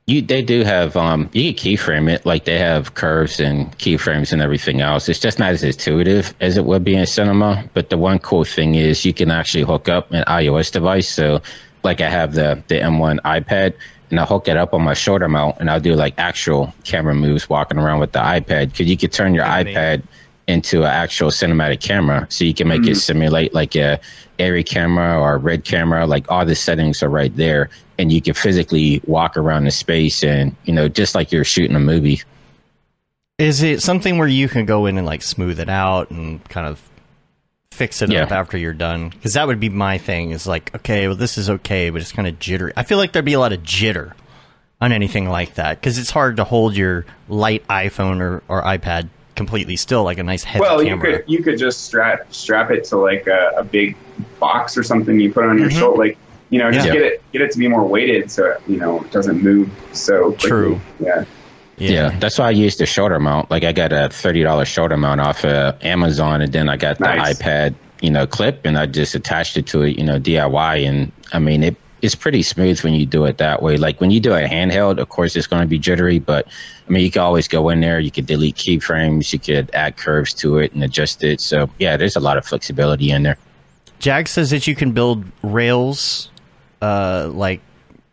L: You they do have um you can keyframe it like they have curves and keyframes and everything else. It's just not as intuitive as it would be in cinema. But the one cool thing is you can actually hook up an iOS device. So like I have the the M1 iPad and I hook it up on my shoulder mount and I'll do like actual camera moves walking around with the iPad because you could turn your iPad into an actual cinematic camera so you can make it
C: Mhm.
L: simulate like a airy camera or a red camera like all the settings are right there and you can physically walk around the space and you know just like you're shooting a movie
A: Is it something where you can go in and like smooth it out and kind of fix it up after you're done? Because that would be my thing. Is like, okay, well, this is okay, but it's kind of jittery. I feel like there'd be a lot of jitter on anything like that because it's hard to hold your light iPhone or, or iPad completely still, like a nice heavy
C: well,
A: camera.
C: you could you could just strap strap it to like a, a big box or something you put on your shoulder. Like You know, just
L: Mm-hmm. Yeah.
C: get it get it to be more weighted so it, you know it doesn't move so quickly.
L: True.
C: Yeah.
L: Yeah. that's why I used the shorter mount. Like I got a thirty dollars shorter mount off of Amazon, and then I got the
C: Nice.
L: iPad, you know, clip, and I just attached it to it, you know, DIY. And I mean, it it's pretty smooth when you do it that way. Like when you do it handheld, of course, it's going to be jittery, but I mean, you can always go in there. You could delete keyframes, you could add curves to it and adjust it. So yeah, there's a lot of flexibility in there.
A: Jag says that you can build rails, uh, like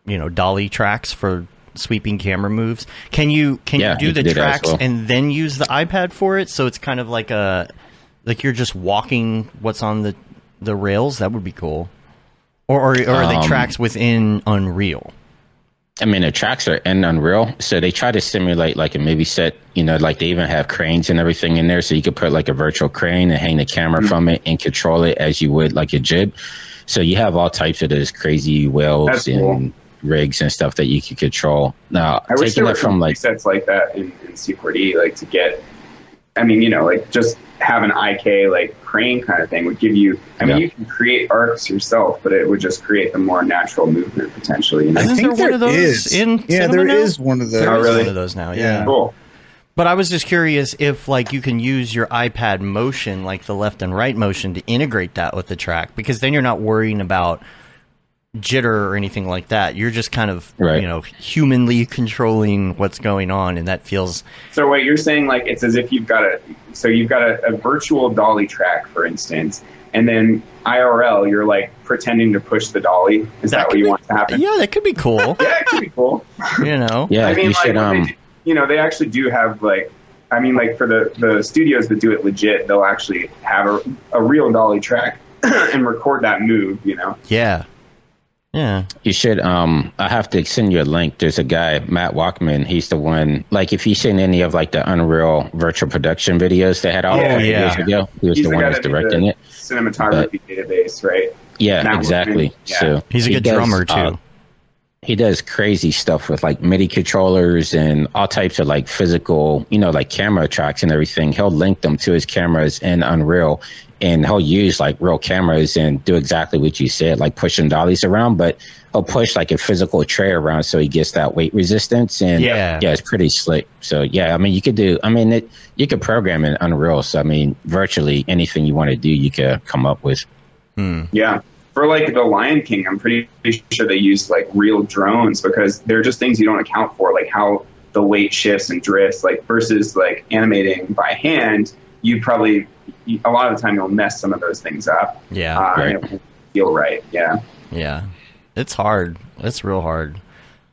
A: you know dolly tracks for sweeping camera moves. Can you can
L: Yeah,
A: you do
L: you
A: the
L: can do that as
A: tracks
L: well.
A: and then use the iPad for it? So it's kind of like a like you're just walking what's on the the rails. That would be cool. Or or, or are
L: Um,
A: they tracks within Unreal?
L: I mean, the tracks are in Unreal, so they try to simulate like a movie set. You know, like they even have cranes and everything in there, so you could put like a virtual crane and hang the camera
C: Mm-hmm.
L: from it and control it as you would like a jib. So you have all types of those crazy wells
C: That's
L: and
C: cool.
L: rigs and stuff that you can control. Now,
C: I wish
L: taking
C: there were
L: it from like
C: presets like that in, in C4D, like to get. I mean, you know, like just have an IK like crane kind of thing would give you. I mean,
L: Yeah.
C: you can create arcs yourself, but it would just create the more natural movement potentially. You know? Oh,
A: I Isn't think there one there of those is. in
D: yeah,
A: cinema
D: there is
A: now?
D: one of those.
A: There is one of those now. Yeah.
C: Cool.
A: But I was just curious if, like, you can use your iPad motion, like the left and right motion, to integrate that with the track, because then you're not worrying about jitter or anything like that. You're just kind of,
C: Right.
A: you know, humanly controlling what's going on, and that feels
C: So what you're saying, like it's as if you've got a so you've got a, a virtual dolly track, for instance, and then IRL, you're like pretending to push the dolly. Is that, what you want to happen?
A: yeah, that could be cool.
C: yeah, it could be cool.
A: You know,
L: yeah,
C: I mean,
L: you
C: like,
L: should
C: when they
L: um.
C: do- you know, they actually do have like, I mean, like for the the studios that do it legit, they'll actually have a, a real dolly track and record that move. You know,
A: Yeah. Yeah.
L: You should um I have to send you a link. There's a guy, Matt Walkman, he's the one like if you've seen any of like the Unreal virtual production videos they had out
C: Yeah,
L: a couple
C: yeah.
L: years ago. He was
C: He's
L: the, one
C: guy
L: that's
C: that did
L: directing
C: the
L: it.
C: Cinematography database, right?
L: Yeah,
C: Matt Workman.
L: exactly.
C: Yeah.
L: So
A: He's a
L: he
A: good
L: does,
A: drummer, too.
L: uh, he does crazy stuff with like MIDI controllers and all types of like physical, you know, like camera tracks and everything. He'll link them to his cameras in Unreal and he'll use like real cameras and do exactly what you said, like pushing dollies around, but he'll push like a physical tray around so he gets that weight resistance. And
A: Yeah.
L: yeah it's pretty slick. So yeah, I mean, you could do, I mean, it, you could program in Unreal. So I mean, virtually anything you want to do, you could come up with.
A: Hmm.
C: Yeah. For like the Lion King, I'm pretty sure they used like real drones because they're just things you don't account for, like how the weight shifts and drifts, like versus like animating by hand. You probably you- a lot of the time you'll mess some of those things up.
A: Yeah.
C: uh,
A: Right.
C: and it won't feel right. Yeah,
A: Yeah. It's hard. It's real hard.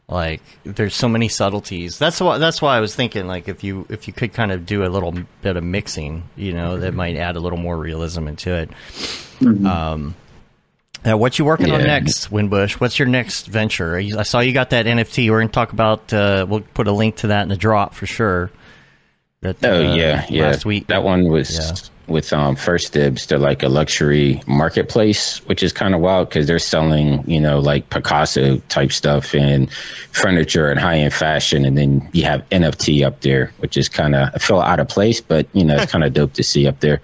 A: Like there's so many subtleties. That's why that's why I was thinking like if you if you could kind of do a little bit of mixing, you know,
L: Mm-hmm.
A: that might add a little more realism into it. Um uh, what you working on
L: Yeah.
A: next, Winbush? What's your next venture? You- I saw you got that NFT. We're going to talk about. Uh, we'll put a link to that in the drop for sure. That,
L: Oh
A: uh,
L: yeah, yeah.
A: last week.
L: That one was with um, First Dibs. They're like a luxury marketplace, which is kind of wild because they're selling you know like Picasso type stuff and furniture and high end fashion, and then you have NFT up there, which is kind of I feel out of place, but you know it's kind of dope to see up there.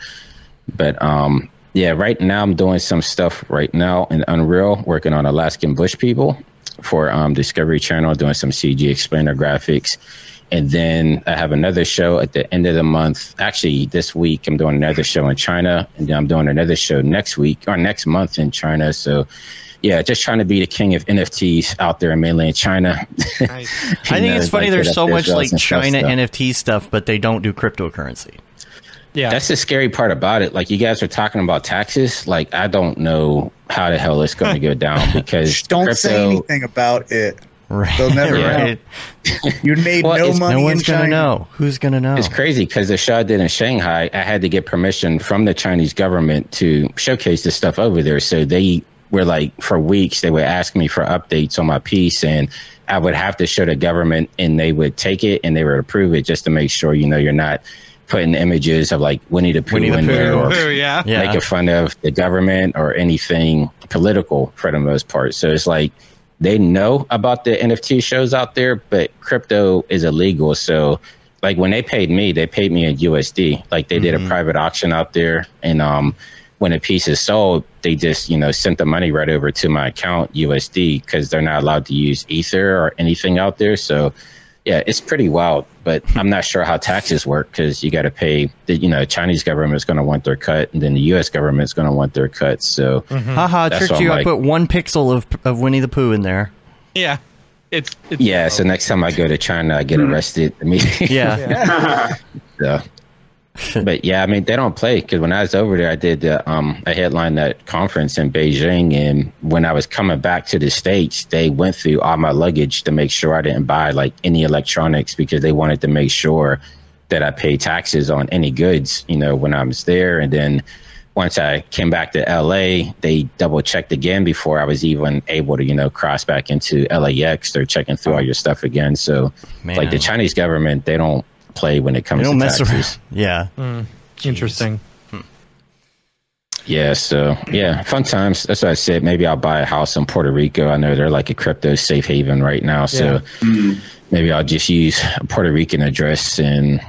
L: But um, yeah, right now I'm doing some stuff right now in Unreal, working on Alaskan Bush People for um, Discovery Channel, doing some CG explainer graphics. And then I have another show at the end of the month. Actually, this week I'm doing another show in China, and then I'm doing another show next week or next month in China. So, yeah, just trying to be the king of NFTs out there in mainland China.
A: I think it's funny. There's so much like China
L: NFT.
A: NFT stuff, but they don't do cryptocurrency.
L: Yeah. That's the scary part about it. Like you guys are talking about taxes. Like I don't know how the hell it's going to go down because
D: Don't
L: crypto,
D: say anything about it.
A: Right.
D: They'll never
L: Right.
D: know. You made
L: Well,
D: no
L: it's-
D: money.
L: no
D: in
L: one's gonna
D: China.
L: know.
A: Oh, who's gonna know?
L: It's crazy because the show I did in Shanghai, I had to get permission from the Chinese government to showcase this stuff over there. So they were like, for weeks, they would ask me for updates on my piece, and I would have to show the government, and they would take it and they would approve it just to make sure, you know, you're not putting images of like Winnie the Pooh
I: Winnie the
L: in there
I: Pooh.
L: or
I: Pooh, yeah. Yeah.
L: making fun of the government or anything political for the most part. So it's like they know about the NFT shows out there, but crypto is illegal. So like when they paid me, they paid me in USD. Like they did a private auction out there and um when a piece is sold, they just you know sent the money right over to my account USD because they're not allowed to use Ether or anything out there. So yeah, it's pretty wild. But I'm not sure how taxes work because you got to pay. The, you know, Chinese government is going to want their cut, and then the U.S. government is going to want their cut. So
I: Mm-hmm.
A: Haha,
L: that's why
A: tricked
L: I'm
A: you. I
L: like-
A: put one pixel of, of Winnie the Pooh in there.
I: Yeah. It's, it's Mm-hmm.
L: yeah. So next time I go to China, I get arrested. I mean,
A: Yeah.
L: so, but yeah, I mean, they don't play because when I was over there, I did the, um, a headline that conference in Beijing, and when I was coming back to the states, they went through all my luggage to make sure I didn't buy like any electronics because they wanted to make sure that I pay taxes on any goods, you know, when I was there, and then. Once I came back to LA, they double checked again before I was even able to, you know, cross back into LAX. They're checking through all your stuff again. So, like the
A: Man.
L: Chinese government, they don't play when it comes
A: They don't
L: to
A: mess
L: taxes.
A: around. Yeah.
B: Hmm,
I: Interesting.
L: Yeah, so yeah, fun times. That's what I said. Maybe I'll buy a house in Puerto Rico. I know they're like a crypto safe haven right now, so
C: Hmm.
L: maybe I'll just use a Puerto Rican address and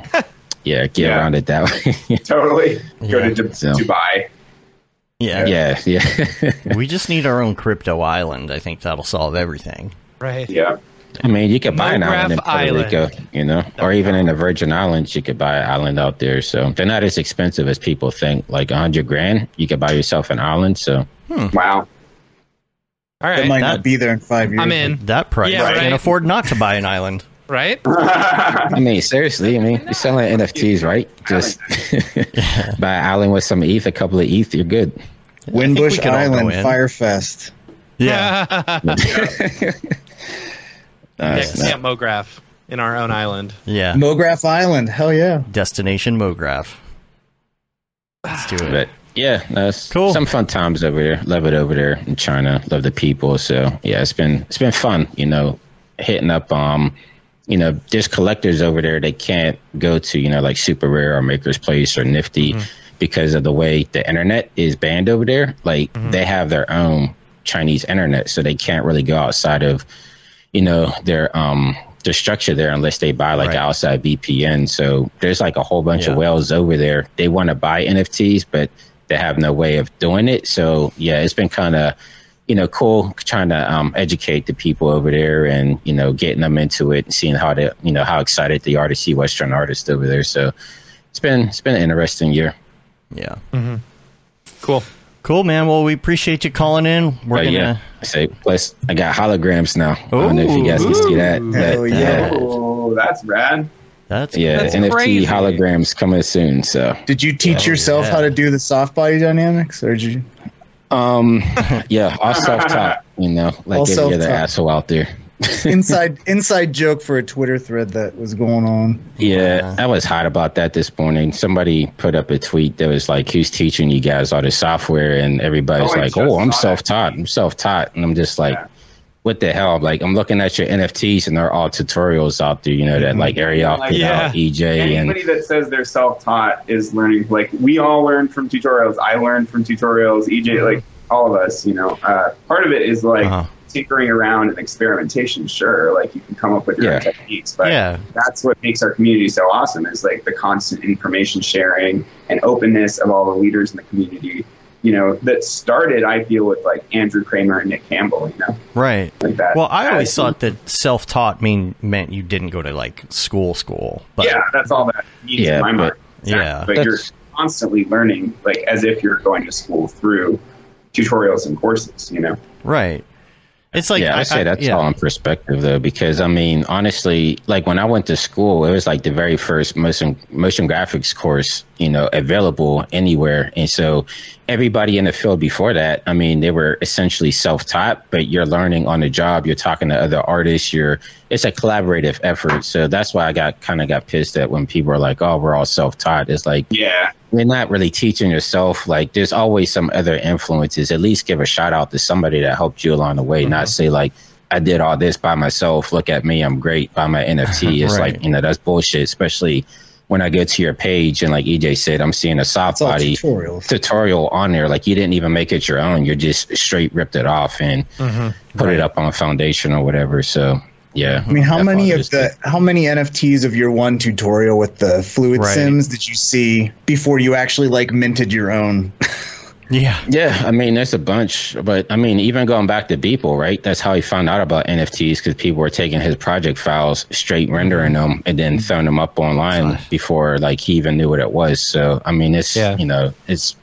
L: yeah, get
C: Yeah.
L: around it that way.
C: Totally. Go to Du-
L: So-
C: Dubai.
A: Yeah.
L: Yeah, yeah.
A: we just need our own crypto island. I think that'll solve everything.
I: Right.
C: Yeah.
L: I mean, you could buy an island in
A: Mograph
L: Puerto
A: Island.
L: Rico, you know, or even in the Virgin Islands, you could buy an island out there. So they're not as expensive as people think. Like a hundred grand, you could buy yourself an island. So
C: Wow.
I: All
M: It might not be there in five years.
I: I'm in.
A: That price.
I: Yeah,
A: I
I: right.
A: can't afford not to buy an island.
I: Right?
L: I mean, seriously, I mean, you're selling NFTs, right? Just buy an island with some ETH, a couple of ETH, you're good.
M: Windbush Island Firefest.
I: Yeah. Next
L: Nice.
I: Camp Mograph in our own island.
A: Yeah.
M: Mograph Island. Hell yeah.
A: Destination Mograph. Let's do it.
L: But yeah, that's
A: Cool.
L: Some fun times over there. Love it over there in China. Love the people. So yeah, it's been it's been fun. You know, hitting up. Um, you know, there's collectors over there. They can't go to you know like Super Rare or Maker's Place or Nifty because of the way the internet is banned over there. Like they have their own Chinese internet, so they can't really go outside of you know their um their structure there unless they buy like an outside VPN. So there's like a whole bunch
A: Yeah.
L: of whales over there. They want to buy NFTs, but they have no way of doing it. So yeah, it's been kind of you know cool trying to um, educate the people over there and you know getting them into it and seeing how they you know how excited they are to see Western artists over there. So it's been it's been an interesting year.
A: Yeah.
I: Mm-hmm. Cool.
A: Cool, man. Well, we appreciate you calling in. We're
L: But
A: gonna.
L: yeah, I say plus I got holograms now. I don't know if you guys can see that. but, uh,
C: Oh, that's rad.
A: That's
L: yeah,
M: That's
L: NFT
M: crazy.
L: holograms coming soon. So
M: Did you teach yourself
L: yeah.
M: how to do the soft body dynamics, or did you?
L: Um, yeah, all self taught, you know, like
M: All
L: every other
M: self-taught.
L: asshole out there.
M: inside inside joke for a Twitter thread that was going on.
L: Yeah, I was hot about that this morning. Somebody put up a tweet that was like, "Who's teaching you guys all this software?" And everybody's
C: Oh, I
L: like,
C: just
L: "Oh, I'm
C: saw that
L: self taught. I'm self taught." And I'm just like, "What the hell?" I'm like, I'm looking at your NFTs, and they're all tutorials out there, you know, that like Ariel
C: Like,
L: put out, EJ, and
C: Anybody that says they're self-taught is learning. Like we all learn from tutorials. I learned from tutorials. EJ,
A: Mm-hmm.
C: like all of us, you know. Uh, part of it is like
A: Uh-huh.
C: tinkering around and experimentation. Sure, like you can come up with your own
L: Yeah.
C: techniques, but
A: Yeah.
C: that's what makes our community so awesome. Is like the constant information sharing and openness of all the leaders in the community. You know, that started. I feel with like Andrew Kramer and Nick Campbell. You know,
A: Right.
C: like that.
A: Well, I always
C: Yeah.
A: thought that self-taught mean meant you didn't go to like school school. But
C: yeah, that's all that means
A: Yeah,
C: in my
A: but-
C: mind.
A: yeah.
C: But you're constantly learning, like as if you're going to school through tutorials and courses. You know,
A: Right. It's like
L: yeah, I,
A: I-
L: say
A: I-
L: that's
A: yeah.
L: all in perspective though, because I mean, honestly, like when I went to school, it was like the very first motion motion graphics course, you know, available anywhere, and so everybody in the field before that, I mean, they were essentially self taught, but you're learning on the job, you're talking to other artists, you're it's a collaborative effort, so that's why I got kind of got pissed at when people are like, oh, we're all self taught. It's like,
C: yeah,
L: you're not really teaching yourself. Like, there's always some other influences. At least give a shout out to somebody that helped you along the way. Not say like, I did all this by myself. Look at me, I'm great. Buy my NFT. It's
A: Right.
L: like you know that's bullshit. Especially when I go to your page and like EJ said, I'm seeing a soft body
M: tutorials.
L: tutorial on there. Like you didn't even make it your own. You're just straight ripped it off and
A: Mm-hmm.
L: put it up on Foundation or whatever. So yeah,
M: I mean, how many of the how many NFTs of your one tutorial with the fluid
A: Right.
M: sims did you see before you actually like minted your own?
A: Yeah.
L: Yeah. I mean, there's a bunch, but I mean, even going back to Beeple, right? That's how he found out about NFTs because people were taking his project files, straight rendering them, and
A: Mm-hmm.
L: then throwing them up online before like he even knew what it was. So, I mean, it's, you know, it's,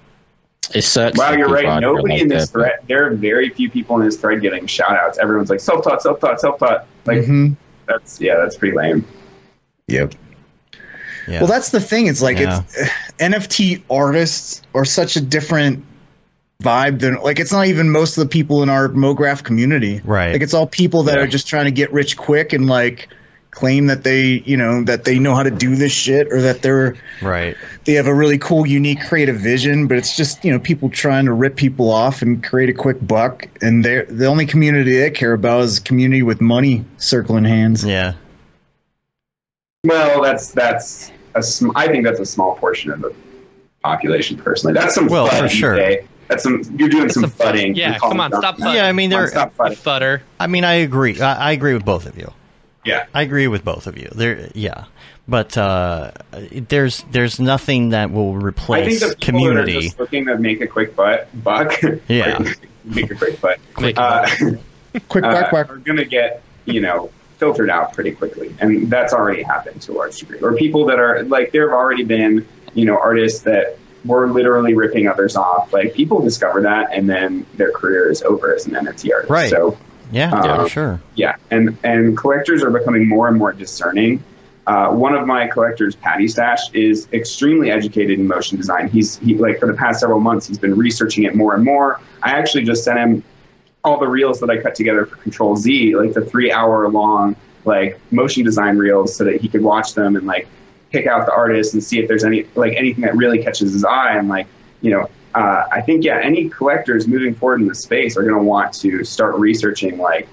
L: it sucks.
C: Wow,
L: that
C: you're
L: people
C: right.
L: out there
C: Nobody
L: like
C: in this
L: that, but-
C: thread. There are very few people in this thread getting shout outs. Everyone's like self taught, self taught, self taught. Like
A: Mm-hmm.
C: that's yeah, that's pretty lame.
M: Yep.
A: Yeah.
M: Well, that's the thing. It's like it's NFT artists are such a different vibe than like it's not even most of the people in our MoGraph community.
A: Right.
M: Like it's all people that are just trying to get rich quick and like claim that they, you know, that they know how to do this shit or that they're
A: Right.
M: they have a really cool, unique, creative vision, but it's just you know people trying to rip people off and create a quick buck. And they are the only community they care about is community with money circling hands.
A: Yeah,
C: Well, that's that's a sm- I think that's a small portion of the population. Personally, that's some
A: Well,
C: FUD
A: for sure.
C: EK. That's some you're doing some fudding.
A: yeah,
C: We call
A: come
C: it
A: on,
C: fudding.
A: stop fudding. Yeah, I mean,
C: Come on,
A: there-
C: stop fudding.
I: Futter.
A: I mean, I agree. I, I agree with both of you.
C: Yeah,
A: I agree with both of you. There, yeah, but uh, there's there's nothing that will
C: I think
A: replace
C: the people that are
A: community.
C: just looking to make a quick butt buck.
A: Yeah.
C: like, make a quick butt.
A: Quick
C: uh,
M: Quick
C: uh,
M: buck, buck.
C: Are gonna get you know filtered out pretty quickly, and that's already happened to a large degree. Or people that are like there have already been you know artists that were literally ripping others off. Like people discover that, and then their career is over as an NFT artist.
A: Right.
C: So
A: yeah,
C: uh,
A: for sure.
C: yeah, and and collectors are becoming more and more discerning. Uh, one of my collectors, Patty Stash, is extremely educated in motion design. He's he, like for the past several months, he's been researching it more and more. I actually just sent him all the reels that I cut together for Control Z, like the three hour long like motion design reels, so that he could watch them and like pick out the artist and see if there's any like anything that really catches his eye and like you know uh, I think yeah any collectors moving forward in the space are going to want to start researching like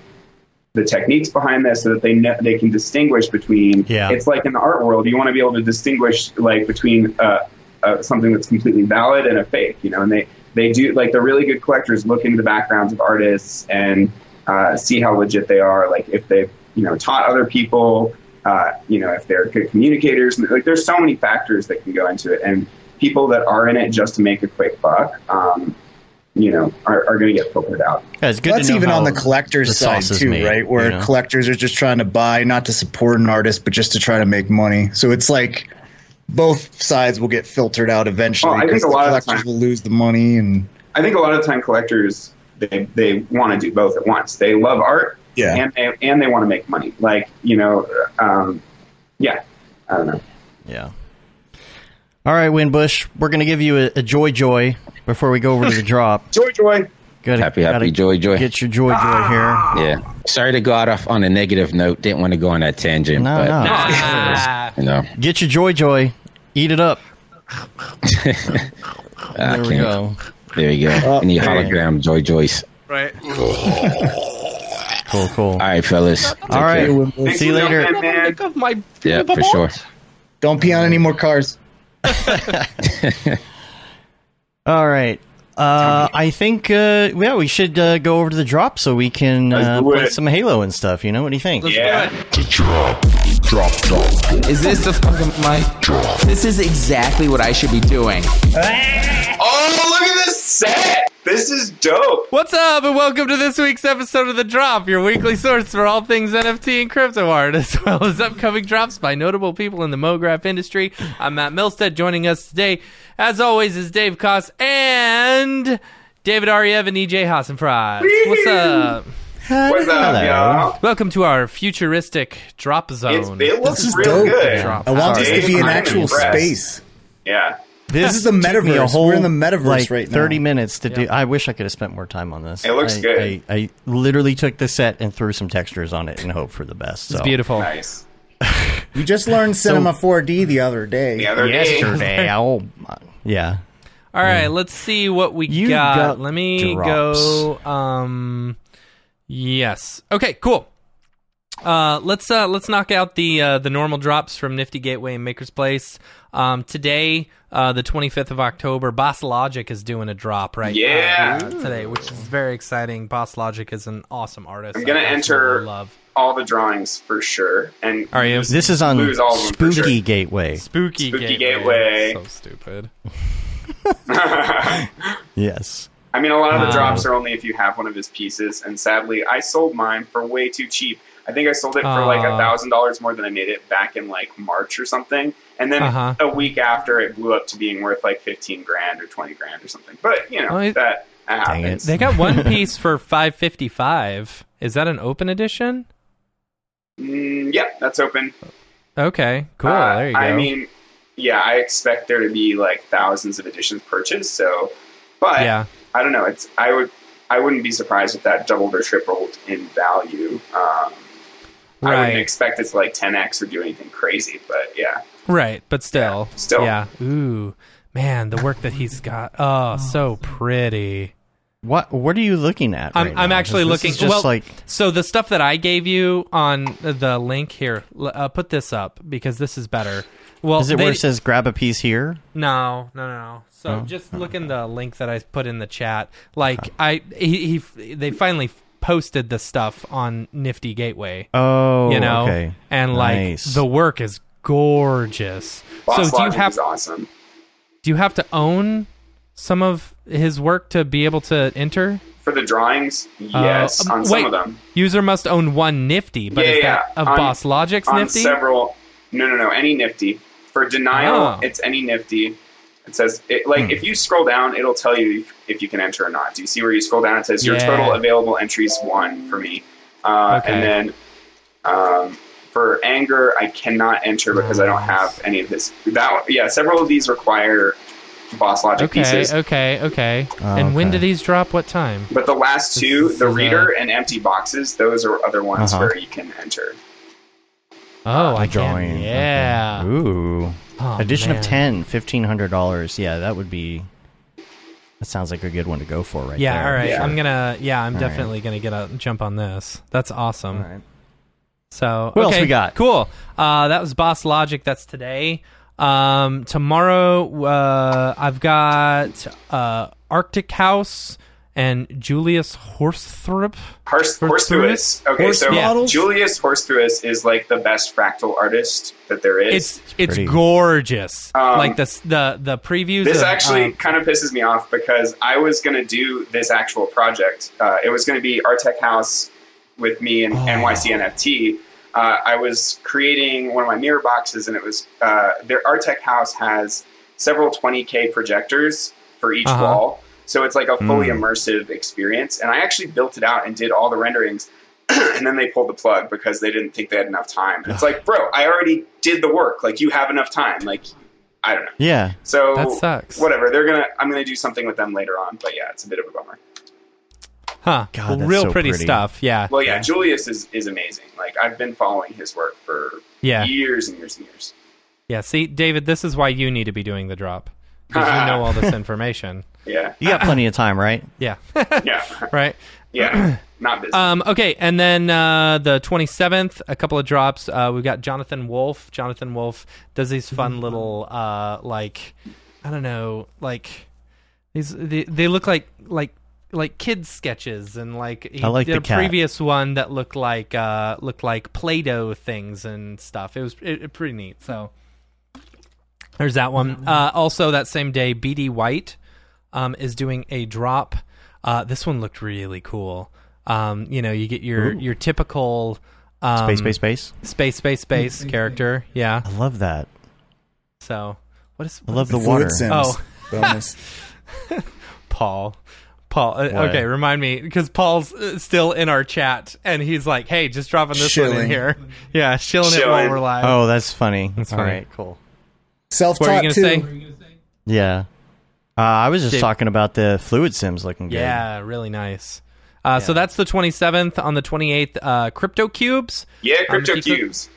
C: the techniques behind this so that they know, they can distinguish between
A: Yeah.
C: it's like in the art world you want to be able to distinguish like between uh, uh, something that's completely valid and a fake you know and they they do like the really good collectors look into the backgrounds of artists and uh, see how legit they are like if they've you know taught other people uh, you know if they're good communicators and like there's so many factors that can go into it and people that are in it just to make a quick buck um, you know are, are going to get filtered out
M: Well, that's even on the collector's
C: the
M: side
C: sauce is
M: too,
C: made,
M: right? Where
C: you know?
M: collectors are just trying to buy, not to support an artist, but just to try to make money. So it's like both sides will get filtered out eventually.
C: Well, Oh, I think
M: 'cause
C: a
M: the
C: lot of
M: collectors
C: time-
M: will lose the money, and
C: I think a lot of the time collectors they they want to do both at once. They love art,
M: Yeah.
C: and they and they want to make money. Like you know, um, yeah, I don't know.
A: Yeah. All right, Winbush, we're gonna give you a, a joy joy before we go over to the drop.
C: joy joy. Ah.
A: Good.
L: Happy, happy, joy, joy.
A: Get your joy, joy here.
L: Yeah. Sorry to go out off on a negative note. Didn't want to go on that tangent.
A: No,
L: but,
A: no.
L: You know,
A: Get your joy, joy. Eat it up.
L: I
A: There we
L: can't-
A: go.
L: There you go.
A: Oh,
L: Any
A: there you go.
L: hologram, Joy Joyce.
I: Right.
A: Cool, cool. All
L: right, fellas. Take
A: All right.
L: care.
A: See you later.
I: Of my
L: Yeah, for sure.
M: don't pee on any more cars.
A: All right. Uh, I think uh, yeah, we should uh, go over to the drop so we can
N: Let's
A: uh,
N: do
A: play
N: it.
A: some Halo and stuff. You know what do you think?
N: Yeah. Drop, drop, drop. Is this the fucking mic? Drop. This is exactly what I should be doing.
C: Oh, look at this set. This is dope.
B: What's up, and welcome to this week's episode of The Drop, your weekly source for all things NFT and crypto art, as well as upcoming drops by notable people in the MoGraph industry. I'm Matt Milstead. Joining us today, as always, is Dave Koss and David Ariev and EJ Hassenfries. What's up?
C: What's up,
B: Hello.
C: y'all?
B: Welcome to our futuristic drop zone.
C: it looks This is real dope. good.
B: Drop
C: I want
B: zone.
C: this to be an I'm actual impressed. space. Yeah.
M: This is the
A: took me a
M: metaverse.
A: whole,
M: We're in the metaverse
A: like,
M: right now.
A: Thirty minutes to do. I wish I could have spent more time on this.
C: It looks
A: I,
C: good.
A: I, I literally took the set and threw some textures on it and hope for the best. So.
B: It's beautiful.
C: Nice.
D: You just learned
A: So-
D: Cinema 4D the other day.
C: The other day.
A: Yesterday, oh my, yeah.
B: All right, let's see what we
A: You
B: got.
A: got
B: Let me go. Um, yes. Okay. Cool. Uh, let's uh, let's knock out the uh, the normal drops from Nifty Gateway and Maker's Place. Um, today, uh, the twenty fifth of October, Boss Logic is doing a drop right. uh,
C: Yeah.
B: uh, today, which is very exciting. Boss Logic is an awesome artist.
C: I'm gonna
B: I
C: enter
B: absolutely love.
C: all the drawings for sure. And
B: Are you?
A: This is on
C: Lose all of them for
A: Spooky
C: sure.
A: Gateway.
B: Spooky,
C: Spooky Gateway.
B: Gateway. So stupid.
A: Yes.
C: I mean, a lot of the
A: Wow.
C: drops are only if you have one of his pieces, and sadly, I sold mine for way too cheap. I think I sold it for like a
B: Aw.
C: thousand dollars more than I made it back in like March or something, and then
B: Uh-huh.
C: a week after, it blew up to being worth like fifteen grand or twenty grand or something. But you know
B: Oh, it-
C: that uh, that happens.
B: They got one piece for five fifty five. Is that an open edition?
C: Mm, yep, that's open.
B: Okay, cool.
C: Uh,
B: there you go.
C: I mean, yeah, I expect there to be like thousands of editions purchased. So, but
B: yeah,
C: I don't know. It's I would I wouldn't be surprised if that doubled or tripled in value. Um, I
B: right,
C: wouldn't expect it to like 10x or do anything crazy, but yeah.
B: right, but still,
C: still.
B: yeah. Ooh, man, the work that he's got. Oh, so pretty.
A: What What are you looking at?
B: I'm,
A: right
B: I'm
A: now?
B: actually
A: This is
B: looking.
A: Just
B: well,
A: like
B: so the stuff that I gave you on the link here, l- uh, put this up because this is better. Well,
A: is it
B: they-
A: where it says grab Oh. a piece here?
B: No, no, no, no. So
A: No?
B: just look in the link that I put in the chat. Like I, he, he they finally posted the stuff on Nifty Gateway.
A: Oh,
B: you know,
A: okay.
B: and like
A: Nice.
B: the work is gorgeous.
C: Boss
B: so do you
C: Logic
B: have
C: is awesome.
B: do you have to own some of his work to be able to enter?
C: For the drawings,
B: Uh,
C: yes,
B: um,
C: on
B: wait,
C: some of them.
B: User must own one Nifty, but
C: Yeah,
B: is
C: yeah,
B: that of
C: on-
B: Boss Logic's
C: On
B: Nifty?
C: several No, no, no, any nifty. For denial,
B: Oh. Hmm.
C: it's any nifty. It says it, like if you scroll down, it'll tell you if you can enter or not. Do you see where you scroll down? It says your
B: Yeah.
C: total available entries one for me. Uh,
B: Okay.
C: and then um, for anger, I cannot enter because I don't have any of this. That one- yeah, several of these require boss logic
B: okay,
C: pieces.
B: okay, okay,
A: Oh,
B: And when
A: okay.
B: do these drop? What time?
C: But the last two, the reader and empty boxes, those are other ones
A: Uh-huh.
C: where you can enter.
B: Oh, I
A: drawing.
B: can. Yeah.
A: Okay. Ooh.
B: Oh,
A: Edition
B: man.
A: of 10, $1,500. Yeah, that would be. That sounds like a good one to go for right
B: yeah,
A: there.
B: all right.
A: Sure.
B: I'm gonna. Yeah, I'm
A: All right.
B: definitely gonna get a jump on this. That's awesome.
A: All right.
B: So
A: What else
B: okay,
A: we got?
B: Cool. Uh, that was Boss Logic. That's today. Um, tomorrow uh, I've got uh, Arctic House and Julius Horsthrop.
C: Horse
B: For
C: Horsthuis.
B: Thuis?
C: Okay,
D: Horse
C: so
D: models?
C: Julius Horsthuis is like the best fractal artist that there is.
B: It's it's
A: pretty.
B: gorgeous.
C: Um,
B: like the the the previews.
C: this
B: of,
C: actually
B: um,
C: kind of pisses me off because I was going to do this actual project. Uh, it was going to be Artec House with me
B: Oh.
C: and NYC NFT. Uh, I was creating one of my mirror boxes, and it was uh, their Artec House has several 20K projectors for each
B: Uh-huh. Hmm.
C: wall. So it's like a fully
A: Mm.
C: immersive experience. And I actually built it out and did all the renderings. and then they pulled the plug because they didn't think they had enough time. And it's like, bro, I already did the work. Like, you have enough time. Like, I don't know.
A: Yeah.
C: So
B: That sucks.
C: Whatever. They're gonna. I'm gonna do something with them later on. But yeah, it's a bit of a bummer.
B: huh,
A: God,
B: well,
A: that's
B: real
A: so
B: pretty,
A: pretty.
B: stuff. Yeah.
C: Well, yeah, Julius is is amazing. Like I've been following his work for
B: Yeah.
C: years and years and years.
B: Yeah. See, David, this is why you need to be doing the drop because you know all this information.
C: Yeah,
A: You got plenty of time, right?
B: Yeah.
C: yeah,
B: right.
C: yeah. Not busy.
B: Um, okay, and then uh, the 27th, a couple of drops. Uh, we've got Jonathan Wolf. Jonathan Wolf does these
C: Mm-hmm.
B: fun little, uh, like, I don't know, like these. They, they look like like like kids sketches, and like he
A: I like
B: did
A: the
B: a
A: cat.
B: previous one that looked like uh, looked like Play-Doh things and stuff. It was it, it pretty neat. So there's that one. Uh, also, that same day, BD White um, is doing a drop. Uh, this one looked really cool. Um, you know, you get your your typical um,
A: Space, space, space.
B: space space space character. Yeah.
A: I love that.
B: So what is
A: I love the water.
D: Fluid Sims.
B: Oh.
D: Bonus.
B: Paul? Paul. Uh,
A: What?
B: okay, remind me because Paul's uh, still in our chat and he's like, "Hey, just dropping this one in
D: Shilling.
B: here." Yeah, shilling, it while
C: Shilling.
B: we're live.
A: Oh, that's funny. That's
B: funny.
A: cool.
B: what are you
D: Self-taught
B: gonna
D: too.
B: say?
A: Yeah. Uh, I was just
B: Dave-
A: talking about the fluid sims looking good.
B: Yeah, really nice. Uh, So that's the 27th. On the 28th, uh, Crypto Cubes. Um,
C: yeah, Crypto
B: keep it-
C: Cubes.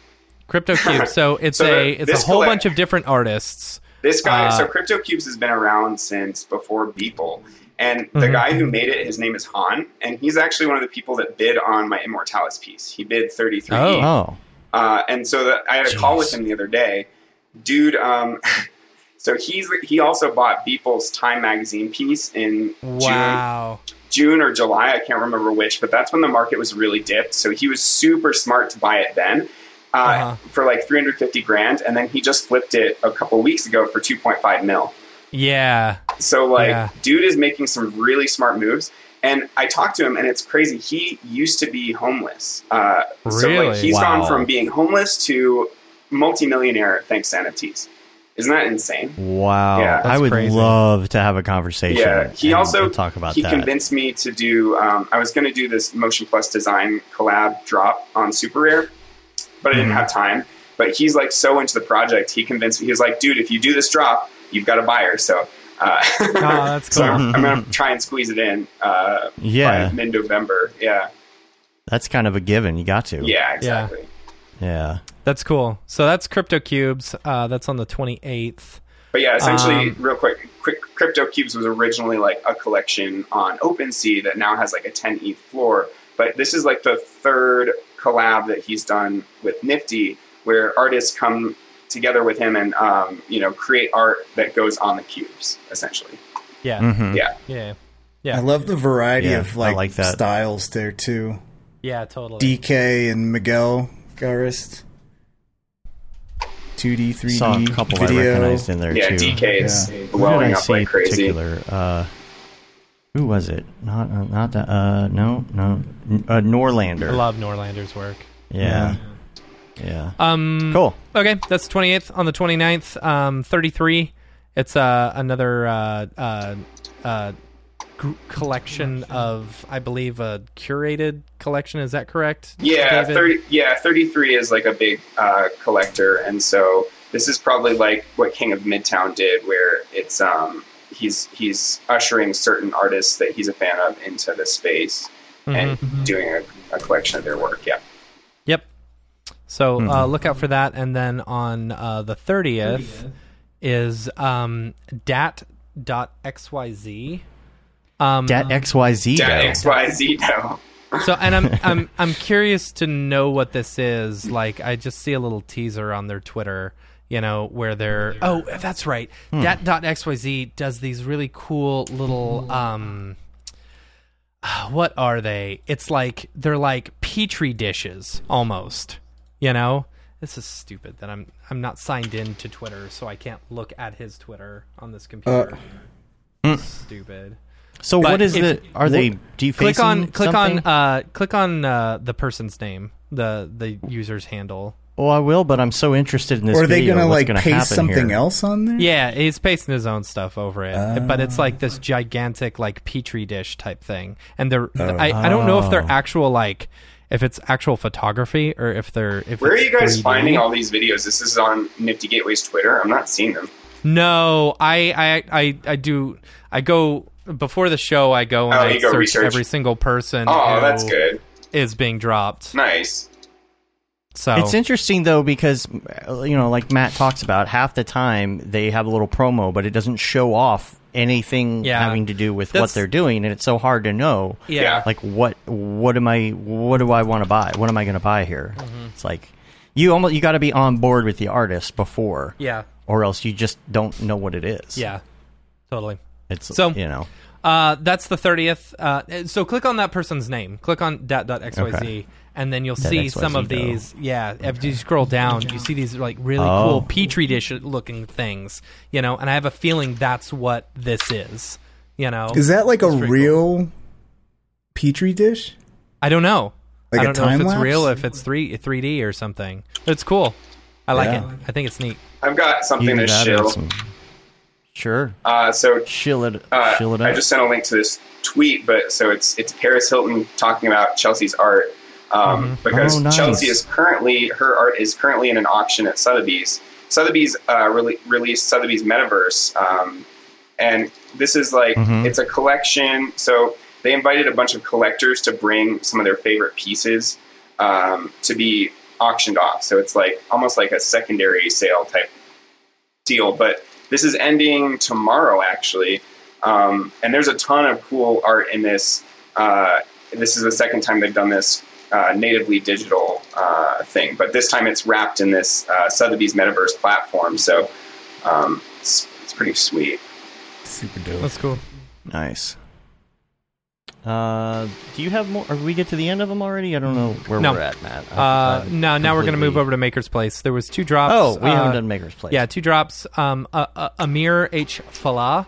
B: Crypto Cube. So it's
C: So
B: a
C: the-
B: it's a
C: this
B: whole
C: collab-
B: bunch of different artists.
C: This guy,
B: Uh,
C: so Crypto Cubes has been around since before Beeple. And the
B: Mhm.
C: guy who made it, his name is Han, and he's actually one of the people that bid on my Immortalis piece. He bid 33.
B: Oh.
A: Oh.
C: Uh, and so that I had a call with him the other day, dude. Um, so he's he also bought Beeple's Time magazine piece in June,
B: Wow.
C: June or July. I can't remember which, but that's when the market was really dipped. So he was super smart to buy it then. Uh,
B: Uh-huh.
C: For like 350 grand, and then he just flipped it a couple weeks ago for 2.5 mil.
B: Yeah.
C: So like,
B: Yeah.
C: dude is making some really smart moves. And I talked to him, and it's crazy. He used to be homeless. Uh, So like,
B: Really?
C: he's
B: Wow.
C: gone from being homeless to multimillionaire thanks to NFTs. Isn't that insane?
A: Wow.
C: Yeah.
A: I
C: That's
A: would
C: crazy.
A: love to have a conversation.
C: Yeah, he
A: and-
C: also
A: and talk about
C: he
A: that.
C: convinced me to do. Um, I was going to do this Motion Plus Design collab drop on Super Rare, but I didn't
A: Mm-hmm.
C: have time. But he's like so into the project, he convinced me. He was like, "Dude, if you do this drop, you've got a buyer." So, uh,
A: Ah,
B: that's
C: so
B: cool.
C: I'm, going to try and squeeze it in. Uh,
A: Yeah.
C: mid November. Yeah,
A: That's kind of a given. You got to.
C: yeah, exactly.
A: Yeah.
B: That's cool. So that's Crypto Cubes. Uh, that's on the 28th.
C: But yeah, essentially,
B: Um,
C: real quick, quick, Crypto Cubes was originally like a collection on OpenSea that now has like a 10 ETH floor. But this is like the third collab that he's done with Nifty, where artists come together with him and um, you know create art that goes on the cubes, essentially.
B: Yeah.
D: Mhm.
C: Mm-hmm. Yeah.
B: Yeah. Yeah.
D: I love the variety
A: Yeah,
D: of
A: I
D: like,
A: like that.
D: styles there too.
B: Yeah, totally.
D: DK and Miguel Garist. 2D, 3D,
A: Saw a couple
D: video.
A: I recognized in there
C: Yeah,
A: too.
C: DK is
A: Who did
C: blowing
A: I
C: up
A: see
C: like
A: in
C: crazy.
A: Particular? Uh, who was it? Not uh, not that. Uh, no, no. N- Uh, Norlander.
B: I love Norlander's work.
A: Yeah. Yeah.
B: Um,
A: Cool.
B: Okay, that's the 28th. On the 29th, um, 33, it's uh, another uh, uh, uh, gr- collection of, I believe, a curated collection. Is that correct?
C: Yeah,
B: David?
C: 30, yeah, 33 is like a big uh, collector, and so this is probably like what King of Midtown did, where it's um, he's he's ushering certain artists that he's a fan of into the space
A: Mm-hmm.
C: and doing a, a collection of their work. Yeah,
B: Yep. So uh, look out for that. And then on uh, the 30th, is um, dat.xyz. Um,
A: Dat XYZ.
C: yeah.
A: though.
C: X Y Z now.
B: So, and I'm I'm I'm curious to know what this is. Like, I just see a little teaser on their Twitter. You know where they're. Oh, that's right. That dot xyz does these really cool little. um What are they? It's like they're like petri dishes almost. You know, this is stupid that I'm I'm not signed in to Twitter, so I can't look at his Twitter on this computer. Stupid.
A: Uh, mm. So
B: But
A: what is
B: if-
A: the? Are they defacing
B: Click on click
A: something?
B: on uh, click on uh, the person's name, the the user's handle.
A: Well, I will, but I'm so interested in this.
D: Or are they
A: going to
D: like
A: gonna
D: paste
A: happen
D: something
A: here.
D: else on there?
B: Yeah, he's pasting his own stuff over it, but it's like this gigantic like petri dish type thing, and they're I, I don't know if they're
A: Oh.
B: actual like if it's actual photography or if they're if
C: Where are
B: it's
C: you guys
B: 3D.
C: finding all these videos? This is on Nifty Gateway's Twitter. I'm not seeing them.
B: No, I I I, I do I go. Before the show, I go and
C: Oh,
B: I
C: you go
B: search
C: research.
B: every single person
C: Oh,
B: who
C: that's good.
B: is being dropped.
C: Nice.
B: So
A: It's interesting though because uh, you know, like Matt talks about, half the time they have a little promo, but it doesn't show off anything
B: Yeah.
A: having to do with what
B: That's-
A: they're doing, and it's so hard to know.
B: yeah.
A: Like what? What am I? What do I want to buy? What am I going to buy here?
B: Mm-hmm.
A: It's like you almost you got to be on board with the artist before,
B: Yeah.
A: or else you just don't know what it is.
B: Yeah, totally.
A: it's
B: So-
A: so you know,
B: Uh, that's the thirtieth. Uh, so click on that person's name. Click on dot dot xyz,
A: Okay.
B: and then you'll
A: Dot
B: see
A: XYZ,
B: some of
A: though.
B: these. Yeah, if you scroll down, you see these like really
A: Oh.
B: cool petri dish looking things. You know, and I have a feeling that's what this is. You know,
D: Is that like a
B: Oh, pretty
D: real petri dish?
B: I don't know.
D: Like
B: I
D: a
B: don't know if
D: time
B: it's
D: lapse?
B: real, if it's three three D or something. It's cool. I like it. I think it's neat.
C: I've got something
A: Either
C: to
A: that or
C: shill.
A: some- sure,
C: Uh, so
A: chill it,
C: Uh,
A: chill it
C: I
A: out.
C: just sent a link to this tweet, but so it's it's Paris Hilton talking about Chelsea's art um, because
A: Oh, nice.
C: Chelsea is currently her art is currently in an auction at Sotheby's. Sotheby's uh, rele- released Sotheby's Metaverse, um, and this is like
A: Mhm.
C: it's a collection. So they invited a bunch of collectors to bring some of their favorite pieces um, to be auctioned off. So it's like almost like a secondary sale type deal. But this is ending tomorrow, actually. Um, and there's a ton of cool art in this. Uh, this is the second time they've done this uh, natively digital uh, thing, but this time it's wrapped in this uh, Sotheby's Metaverse platform. So um, it's, it's pretty sweet.
D: Super dope.
B: That's cool.
A: Nice. Uh, do you have more? Or we get to the end of them already? I don't know where
B: No.
A: we're at, Matt. I-
B: Uh,
A: I'm
B: no, now we're gonna move
A: completely-
B: over to Maker's Place. There was two drops.
A: Oh, we
B: uh,
A: haven't done Maker's Place.
B: Yeah, two drops. Um, uh, uh, Amir H. Falah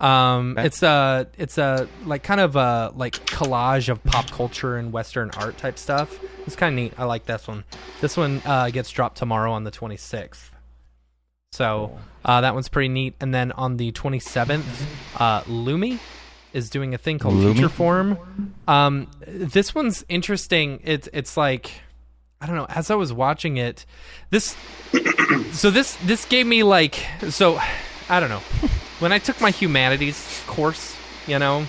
B: Um, It's a it's a like kind of a like collage of pop culture and Western art type stuff. It's kind of neat. I like this one. This one uh, gets dropped tomorrow on the 26th. So uh, that one's pretty neat. And then on the 27th, uh, Lumi is doing a thing called
A: Lumi?
B: Future Form. Um, this one's interesting. It's it's like I don't know. As I was watching it, this so this this gave me like so I don't know when I took my humanities course, you know,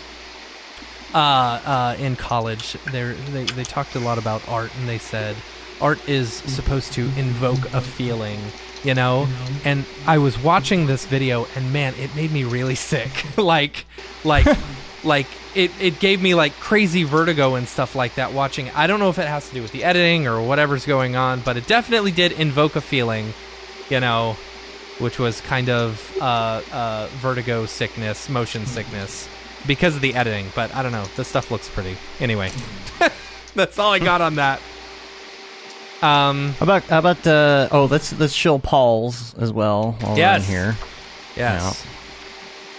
B: uh, uh, in college, they they they talked a lot about art, and they said art is supposed to invoke a feeling, you know. And I was watching this video, and man, it made me really sick. like, like, like it it gave me like crazy vertigo and stuff like that. Watching, it. I don't know if it has to do with the editing or whatever's going on, but it definitely did invoke a feeling, you know which was kind of uh, uh, vertigo sickness, motion sickness, because of the editing. But I don't know. This stuff looks pretty. Anyway, that's all I got on that. Um,
A: How about how about uh, oh let's let's show Paul's as well while we're in
B: Yes.
A: here.
B: Yes.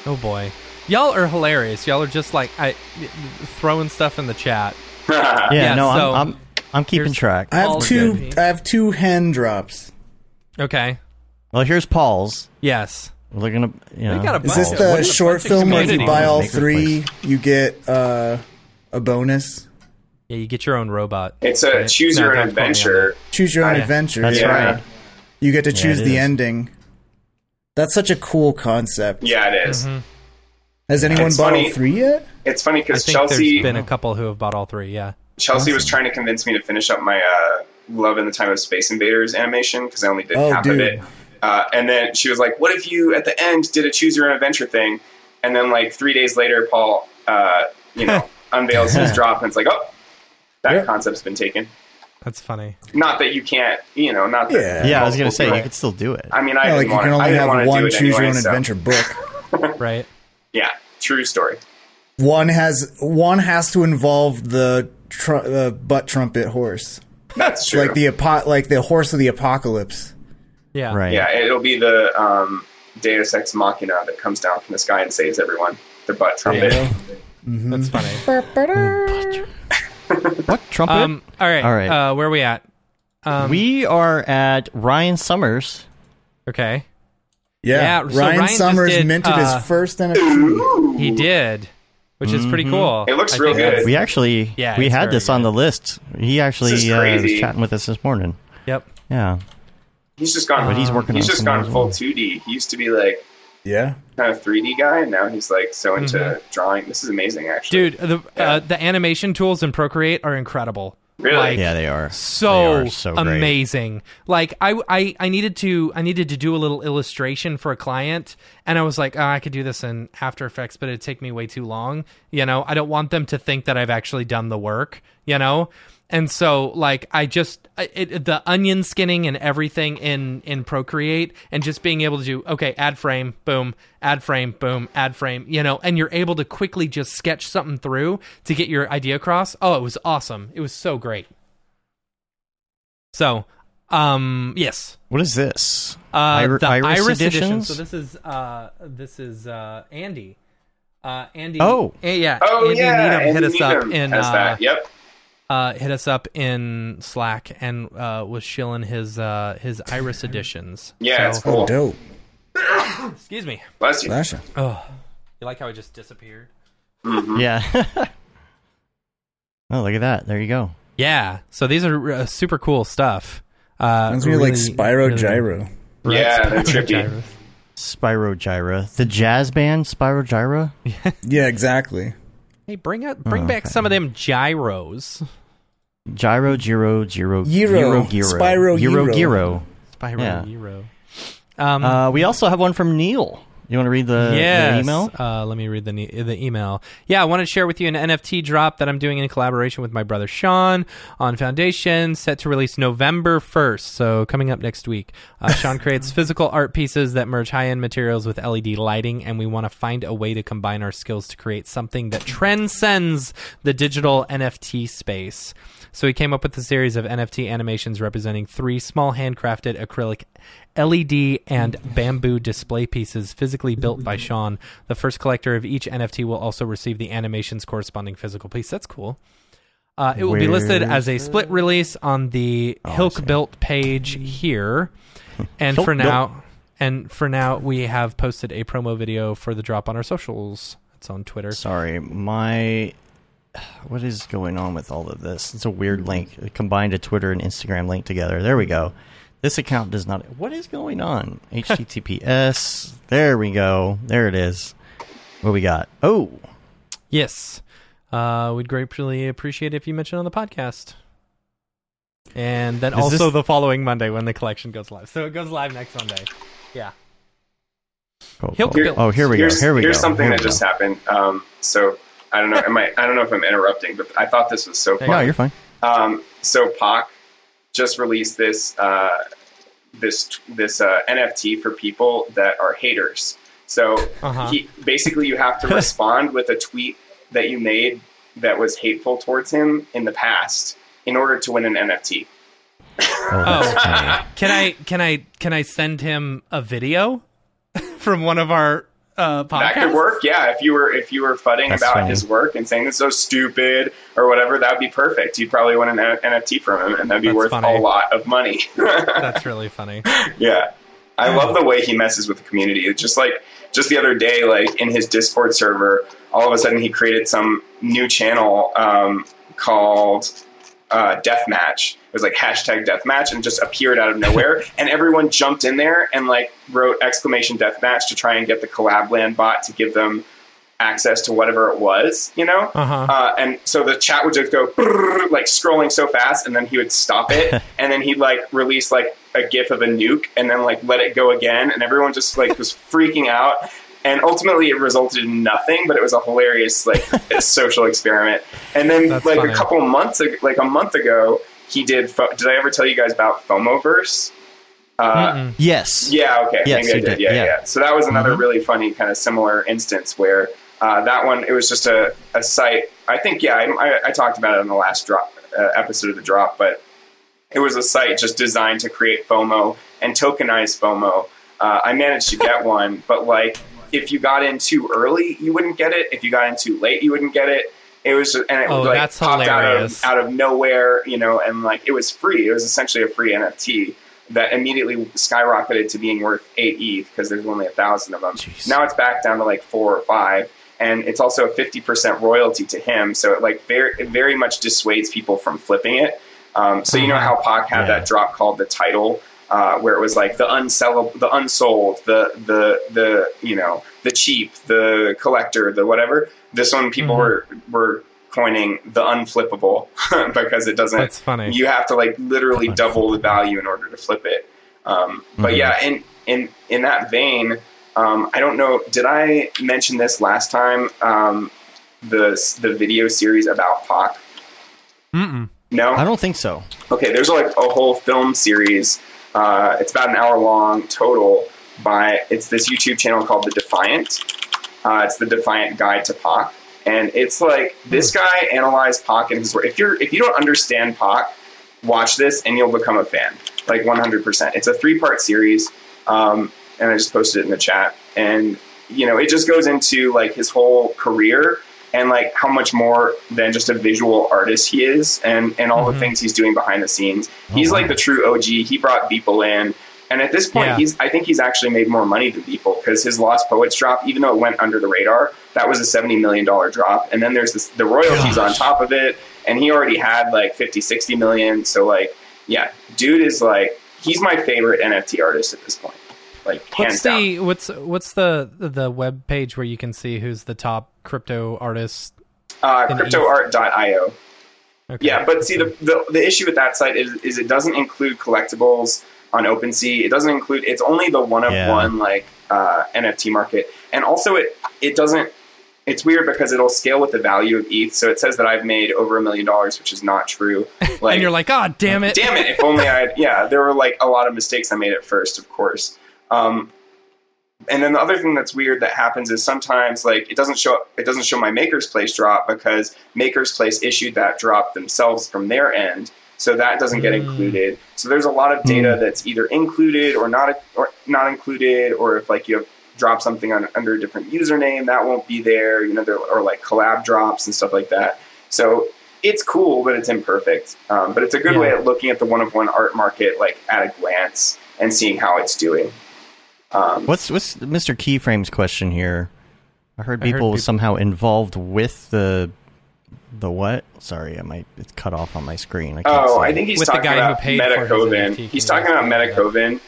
B: Oh boy, y'all are hilarious. Y'all are just like I throwing stuff in the chat.
A: Yeah, no, I'm, I'm I'm keeping
B: here's
A: track.
D: I have
B: Paul's
D: two.
B: good.
D: I have two hen drops.
B: Okay.
A: Well, here's Paul's.
B: Yes.
A: We're gonna. You know,
B: got a
D: Is this
B: Wow.
D: the
B: What a
D: short
B: bunch of
D: film where if you
B: community.
D: buy all
A: Maker
D: three, you get uh, a bonus?
B: Yeah, you get your own robot.
C: It's a
B: Right?
C: choose
B: No,
C: your own
B: don't quote me on
C: adventure.
D: Choose your own
B: Yeah.
D: adventure.
A: That's
D: yeah.
A: right.
D: You get to choose
A: it
D: the
A: is.
D: ending. That's such a cool concept.
C: Yeah, it
D: mm-hmm.
C: is.
D: Has anyone
C: It's
D: bought all
C: funny.
D: three yet?
C: It's funny
B: that. I
C: because
B: think
C: Chelsea
B: there's been a couple who have bought all three. Yeah.
C: Chelsea was trying to convince me to finish up my uh, Love in the Time of Space Invaders animation because I only did
D: Oh,
C: half
D: dude.
C: of it. Uh, and then she was like, "What if you at the end did a choose your own adventure thing?" And then like three days later, Paul, uh, you know, unveils his drop and it's like, "Oh, that
D: Yeah.
C: concept's been taken."
B: That's funny.
C: Not that you can't, you know, not that.
D: Yeah.
A: Yeah, I was gonna say you
C: Right.
A: could still do it.
C: I mean, I
D: Yeah, like
C: didn't
D: you
C: want
D: can
C: to. I
D: only
C: didn't want
D: have
C: to do
D: one
C: it
D: choose your
C: anyway,
D: own
C: so-
D: adventure book.
B: Right.
C: Yeah, true story.
D: One has one has to involve the tr- uh, butt trumpet horse,
C: That's
D: It's
C: true.
D: like the apo- like the horse of the apocalypse.
B: Yeah.
A: Right.
C: yeah, it'll be the um, Deus Ex Machina that comes down from the sky and saves everyone. The butt trumpet.
D: Mm-hmm.
B: That's funny.
A: What trumpet?
B: Um. All right.
A: All right.
B: Uh, where are we at? Um,
A: we are at Ryan Summers.
B: okay.
D: Yeah,
B: Yeah, so
D: Ryan,
B: Ryan just
D: Summers
B: did,
D: minted
B: uh,
D: his first NFT.
B: He did, which is
D: Mm-hmm.
B: pretty cool.
C: Mm-hmm. It looks
B: I
C: real
B: think that's-
C: good.
A: We actually
B: Yeah,
A: we
B: it's
A: had
B: very
A: this on the list. He actually
C: This is
A: uh, was
C: crazy.
A: chatting with us this morning.
B: Yep.
A: Yeah,
C: He's just gone.
A: But he's working
C: He's
A: on
C: just
A: some
C: gone
A: other
C: full
A: one.
C: 2D. He used to be like
D: yeah,
C: kind of 3D guy, and now he's like so into drawing. This is amazing, actually.
B: Dude, the uh, the animation tools in Procreate are incredible.
C: Really?
B: Like,
A: yeah, they are
B: so,
A: They are so great.
B: amazing. Like I, I I needed to I needed to do a little illustration for a client and I was like, oh, I could do this in After Effects, but it'd take me way too long. You know, I don't want them to think that I've actually done the work, you know? And so like I just I- it, the onion skinning and everything in in Procreate and just being able to do okay, add frame, boom, add frame, boom, add frame, you know, and you're able to quickly just sketch something through to get your idea across. Oh, it was awesome. It was so great. So, um, yes,
A: What is this?
B: uh,
A: Ir-
B: the Iris, edition.
A: editions?
B: So this is uh, this is uh, Andy. Uh, Andy.
A: Oh.
B: eh, yeah.
C: Oh
B: Andy
C: yeah,
B: Needham hit
C: Andy
B: us up
C: Needham
B: in
C: has
B: uh,
C: that. Yep.
B: uh, hit us up in Slack and uh, was shilling his uh, his Iris editions.
C: Yeah,
B: So-
C: it's
D: oh
C: cool.
D: dope,
B: excuse me.
C: Bless you.
D: Flash.
B: Oh, you like how I just disappeared? Mm-hmm.
A: Yeah. oh, look at that! There you go.
B: Yeah. So these are uh, super cool stuff. Uh,
D: Reminds me of, like
B: really-
D: Spyro
B: really-
D: Gyro.
B: Right,
C: Yeah, they're
B: Spyro
C: trippy.
B: Gyra.
A: Spyro Gyra, the jazz band Spyro Gyra.
D: Yeah, exactly.
B: Hey, bring up, bring back some of them gyros.
A: Gyro, Gyro, Gyro,
D: Gyro.
A: Gyro, Gyro,
D: Spyro
A: Gyro,
D: Gyro.
A: Gyro.
B: Spyro
A: Yeah.
B: Gyro. Um,
A: Uh, we also have one from Neil. You want to read the, the
B: yes.
A: email?
B: Uh, let me read the ne- the email. Yeah, I wanted to share with you an NFT drop that I'm doing in collaboration with my brother Sean on Foundation, set to release November 1st. So coming up next week, uh, Sean creates physical art pieces that merge high end materials with LED lighting, and we want to find a way to combine our skills to create something that transcends the digital NFT space. So he came up with a series of NFT animations representing three small handcrafted acrylic LED E and bamboo display pieces physically built by Sean. The first collector of each NFT will also receive the animation's corresponding physical piece. That's cool. Uh, it will be listed
A: Where's
B: as a split release on the Hilk Built page here. And for
A: Hilk
B: now, and for now, we have posted a promo video for the drop on our socials. It's on Twitter.
A: Sorry, my what is going on with all of this? It's a weird link. It combined a Twitter and Instagram link together. There we go. This account does not. What is going on? HTTPS. there we go. There it is. What we got? Oh,
B: Yes. Uh, we'd greatly appreciate it if you mention on the podcast. And then
A: Is
B: also
A: this-
B: the following Monday when the collection goes live. So it goes live next Monday. Yeah.
A: cool,
B: Hilk
A: cool.
B: Built.
A: oh, here we go.
C: here's,
A: Here we
C: here's
A: go.
C: something
A: Here
C: that
A: we
C: just
A: go.
C: happened. Um, so I don't know. Am I? I don't know if I'm interrupting, but I thought this was so fun.
A: No, you're fine.
C: Um, so Pac just released this uh, this this uh, NFT for people that are haters. So
B: Uh-huh.
C: he, basically, you have to respond with a tweet that you made that was hateful towards him in the past in order to win an NFT.
B: Oh, can I can I can I send him a video from one of our uh, podcasts?
C: That could work, yeah. If you were if you were fudding
A: That's
C: about
A: funny.
C: his work and saying this is so stupid or whatever, that'd be perfect. You'd probably win an N- NFT from him, and that'd be
B: That's
C: worth
B: funny.
C: a lot of money.
B: That's really funny.
C: Yeah. I love the way he messes with the community. It's just like just the other day, like in his Discord server, all of a sudden he created some new channel um, called uh, Deathmatch. It was like hashtag Deathmatch and just appeared out of nowhere. and everyone jumped in there and like wrote exclamation Deathmatch to try and get the collab land bot to give them access to whatever it was, you know?
B: Uh-huh.
C: Uh, and so the chat would just go brrrr, like scrolling so fast, and then he would stop it, and then he'd like release like a gif of a nuke, and then like let it go again, and everyone just like was freaking out. And ultimately, it resulted in nothing, but it was a hilarious like social experiment. And then
B: That's
C: like
B: funny.
C: a couple months, ag- like a month ago, he did. Fo- did I ever tell you guys about FOMOverse? Uh,
B: Mm-mm.
A: Yes.
C: yeah, okay.
A: Yes,
C: Maybe I
A: you
C: did.
A: did,
C: Yeah,
A: yeah.
C: yeah, So that was another
A: Mhm.
C: really funny kind of similar instance where uh, that one, it was just a, a site. I think, yeah, I, I, I talked about it on the last drop uh, episode of The Drop, but it was a site just designed to create FOMO and tokenize FOMO. Uh, I managed to get one, but like if you got in too early, you wouldn't get it. If you got in too late, you wouldn't get it. It was, just, and it
B: Oh,
C: like
B: that's
C: popped
B: hilarious.
C: out of out of nowhere, you know, and like it was free. It was essentially a free NFT that immediately skyrocketed to being worth eight ETH because there's only a thousand of them. Now it's back down to like four or five, and it's also a fifty percent royalty to him. So it like very it very much dissuades people from flipping it. Um, so you know how Pac had that drop called the title, uh, where it was like the unsellable, the unsold, the the the you know the cheap, the collector, the whatever. This one people were were coining the unflippable because it doesn't.
B: That's funny.
C: You have to like literally double the value in order to flip it. Um, but
B: Mm-hmm.
A: Mhm.
C: yeah, in in in that vein, um, I don't know. Did I mention this last time? Um, the the video series about Pac.
B: Mm-mm.
C: No,
A: I don't think so.
C: Okay, there's like a whole film series. Uh, it's about an hour long total. By it's this YouTube channel called The Defiant. Uh, it's the Defiant Guide to Pac, and it's like this guy analyzed Pac and his work. If you're if you don't understand Pac, watch this and you'll become a fan, like 100%. It's a three part series, um, and I just posted it in the chat. And you know, it just goes into like his whole career and like how much more than just a visual artist he is and and all the things he's doing behind the scenes. He's like the true OG. He brought Beeple in. And at this point,
B: Yeah.
C: he's I think he's actually made more money than Beeple because his Lost Poets drop, even though it went under the radar, that was a seventy million dollar drop. And then there's this, the royalties on top of it, and he already had like 50, 60 million. So like, yeah, dude is like he's my favorite NFT artist at this point, like hands
B: What's
C: down.
B: the what's what's the the web page where you can see who's the top crypto artist?
C: Uh,
B: in ETH?
C: CryptoArt.io.
B: Okay.
C: Yeah, but see, the, the, the issue with that site is, is it doesn't include collectibles on OpenSea. It doesn't include. It's only the one of
A: Yeah.
C: one like uh, NFT market, and also it it doesn't. It's weird because it'll scale with the value of ETH. So it says that I've made over a million dollars, which is not true. Like,
B: and you're like, God damn it!
C: damn it if only i had yeah there were like a lot of mistakes i made at first of course um, and then the other thing that's weird that happens is sometimes like it doesn't show it doesn't show my maker's place drop because maker's place issued that drop themselves from their end So that doesn't get included. So there's a lot of data that's either included or not or not included, or if like you have drop something on, under a different username, that won't be there. You know, there or like collab drops and stuff like that. So it's cool, but it's imperfect. Um, but it's a good way at looking at the one of one art market like at a glance and seeing how it's doing. Um,
A: what's what's Mr. Keyframe's question here? I heard
C: I heard
A: people
C: peop-
A: somehow involved with the the what? Sorry, I might it's cut off on my screen. I can't
C: oh,
A: see.
C: I think he's talking about Metacoven. He's talking about Metacoven.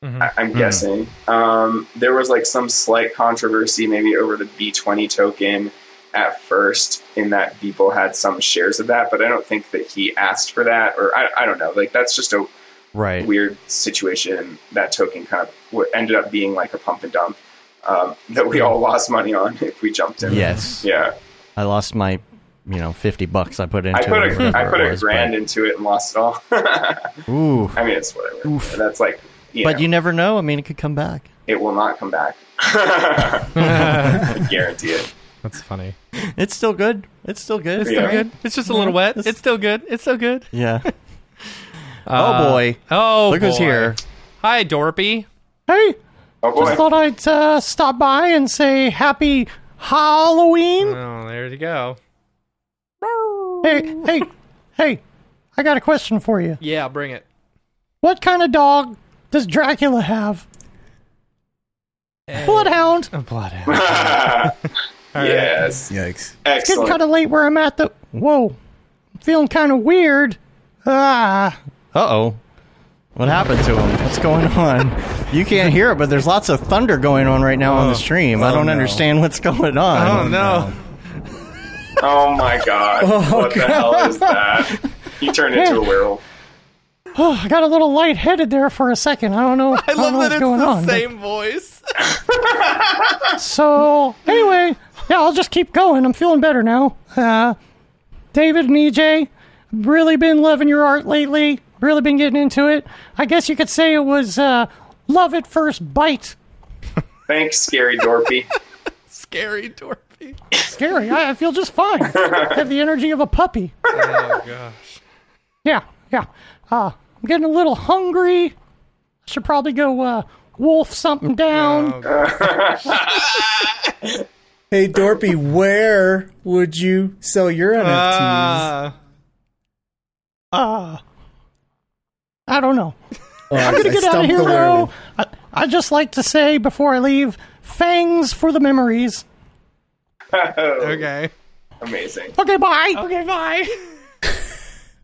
C: I- I'm
A: Mhm.
C: guessing um, there was like some slight controversy, maybe over the B20 token at first, in that people had some shares of that, but I don't think that he asked for that, or I, I don't know. Like that's just a
A: right.
C: weird situation. That token kind of w- ended up being like a pump and dump um, that we all lost money on if we jumped in.
A: Yes.
C: Yeah.
A: I lost my you know fifty bucks I put into
C: I put
A: it.
C: a,
A: or
C: I
A: whatever
C: put
A: it
C: a
A: was,
C: grand into it and lost it all.
A: but, ooh.
C: I mean, it's whatever.
A: Oof.
C: That's like, you
A: but
C: know,
A: you never know. I mean, it could come back.
C: it will not come back. I guarantee it.
B: That's funny.
A: It's still good. It's still good.
B: It's still good. It's just a little wet. It's still good. It's still good.
A: Yeah.
B: Uh,
A: oh boy.
B: Oh,
A: look who's
B: boy.
A: here.
B: Hi, Dorpy.
O: Hey,
C: Oh
O: just thought I'd uh, stop by and say happy Halloween.
B: Oh, there you go.
O: Hey, hey, hey, I got a question for you.
B: Yeah, bring it.
O: What kind of dog does Dracula have?
B: Eh,
O: Bloodhound.
C: yes.
D: Yikes.
O: It's getting kind of late where I'm at. The whoa, I'm feeling kind of weird. Ah,
A: Uh oh. What happened to him? What's going on? You can't hear it, but there's lots of thunder going on right now on the stream. I
C: Oh,
A: don't
C: no.
A: understand what's going on.
B: Oh, no.
C: Oh my god.
O: Oh,
C: what the hell is that? You turned into a werewolf.
O: oh, I got a little lightheaded there for a second. I don't know. I, don't
B: love that
O: know what's
B: it's
O: going
B: the
O: on, but-
B: same voice.
O: so anyway, yeah, I'll just keep going. I'm feeling better now. Uh, David and EJ, really been loving your art lately. Really been getting into it. I guess you could say it was uh, love at first bite.
C: Thanks, Scary Dorpy.
B: Scary Dorpy.
O: Scary. I, I feel just fine. Have the energy of a puppy.
B: Oh gosh.
O: Yeah, yeah. Uh, I'm getting a little hungry. Should probably go uh, wolf something down.
D: Hey, Dorpy, where would you sell your NFTs?
B: Uh,
A: Ah.
O: Uh, I don't know.
D: Oh,
O: I'm gonna
D: I
O: get out of
D: stumped
O: here
D: the
O: though.
D: werewolf.
O: I, I just like to say before I leave, fangs for the memories.
B: okay.
C: Amazing.
O: Okay, bye.
B: Okay, bye.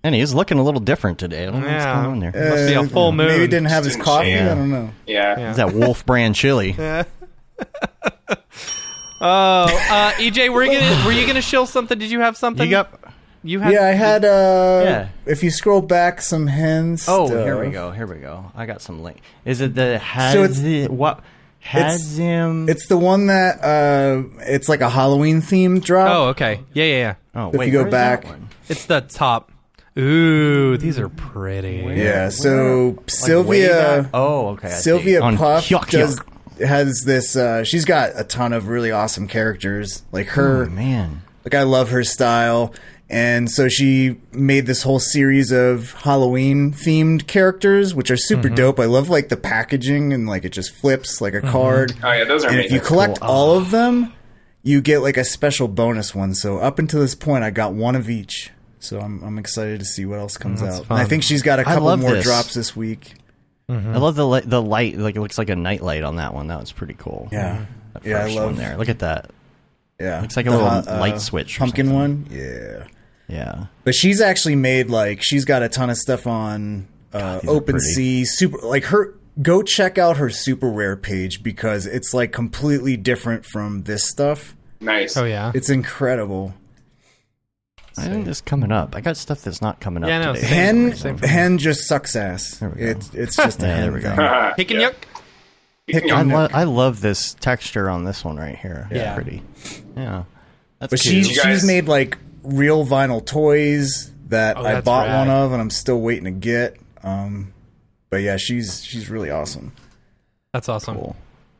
A: And he's looking a little different today. I don't know what's
B: Yeah.
A: going on there.
B: Must be a full moon.
D: Uh, Maybe he didn't have his
C: Didn't
D: coffee.
A: shave.
D: I don't know.
C: Yeah.
A: It's that Wolf brand chili.
B: Oh, uh, EJ, were you gonna were you gonna shill something? Did you have something?
A: You got.
B: You had.
D: Yeah, I had. Uh,
A: Yeah.
D: If you scroll back, some hens.
A: Oh, here we go. Here we go. I got some link. Is it the has
D: uh, So it's-
A: what has him?
D: It's the one that uh, it's like a Halloween themed drop.
B: Oh, okay. Yeah, yeah, yeah.
A: oh,
D: if
A: wait,
D: you go
A: where is that
D: back-
A: one?
B: It's the top. Ooh, these are pretty.
D: Yeah, so
A: Like, way
D: Sylvia
A: back? Oh, okay. I see.
D: Sylvia
A: On
D: Puff
A: Hyuk Hyuk.
D: does, has this. Uh, she's got a ton of really awesome characters. Like her,
A: Oh, man.
D: like I love her style, and so she made this whole series of Halloween themed characters, which are super
A: Mm-hmm.
D: dope. I love like the packaging and like it just flips like a card.
C: Oh yeah, those are
D: And if
C: amazing.
D: you collect
A: Ah.
D: all of them, you get like a special bonus one. So up until this point, I got one of each. So I'm, I'm excited to see what else comes out. And I
B: fun.
D: think she's got a
A: I
D: couple
A: love
D: more
A: this.
D: drops this week.
A: I love the li- the light. Like it looks like a nightlight on that one. That was pretty cool.
D: Yeah,
A: That
D: yeah, I
A: first
D: love
A: one there. Look at that.
D: Yeah, uh,
A: Looks like a little light switch or
D: pumpkin
A: something.
D: one. Yeah,
A: Yeah.
D: but she's actually made like she's got a ton of stuff on uh,
A: these are
D: OpenSea. Super like her. Go check out her super rare page because it's like completely different from this stuff.
C: nice.
B: Oh yeah.
D: It's incredible.
A: I think this coming up. I got stuff that's not coming up
B: Yeah, I know.
A: today.
B: Same
D: Hen,
B: for me, same for me.
D: hen just sucks ass.
A: we go.
D: It's it's just a
A: Yeah,
D: hen
A: there we go.
D: thing.
B: Hick and
C: Yeah.
B: yuck.
A: I, lo-
D: Nook.
A: I love this texture on this one right here. It's
B: Yeah.
A: pretty. Yeah. That's
D: But she,
A: cute.
C: You guys-
D: she's made like real vinyl toys that I
B: Oh, that's
D: bought
B: rad.
D: one of and I'm still waiting to get. Um, but yeah, she's she's really awesome.
B: That's awesome.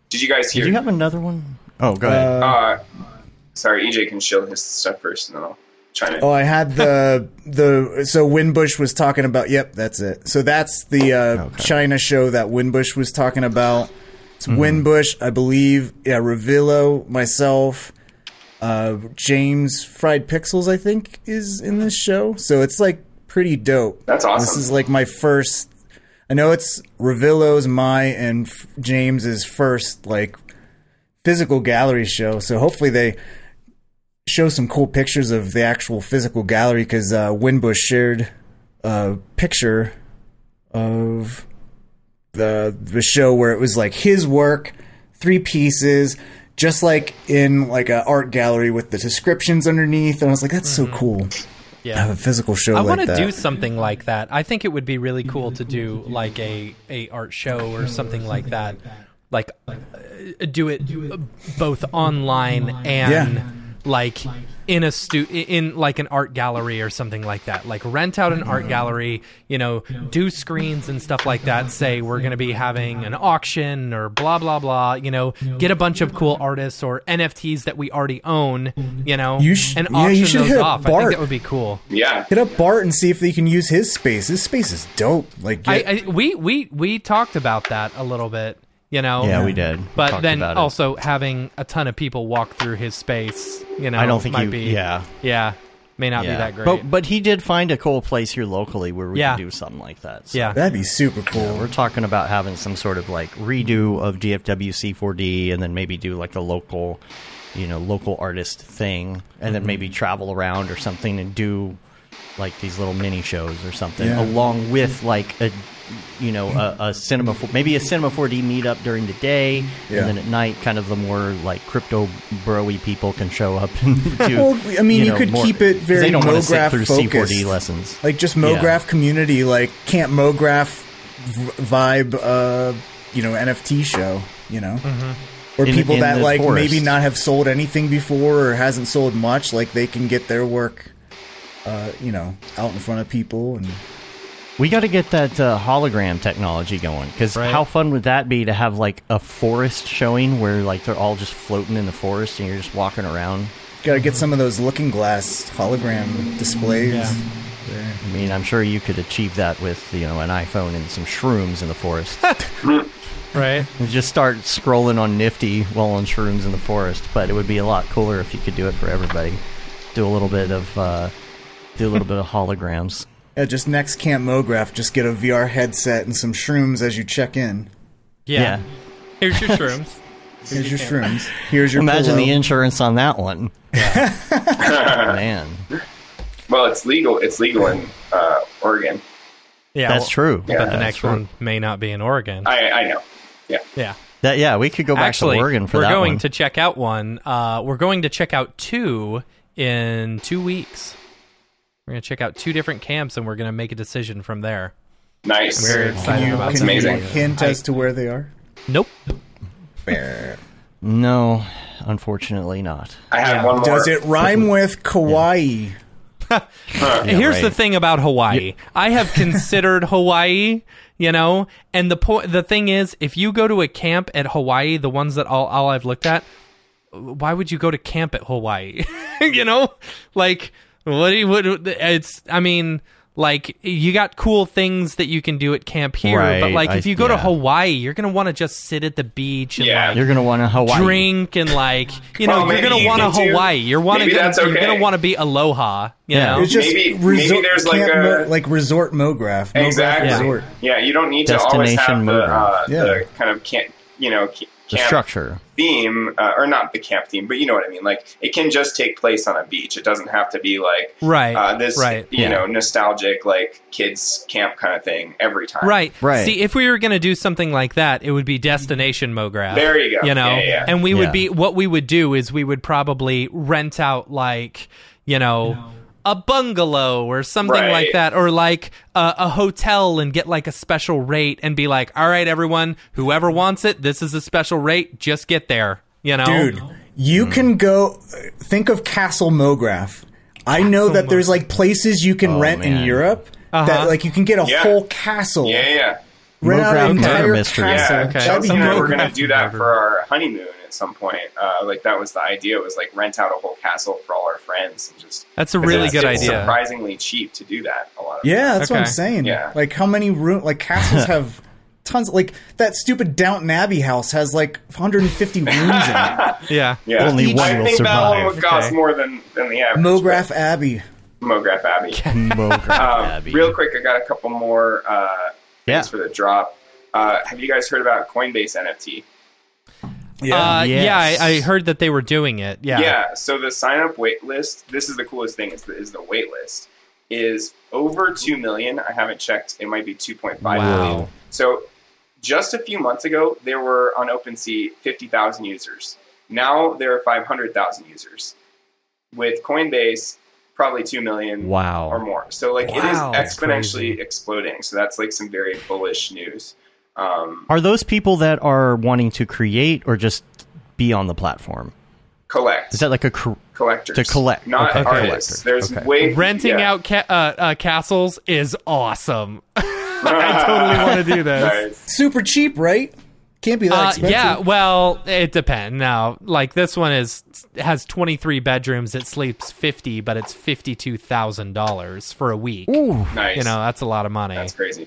C: Did you guys
A: Did you
C: hear?
A: have another one? Oh, go ahead.
C: E uh, sorry, EJ can show his stuff first, and then I'll. trying to.
D: Oh, I had the the so Winbush was talking about. Yep, that's it. So that's the uh, China show that Winbush was talking about. It's
P: Mhm.
D: Winbush, I believe. Yeah, Revillo, myself, uh, James Fried Pixels, I think, is in this show. So it's like pretty dope.
C: That's awesome.
D: This is like my first. I know it's Revillo's, my, and F- James's first like physical gallery show. So hopefully they show some cool pictures of the actual physical gallery because uh, Winbush shared a picture of the the show where it was like his work, three pieces, just like in like an art gallery with the descriptions underneath, and I was like, that's so cool.
B: Mm-hmm. Yeah.
D: to have a physical show
B: I
D: like
B: wanna
D: that.
B: do something like that. I think it would be really cool to do like a a art show or something like that. Like uh, do it uh, both online and
D: Yeah.
B: like in a stu in like an art gallery or something like that. Like rent out an art gallery, you know, do screens and stuff like that. Say we're going to be having an auction or blah blah blah, you know, get a bunch of cool artists or NFTs that we already own, you know,
D: You sh-
B: and
D: yeah, you
B: auction
D: should
B: those
D: hit up
B: off. I think
D: Bart.
B: that would be cool.
C: Yeah.
D: Hit up Bart and see if they can use his space. His space is dope. Like, get,
B: I, I we we we talked about that a little bit, you know.
A: Yeah, we did.
B: But
A: Talked
B: then
A: about it.
B: also having a ton of people walk through his space, you know,
A: I don't think
B: might
A: you-
B: be
A: yeah.
B: yeah may not be that great.
A: But but he did find a cool place here locally where we
B: Yeah.
A: could do something like that.
B: Yeah.
D: that'd be super cool.
A: Yeah, we're talking about having some sort of like redo of GFWC 4D, and then maybe do like a local, you know, local artist thing, and
D: Mm-hmm.
A: then
P: Mhm.
A: maybe travel around or something and do like these little mini shows or something,
P: Yeah.
A: along with like a, you know, a, a cinema fo- maybe a cinema 4D meetup during the day,
D: Yeah.
A: and then at night, kind of the more like crypto broy people can show up and do.
D: well, I mean, you,
A: know,
D: could
A: more-
D: keep it
A: 'cause
D: very
A: they don't wanna sit
D: MoGraph
A: through
D: focused.
A: C4D lessons,
D: Like just
A: Yeah.
D: MoGraph community, like can't MoGraph v- vibe, uh, you know, NFT show, you know,
A: Mm-hmm.
D: or
A: In-
D: people
A: in
D: that
A: the
D: like
A: forest.
D: maybe not have sold anything before or hasn't sold much, like they can get their work, uh, you know, out in front of people and.
A: We got to get that uh, hologram technology going because how fun would that be to have like a forest showing where like they're all just floating in the forest and you're just walking around?
D: Gotta get some of those looking glass hologram displays.
A: Mm-hmm. Yeah.
D: Yeah.
A: I mean, I'm sure you could achieve that with you know an iPhone and some shrooms in the forest.
B: right.
A: And just start scrolling on Nifty while on shrooms in the forest, but it would be a lot cooler if you could do it for everybody. Do a little bit of uh, do a little bit of holograms.
D: Yeah, just next Camp MoGraph, just get a VR headset and some shrooms as you check in.
A: Yeah.
B: Here's your shrooms.
D: Here's your shrooms. Here's your
A: Imagine
D: pillow.
A: the insurance on that one. Man.
C: Well, it's legal. It's legal in uh, Oregon.
B: Yeah,
A: That's true.
B: But
A: Yeah,
B: the
A: that's
B: next
A: true.
B: one may not be in Oregon.
C: I, I know. Yeah.
B: Yeah.
A: That yeah, we could go back
B: Actually,
A: to Oregon for
B: we're
A: that
B: going
A: one.
B: to check out one. Uh, we're going to check out two in two weeks. We're going to check out two different camps, and we're going to make a decision from there.
C: Nice.
B: I'm very
C: Can
B: excited
C: you-
B: about
C: can
B: that.
C: you
D: Like, hint
B: I-
D: as to where they are.
B: Nope.
A: No, unfortunately not.
C: I have
A: one more.
D: Does it rhyme with Kawaii?
B: Here's
A: right.
B: the thing about Hawaii. I have considered Hawaii, you know, and the point the thing is if you go to a camp at Hawaii, the ones that all, all I've looked at, why would you go to camp at Hawaii? you know? Like what do you what it's I mean like you got cool things that you can do at camp here, but
A: Right,
B: like
A: I-
B: if you go to
A: yeah.
B: Hawaii, you're gonna want to just sit at the beach and like
A: You're gonna want to Hawaii.
B: drink and like you know
C: Well,
B: you're gonna
C: maybe
B: want to
C: you need to.
B: Hawaii. You're wanna
C: Maybe
B: gonna,
C: that's
B: you're gonna
C: okay.
B: want to be aloha. You
A: Yeah.
B: know,
D: It's just
C: Maybe- maybe
D: resort,
C: there's like
D: Camp
C: a-
D: Mo- like resort MoGraph. MoGraph
C: Exactly.
D: Resort.
C: Yeah, you don't need to always have
A: Destination
C: the, uh,
D: Yeah.
C: the kind of camp, you know, ca-
A: the
C: camp
A: structure.
C: theme, uh, or not the camp theme, but you know what I mean. Like, it can just take place on a beach. It doesn't have to be like
B: Right,
C: uh, this,
B: right.
C: you
B: Yeah.
C: know, nostalgic like kids camp kind of thing every time.
B: Right.
A: Right.
B: See, if we were going to do something like that, it would be destination MoGraph.
C: There you go.
B: You know,
C: Yeah, yeah.
B: and we
A: Yeah.
B: would be what we would do is we would probably rent out like you know. A bungalow or something
C: Right.
B: like that, or like a, a hotel and get like a special rate and be like, all right, everyone, whoever wants it, this is a special rate. Just get there, you know?
D: Dude,
B: Hmm.
D: you can go. uh, Think of Castle MoGraph. I know that there's
B: Oh,
D: like places you can rent in
A: man.
D: Europe
B: Uh-huh.
D: that like you can get a
C: Yeah.
D: whole castle
C: Yeah, yeah.
D: Rent out an entire castle.
C: Yeah,
D: That'd
C: Chelsea
D: be
C: and I
D: great.
C: were going to do that for our honeymoon at some point. Uh, like that was the idea was like rent out a whole castle for all our friends and just.
B: That's a
C: 'cause
B: really
C: it's
B: good
C: still
B: idea.
C: Surprisingly cheap to do that. A lot of
D: Yeah, that's what I'm
C: Okay.
D: saying.
C: Yeah.
D: Like how many room like castles have tons like that stupid Downton Abbey house has like 150 rooms in it.
B: Yeah.
C: yeah.
D: Only
C: I
D: one will
C: think that one would
D: survive.
C: cost
D: Okay.
C: more than than the average.
D: Mograph Abbey.
C: Mograph Abbey.
D: Mograph
C: um, Real quick, I got a couple more uh,
A: Yeah.
C: things for the drop. Uh, have you guys heard about Coinbase NFT?
B: Yeah, uh, yeah.
C: Yes.
B: I, I heard that they were doing it. Yeah,
C: So the sign up wait list. This is the coolest thing. Is the, is the wait list is over two million. I haven't checked. It might be two point five million.
B: Wow.
C: So just a few months ago, there were on OpenSea fifty thousand users. Now there are five hundred thousand users. With Coinbase, probably two million.
A: Wow.
C: Or more. So like
A: Wow.
C: it is
A: That's
C: exponentially exploding. So that's like some very bullish news. Um,
A: Are those people that are wanting to create or just be on the platform?
C: collect
A: Is that like a cr-
C: collectors
A: to collect?
C: not
A: Okay.
C: artists. There's
A: Okay.
C: way
B: renting
C: yeah.
B: out ca- uh, uh, castles is awesome. I totally want to do this.
D: Super cheap, right? Can't be that
B: Uh,
D: expensive.
B: yeah, well, it depends. Now, like this one is has twenty three bedrooms. It sleeps fifty, but it's fifty two thousand dollars for a week.
A: Ooh.
C: Nice.
B: You know, that's a lot of money. That's
C: crazy.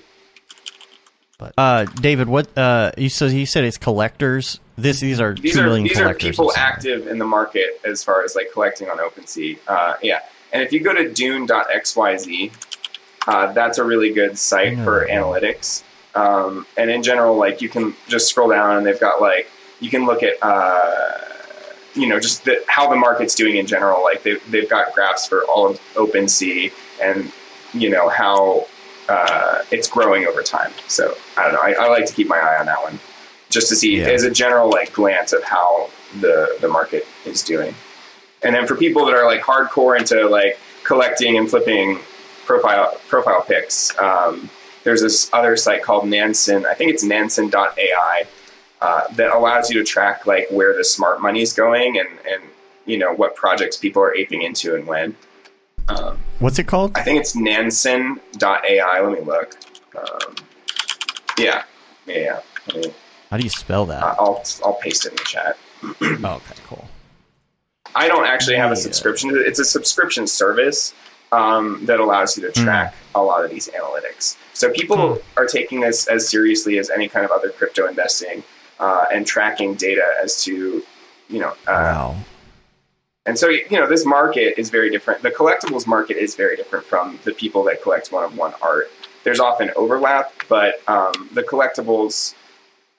A: Uh, David, what uh, you so you said it's collectors. This these are
C: these
A: two
C: are
A: million
C: these are
A: collectors.
C: people active in the market as far as like collecting on OpenSea. Uh, yeah, and if you go to Dune.xyz, uh, that's a really good site for analytics. Um, and in general, like you can just scroll down and they've got like you can look at uh, you know just the, how the market's doing in general. Like they've they've got graphs for all of OpenSea and you know how. Uh, it's growing over time, so I don't know. I, I like to keep my eye on that one just to see as a general like glance of how the the market is doing. And then for people that are like hardcore into like collecting and flipping profile profile pics, um, there's this other site called Nansen. I think it's Nansen.ai uh, that allows you to track like where the smart money's going and and you know what projects people are aping into and when. Um,
A: What's it called?
C: I think it's Nansen.ai. Let me look. Um, yeah, yeah. yeah. Let me-
A: How do you spell that? Oh,
C: uh, I'll I'll paste it in the chat.
A: okay, cool.
C: I don't actually have a subscription. to it. It's a subscription service um, that allows you to track a lot of these analytics. So people are taking this as seriously as any kind of other crypto investing uh, and tracking data as to you know. Uh, And so you know this market is very different. The collectibles market is very different from the people that collect one of one art. There's often overlap, but um, the collectibles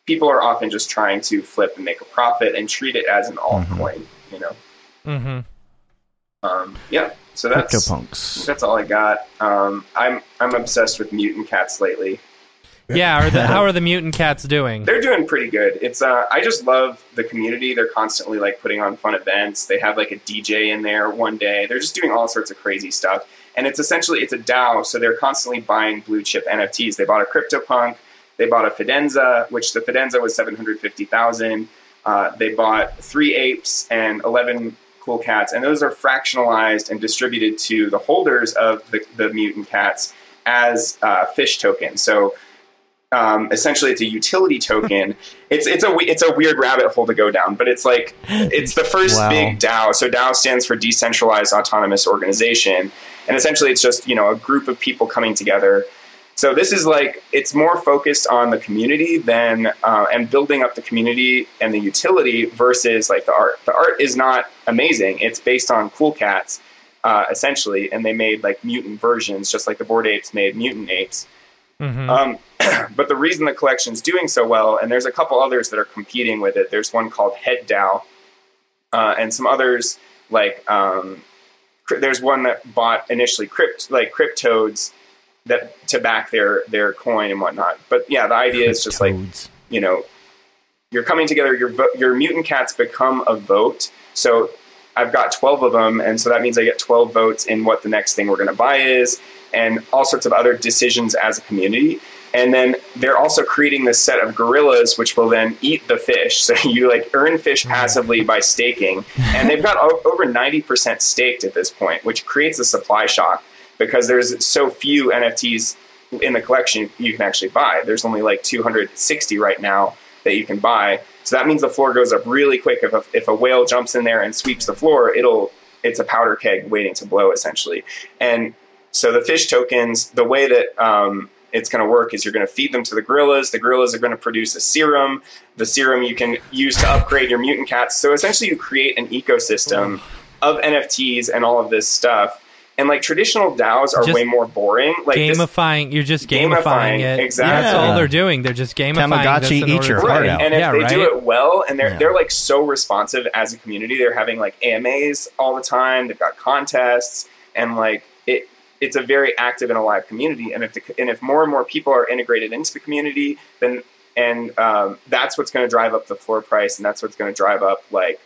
C: people are often just trying to flip and make a profit and treat it as an altcoin. You know.
B: Mm-hmm.
C: Um, yeah, so that's
A: CryptoPunks.
C: That's all I got. Um, I'm I'm obsessed with mutant cats lately.
B: Yeah. Are the, how are the mutant cats doing?
C: They're doing pretty good. It's uh, I just love the community. They're constantly like putting on fun events. They have like a DJ in there one day. They're just doing all sorts of crazy stuff. And it's essentially it's a DAO, so they're constantly buying blue chip NFTs. They bought a CryptoPunk. They bought a Fidenza, which the Fidenza was seven hundred fifty thousand. Uh, they bought three apes and eleven cool cats, and those are fractionalized and distributed to the holders of the, the mutant cats as uh, fish tokens. So um, essentially it's a utility token. it's it's a we- it's a weird rabbit hole to go down, but it's like it's the first
A: Wow.
C: big DAO. So DAO stands for decentralized autonomous organization, and essentially it's just you know a group of people coming together. So this is like it's more focused on the community than uh, and building up the community and the utility versus like the art. The art is not amazing. It's based on cool cats, uh, essentially, and they made like mutant versions, just like the board apes made mutant apes.
O: Mm-hmm.
C: Um, but the reason the collection's doing so well, and there's a couple others that are competing with it. There's one called Head Dow, uh, and some others like um, cr- there's one that bought initially crypt like cryptodes that to back their their coin and whatnot. But yeah, the idea is just like you know you're coming together. Your vo- your mutant cats become a vote. So I've got 12 of them, and so that means I get 12 votes in what the next thing we're going to buy is, and all sorts of other decisions as a community. And then they're also creating this set of gorillas, which will then eat the fish. So you like earn fish passively by staking, and they've got o- over 90% staked at this point, which creates a supply shock because there's so few NFTs in the collection you can actually buy. There's only like 260 right now that you can buy. So that means the floor goes up really quick. If a, if a whale jumps in there and sweeps the floor, it'll it's a powder keg waiting to blow essentially. And so the fish tokens, the way that um, it's going to work is you're going to feed them to the gorillas. The gorillas are going to produce a serum. The serum you can use to upgrade your mutant cats. So essentially, you create an ecosystem of NFTs and all of this stuff. And like traditional DAOs are
B: Just
C: way more boring. Like this-
B: gamifying. You're just
C: Gamifying,
B: gamifying, it.
C: exactly.
B: That's all they're doing. They're just gamifying. this in order to-
C: Right, And if
B: yeah,
C: they
B: right?
C: do it well, and they're they're like so responsive as a community, they're having like AMAs all the time. They've got contests, and like it, it's a very active and alive community. And if the, and if more and more people are integrated into the community, then and um, that's what's going to drive up the floor price, and that's what's going to drive up like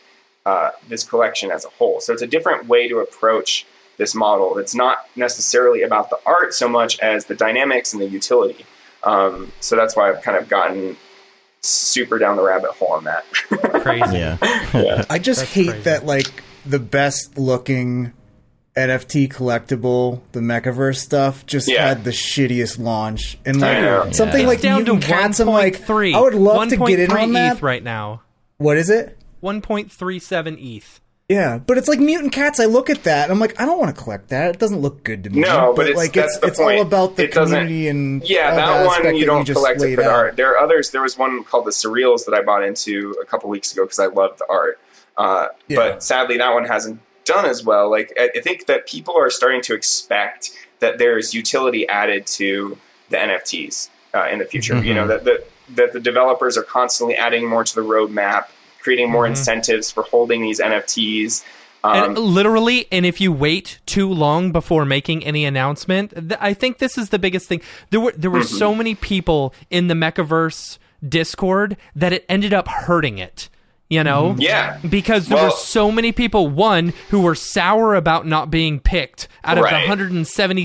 C: uh, this collection as a whole. So it's a different way to approach this model. It's not necessarily about the art so much as the dynamics and the utility. Um, so that's why I've kind of gotten super down the rabbit hole on that.
B: Crazy.
A: yeah.
D: I just hate that like the best looking NFT collectible, the Mechaverse stuff, just had the shittiest launch and like
B: I know.
D: something
B: It's
D: like
B: down
D: Mutant
B: to
D: Cats. I'm like,
B: 1.3.
D: I would love to get in
B: 1.3
D: on that.
B: ETH E right now.
D: What is it?
B: 1.37 ETH.
D: Yeah, but it's like Mutant Cats. I look at that, and I'm like, I don't want to collect that. It doesn't look good to me.
C: No, but it's-
D: like
C: that's
D: it's
C: the
D: it's
C: point.
D: all about the
C: It doesn't-
D: community and
C: yeah,
D: all
C: that
D: the
C: one
D: aspect
C: you don't
D: just
C: collect it
D: laid
C: for the
D: out.
C: art. There are others. There was one called the Surreals that I bought into a couple weeks ago because I loved the art. Uh, But sadly, that one hasn't done as well. Like I I think that people are starting to expect that there's utility added to the NFTs uh, in the future. You know
P: Mhm.
C: that the that the developers are constantly adding more to the roadmap, creating more incentives for holding these NFTs. Um,
B: and literally, and if you wait too long before making any announcement, th- I think this is the biggest thing. There were there were
C: Mm-hmm.
B: so many people in the Mechaverse Discord that it ended up hurting it. You know,
C: Mhm. Yeah.
B: because there were
C: Well-
B: so many people. One who were sour about not being picked out of the
C: Right.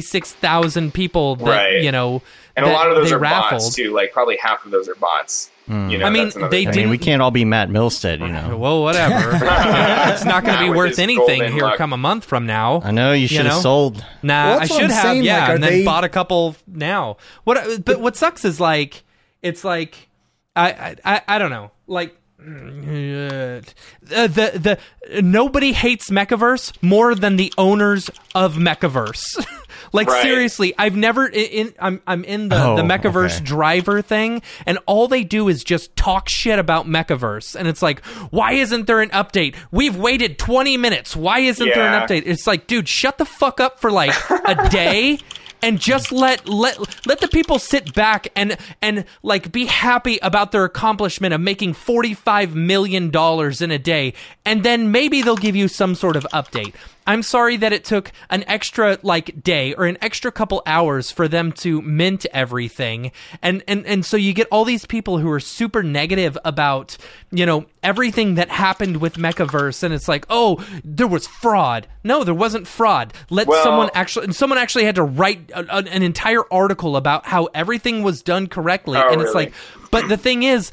B: 176,000 people that
C: Right.
B: you know,
C: and a
B: that
C: lot of those
B: they
C: are
B: raffled.
C: bots too. Like probably half of those are bots.
A: Hmm.
C: You know,
B: I mean,
C: that's another
B: they
A: I
C: thing.
A: mean, we can't all be Matt Milstead, you know.
B: Well, whatever. it's not going
C: Not
B: to be
C: with
B: worth
C: his
B: anything
C: golden
B: here
C: luck.
B: come a month from now.
A: I know you should have
B: know?
A: sold.
B: Nah,
A: Well,
B: I
A: that's what
B: should
A: I'm
B: have.
A: saying,
B: yeah,
A: like, are
B: and then
A: they-
B: bought a couple now. What? But what sucks is like it's like I I I, I don't know. Like uh, the the nobody hates Mechaverse more than the owners of Mechaverse. like
P: Right.
B: seriously, I've never in, in I'm I'm in the
P: Oh,
B: the Mechaverse
P: okay.
B: driver thing, and all they do is just talk shit about Mechaverse, and it's like, why isn't there an update? We've waited 20 minutes. Why isn't there an
P: Yeah.
B: update? It's like, dude, shut the fuck up for like a day. And just let let let the people sit back and and like be happy about their accomplishment of making forty five million dollars in a day, and then maybe they'll give you some sort of update. I'm sorry that it took an extra like day or an extra couple hours for them to mint everything. And and and so you get all these people who are super negative about, you know, everything that happened with Mechaverse and it's like, "Oh, there was fraud." No, there wasn't fraud. Let
P: Well-
B: someone actually and someone actually had to write a, a- an entire article about how everything was done correctly
C: Oh,
B: and it's
C: really?
B: like but the thing is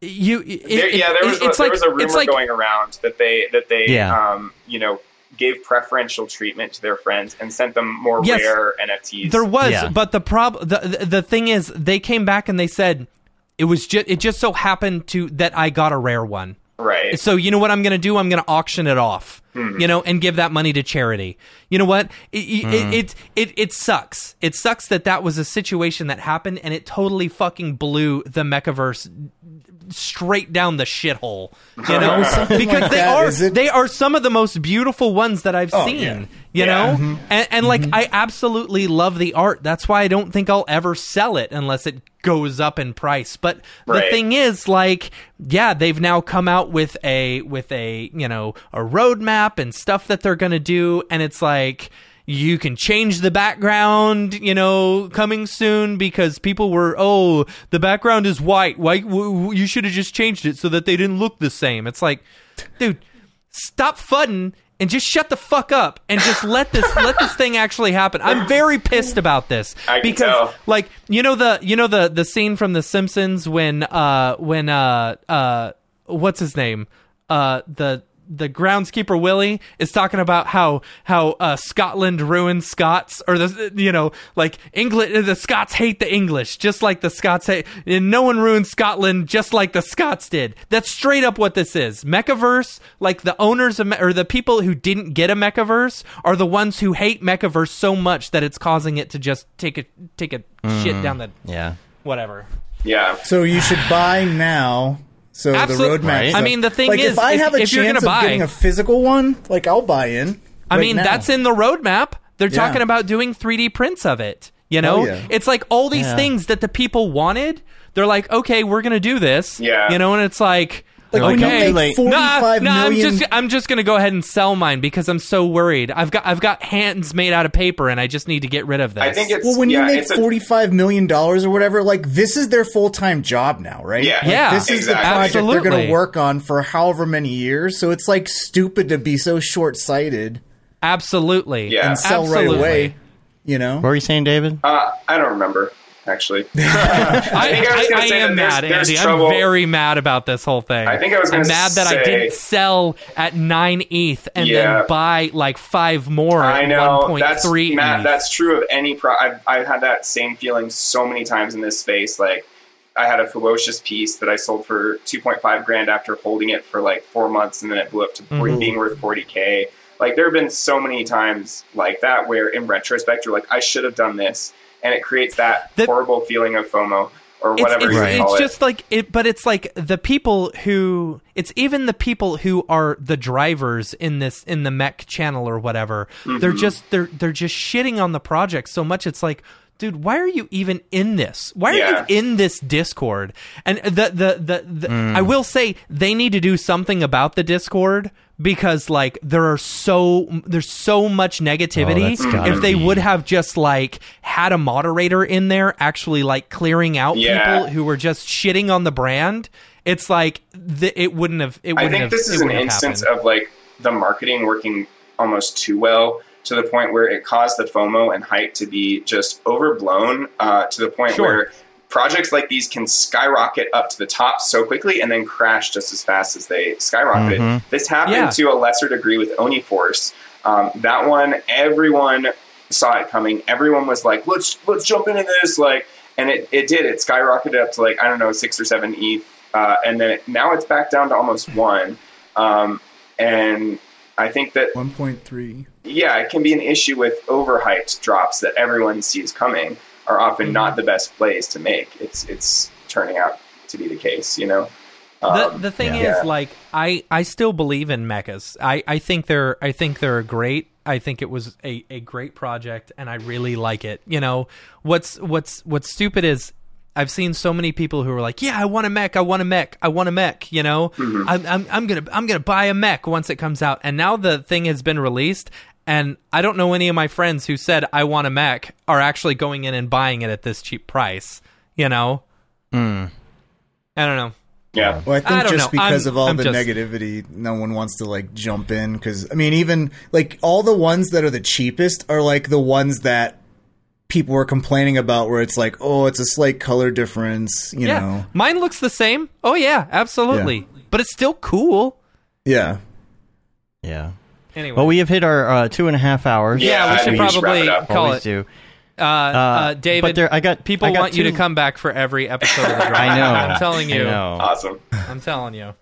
B: you it,
C: there, yeah, there
B: it-
C: was, a,
B: it's
C: there
B: like
C: was a rumor
B: it's like
C: going around that they that they
B: Yeah.
C: um, you know gave preferential treatment to their friends and sent them more
B: Yes.
C: rare NFTs.
B: There was, but the prob the, the the thing is, they came back and they said it was just it just so happened to that I got a rare one.
C: Right. Mm-hmm.
B: So you know what I'm going to do? I'm going to auction it off.
P: Hmm.
B: You know, and give that money to charity. You know what? It it,
P: Hmm.
B: it it it sucks. It sucks that that was a situation that happened, and it totally fucking blew the Mechaverse straight down the shithole. You know, because
P: Something like
B: they
P: that,
B: are
P: is it?
B: they are some of the most beautiful ones that I've
P: Oh,
B: seen.
P: yeah.
B: You
P: Yeah.
B: know,
P: Mhm.
B: and, and like I absolutely love the art. That's why I don't think I'll ever sell it unless it goes up in price. But the
P: Right.
B: thing is, like, yeah, they've now come out with a with a you know a roadmap and stuff that they're gonna do, and it's like you can change the background, you know, coming soon because people were oh the background is white. Why w- w- you should have just changed it so that they didn't look the same. It's like, dude stop fudding and just shut the fuck up and just let this let this thing actually happen. I'm very pissed about this
P: I can
B: because
P: tell.
B: like you know the you know the the scene from the Simpsons when uh when uh uh what's his name? Uh the the groundskeeper Willie is talking about how how uh, Scotland ruined Scots or the you know like England the Scots hate the English just like the Scots hate and no one ruined Scotland just like the Scots did. That's straight up what this is. Mechaverse, like the owners of Me- or the people who didn't get a Mechaverse are the ones who hate Mechaverse so much that it's causing it to just take a take a shit
A: Mm.
B: down the
A: Yeah.
B: whatever.
C: Yeah.
D: So you should buy now. So
B: Absolute-
D: the roadmap.
B: Right. I mean, the thing
D: like,
B: is,
D: if I
B: if-
D: have a
B: if you're
D: chance
B: gonna
D: of
B: buy-
D: getting a physical one, like I'll buy in.
B: I
D: right
B: mean,
D: now.
B: that's in the roadmap. They're
D: Yeah.
B: talking about doing 3D prints of it. You know,
D: Oh, yeah.
B: it's like all these
D: Yeah.
B: things that the people wanted. They're like, okay, we're gonna do this.
D: Yeah.
B: You know, and it's like.
D: Like, when you
B: okay,
D: make
B: Nah,
D: 45
B: nah, I'm
D: million
B: just I'm just gonna go ahead and sell mine because I'm so worried. I've got I've got hands made out of paper and I just need to get rid of this.
D: well when you make forty five million dollars or whatever. Like this is their full time job now, right?
B: Yeah.
D: Like,
B: Yeah,
D: This is
B: exactly.
D: the project they're going
B: Absolutely.
D: to work on for however many years. So it's like stupid to be so short sighted
B: absolutely
D: and sell right
B: Absolutely.
D: away. You know,
A: What were you saying, David?
C: Uh, I don't remember actually. I think I was
B: I,
C: gonna say
B: am
C: that there's-
B: mad,
C: there's
B: Andy.
C: trouble-
B: I'm very mad about this whole thing.
C: I think I was
B: I'm
C: gonna
B: mad that
C: say-
B: I didn't sell at nine ETH and
C: Yeah.
B: then buy like five more.
C: I
B: at
C: know
B: 1.3
C: that's Matt,
B: ETH.
C: that's true of any pro. I've, I've had that same feeling so many times in this space. Like I had a ferocious piece that I sold for 2.5 grand after holding it for like four months, and then it blew up to 40,
B: Mm-hmm.
P: Mhm.
C: being worth 40k. Like there have been so many times like that where, in retrospect, you're like, I should have done this, and it creates that horrible feeling of FOMO or
B: It's-
C: whatever
B: it's,
C: you
B: it's
C: call it.
B: just like it but it's like the people who it's even the people who are the drivers in this in the mech channel or whatever they're
C: Mm-hmm.
P: Mhm.
B: just they're they're just shitting on the project so much it's like dude why are you even in this why are
P: Yeah.
B: you in this discord and the the the, the
P: Mm.
B: i will say they need to do something about the discord because like there are so there's so much negativity
P: Oh, that's gotta
B: if they
P: be-
B: would have just like had a moderator in there actually like clearing out
C: Yeah.
B: people who were just shitting on the brand, it's like th- it wouldn't have. It
C: I
B: wouldn't
C: think
B: have,
C: this
B: it
C: is an
B: wouldn't have
C: instance
B: happened.
C: of like the marketing working almost too well to the point where it caused the FOMO and hype to be just overblown uh, to the point
B: Sure.
C: where projects like these can skyrocket up to the top so quickly and then crash just as fast as they skyrocketed.
B: Mm-hmm.
P: Mhm.
C: This happened
P: Yeah.
C: to a lesser degree with Oni Force. Um, that one, everyone saw it coming. Everyone was like, "Let's let's jump into this!" Like, and it, it did. It skyrocketed up to like I don't know six or seven ETH, uh, and then it, now it's back down to almost one. Um, and I think that
D: one point three.
C: yeah, it can be an issue with overhyped drops that everyone sees coming are often
B: Mm-hmm.
C: not the best plays to make. It's it's turning out to be the case, you know.
B: the
C: Um,
B: the thing
C: yeah.
B: is like I I still believe in mechas. I I think they're I think they're great. I think it was a a great project and I really like it. You know, what's what's what's stupid is I've seen so many people who are like, "Yeah, I want a mech. I want a mech. I want a mech." You know,
C: Mm-hmm.
B: I'm, I'm I'm gonna I'm gonna buy a mech once it comes out. And now the thing has been released, and I don't know any of my friends who said I want a mech are actually going in and buying it at this cheap price. You know,
A: Hmm.
B: I don't know.
C: Yeah.
D: Well, I think
B: I don't
D: just
B: know.
D: because
B: I'm-
D: of all
B: I'm
D: the
B: just-
D: negativity, no one wants to like jump in. Because I mean, even like all the ones that are the cheapest are like the ones that people were complaining about, where it's like, oh, it's a slight color difference, you
B: yeah.
D: know?
B: Mine looks the same. Oh yeah, absolutely. But it's still cool.
D: Yeah.
A: Yeah.
B: Anyway.
A: Well, we have hit our uh, two and a half hours.
B: Yeah, we should probably call
A: Always
B: it.
A: do.
B: Uh, uh, David,
A: but there- I got-
B: people
A: I got
B: want you to
A: two-
B: come back for every episode of the drive.
A: I know.
B: I'm telling
A: I
B: you.
A: know.
C: Awesome.
B: I'm telling you.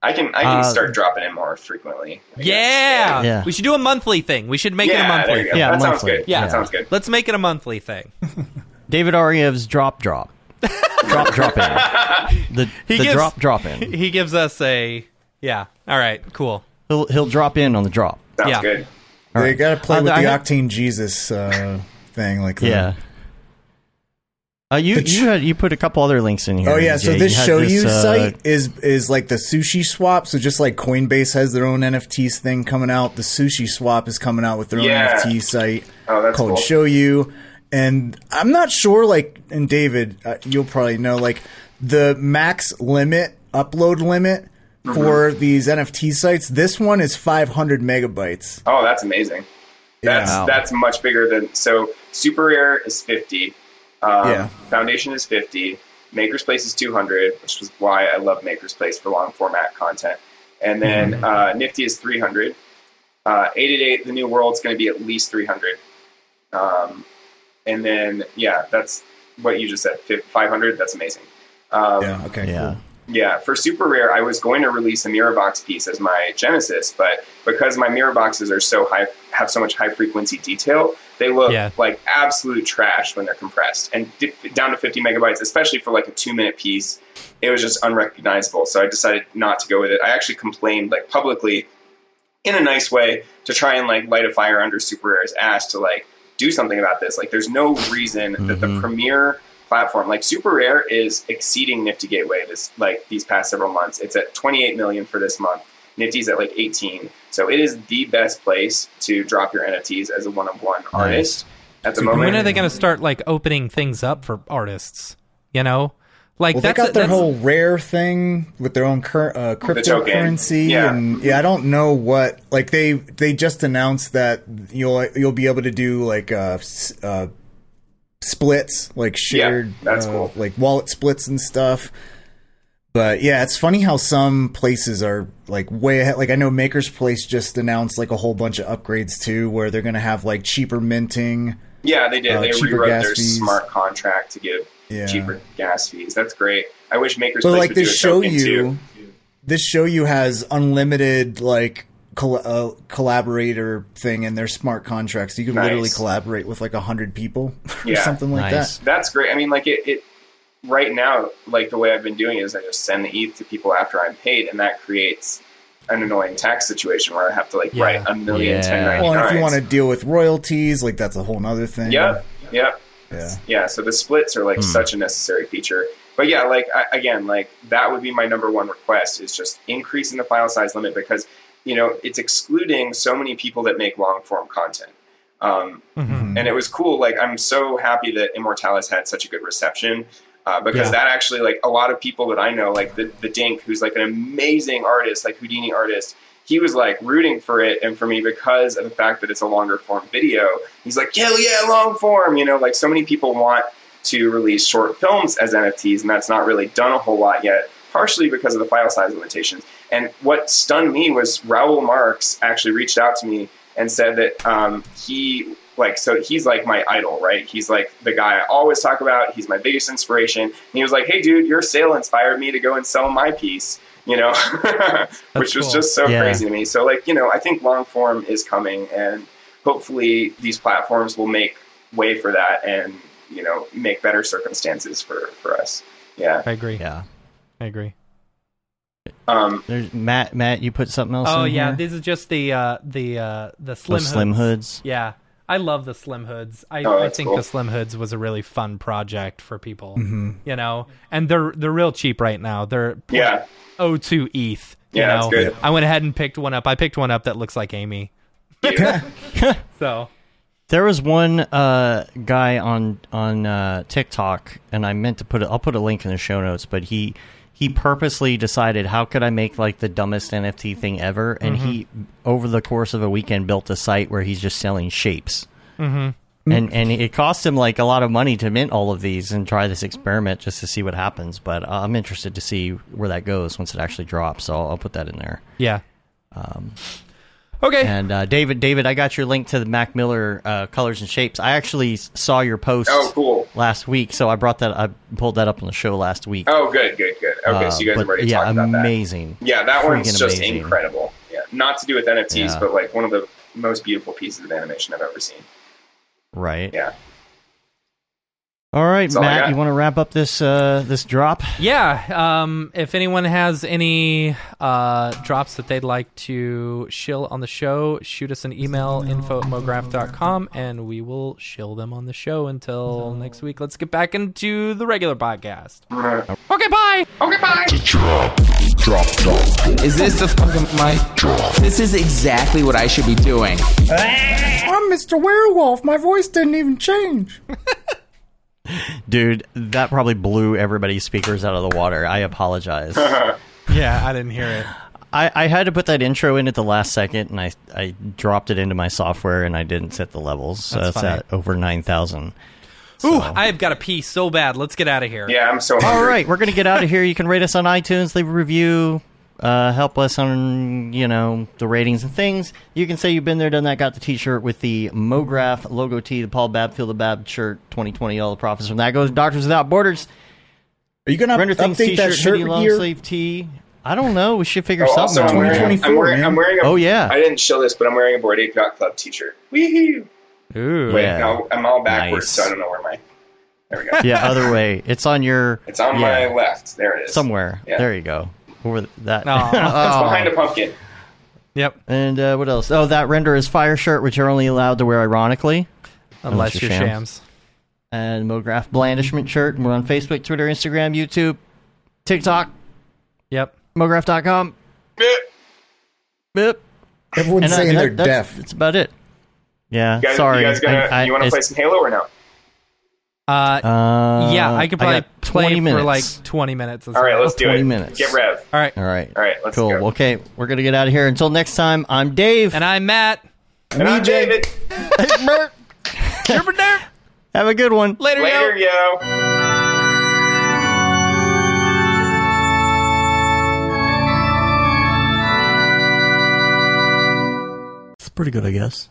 C: I can I can
A: Uh,
C: start dropping in more frequently.
B: Yeah.
A: Yeah.
B: We should do a monthly thing. We should make it
C: Yeah,
B: a
C: there
B: monthly
C: you go.
B: thing.
A: Yeah, That sounds monthly. good.
B: Yeah.
A: That sounds good.
B: Let's make it a monthly thing.
A: David Ariev's drop drop. drop drop in. The, the drop drop in.
B: He gives us a yeah. All right, cool.
A: He'll he'll drop in on the drop.
C: Sounds
B: Yeah.
C: good.
A: All
D: They
A: right.
D: got to play
A: Uh,
D: with
A: I
D: the
A: had-
D: Octane Jesus uh, thing, like the-
A: Yeah. Uh, you you had you put a couple other links in here.
D: Oh yeah, so
A: Jay.
D: this
A: had
D: show you
A: uh,
D: site is is like the sushi swap. So just like Coinbase has their own NFTs thing coming out, the sushi swap is coming out with their
C: Yeah.
D: own NFT site
C: Oh, that's
D: called
C: cool.
D: Show You. And I'm not sure, like, and David, uh, you'll probably know, like the max limit upload limit
C: Mm-hmm.
D: for these NFT sites. This one is 500 megabytes.
C: Oh, that's amazing. That's
D: Yeah. Wow.
C: that's much bigger than so. Super Air is fifty. Um,
D: Yeah.
C: Foundation is fifty. Maker's Place is two hundred, which was why I love Maker's Place for long format content. And
D: Mm-hmm.
C: then uh, Nifty is 300. Uh, 888, the new world's going to be at least 300. Um, and then, yeah, that's what you just said, fif- 500. That's amazing. Um, yeah,
D: okay, yeah. cool.
C: Yeah, for Super Rare, I was going to release a Mirrorbox piece as my Genesis, but because my Mirrorboxes are so high, have so much high frequency detail, they look
B: Yeah.
C: like absolute trash when they're compressed and dip, down to 50 megabytes, especially for like a two minute piece. It was just unrecognizable, so I decided not to go with it. I actually complained like publicly in a nice way to try and like light a fire under Super Rare's ass to like do something about this. Like, there's no reason that
D: Mm-hmm.
C: the premier platform, like Super Rare, is exceeding Nifty Gateway this like these past several months. It's at 28 million for this month. Nifty's at like 18, so it is the best place to drop your NFTs as a one of one artist at the
B: Dude,
C: moment.
B: When are they going to start like opening things up for artists? You know, like
D: well, they
B: that's
D: got their
B: that's-
D: whole rare thing with their own cur- uh,
C: token,
D: cryptocurrency,
C: yeah.
D: and yeah, I don't know what like they they just announced that you'll you'll be able to do like uh, s- uh splits, like shared,
C: that's
D: uh,
C: cool.
D: like wallet splits and stuff. But yeah, it's funny how some places are like way ahead. Like I know Maker's Place just announced like a whole bunch of upgrades too, where they're gonna have like cheaper minting.
C: Yeah, they did.
D: Uh,
C: they
D: cheaper
C: rewrote
D: gas
C: their
D: fees.
C: smart contract to give
D: Yeah.
C: cheaper gas fees. That's great. I wish Maker's
D: but
C: Place
D: like
C: would do
D: this
C: a
D: show
C: token, too.
D: you this show you has unlimited like col- uh, collaborator thing in their smart contracts you can
C: Nice.
D: literally collaborate with like 100 people or something like that
C: That's great. I mean, like it, it right now, like the way I've been doing it is I just send the ETH to people after I'm paid, and that creates an annoying tax situation where I have to like write a million ten ninety
D: well and if you
C: nines.
D: want to deal with royalties like that's a whole nother thing
C: Yep, yep.
D: yeah
C: yeah so the splits are like such a necessary feature but yeah like I, again like that would be my number one request is just increasing the file size limit because you know it's excluding so many people that make long form content um,
D: Mm-hmm.
C: and it was cool like i'm so happy that immortalis had such a good reception uh, because
P: Yeah.
C: that actually like a lot of people that i know like the, the dink who's like an amazing artist like houdini artist he was like rooting for it and for me because of the fact that it's a longer form video. He's like, hell yeah, long form. You know, like so many people want to release short films as NFTs, and that's not really done a whole lot yet, partially because of the file size limitations. And what stunned me was Raul Marx actually reached out to me and said that um, he like so he's like my idol right he's like the guy i always talk about he's my biggest inspiration and he was like hey dude your sale inspired me to go and sell my piece you know which was
P: cool.
C: just so
P: Yeah.
C: crazy to me so like you know i think long form is coming and hopefully these platforms will make way for that and you know make better circumstances for for us yeah
B: I agree.
A: Yeah,
B: I agree.
C: um
A: There's Matt. Matt, you put something else.
B: Oh
A: in
B: yeah,
A: here?
B: these are just the uh, the uh, the slim hoods.
A: slim hoods.
B: Yeah, I love the slim hoods. I,
A: Oh,
B: I
A: that's
B: think
A: cool.
B: the slim hoods was a really fun project for people.
A: Mhm.
B: You know, and they're they're real cheap right now. They're
C: yeah.
B: 02 ETH. Oh, You
C: Yeah, that's
B: know,
C: good.
B: I went ahead and picked one up. I picked one up that looks like Amy. so
A: There was one uh, guy on on uh, TikTok, and I meant to put it. I'll put a link in the show notes, but he he purposely decided how could I make like the dumbest NFT thing ever, and he over the course of a weekend built a site where he's just selling shapes.
B: Mhm.
A: And and it cost him like a lot of money to mint all of these and try this experiment just to see what happens. But uh, I'm interested to see where that goes once it actually drops. So I'll, I'll put that in there.
B: Yeah.
A: Um,
B: okay.
A: And uh, David, David, I got your link to the Mac Miller uh, colors and shapes. I actually s- saw your post.
C: Oh, cool.
A: Last week, so I brought that. I pulled that up on the show last week.
C: oh good good good okay
A: Uh,
C: so you guys
A: but
C: have already
A: yeah,
C: talked about that
A: amazing.
C: Yeah, that one's
A: Freaking
C: just
A: amazing.
C: incredible. Yeah, not to do with NFTs,
A: Yeah.
C: but like one of the most beautiful pieces of animation I've ever seen.
A: Right.
C: Yeah.
A: All right,
C: all I
A: Matt,
C: got.
A: you want to wrap up this uh, this drop?
B: Yeah. Um, if anyone has any uh, drops that they'd like to shill on the show, shoot us an email, info at mograph.com, and we will shill them on the show until next week. Let's get back into the regular podcast. Okay, bye.
C: Okay, bye.
Q: Drop, drop. Is this the fucking mic? Drop. This is exactly what I should be doing.
D: i'm mr werewolf my voice didn't even change
A: Dude, that probably blew everybody's speakers out of the water. I apologize.
B: Yeah, I didn't hear it.
A: I, I had to put that intro in at the last second, and I I dropped it into my software, and I didn't set the levels. So
B: That's
A: it's
B: funny.
A: at over nine thousand.
B: Ooh, I've got to pee so bad. Let's get out of here.
C: Yeah, I'm so
A: All right, we're gonna get out of here. You can rate us on iTunes, leave a review, uh, help us on you know the ratings and things. You can say you've been there, done that. Got the T-shirt with the MoGraph logo T, the Paul Bab Feel the Bab shirt, 2020. All the profits from that goes to Doctors Without Borders.
D: Are you gonna
A: render things
D: update that
A: T-shirt,
D: shirt
A: hoodie, long
D: year?
A: sleeve tee? I don't know. We should figure
C: Oh, also,
A: something out.
C: I'm wearing, I'm wearing, I'm wearing a,
A: oh yeah.
C: I didn't show this, but I'm wearing a Board Ape Yacht Club t-shirt. Woohoo!
A: Ooh.
C: Wait, no, I'm all backwards,
A: Nice.
C: so I don't know where my... There we go.
A: yeah, other way. It's on your.
C: It's on
A: yeah,
C: my left. There it is.
A: Somewhere.
C: Yeah.
A: There you go. Over th- that. Oh.
C: It's behind a pumpkin.
B: Yep.
A: And uh, what else? Oh, that render is fire shirt, which you're only allowed to wear ironically,
B: Unless you're shams.
A: And MoGraph blandishment shirt. We're on Facebook, Twitter, Instagram, YouTube, TikTok.
B: Yep.
A: MoGraph.com. Bip. And,
D: Everyone's
A: uh,
D: saying
A: that-
D: they're
A: that's-
D: deaf.
A: That's about it. Yeah.
C: You guys,
A: sorry.
C: you guys gonna,
A: I- I-
C: you want to play
A: it's-
C: some Halo or no?
B: Uh,
A: Uh,
B: yeah, I could probably
A: got
B: play
A: 20
B: for
A: minutes.
B: like 20 minutes. Oh,
C: All right, let's do
A: 20
C: it.
A: minutes.
C: Get rev.
B: All right.
A: All right.
C: All right, let's
A: cool.
C: go.
A: Okay, we're gonna get out of here. Until next time, I'm Dave.
B: And I'm Matt.
C: And I'm David.
A: Have a good one.
B: Later,
C: Later, yo.
A: It's pretty good, I guess.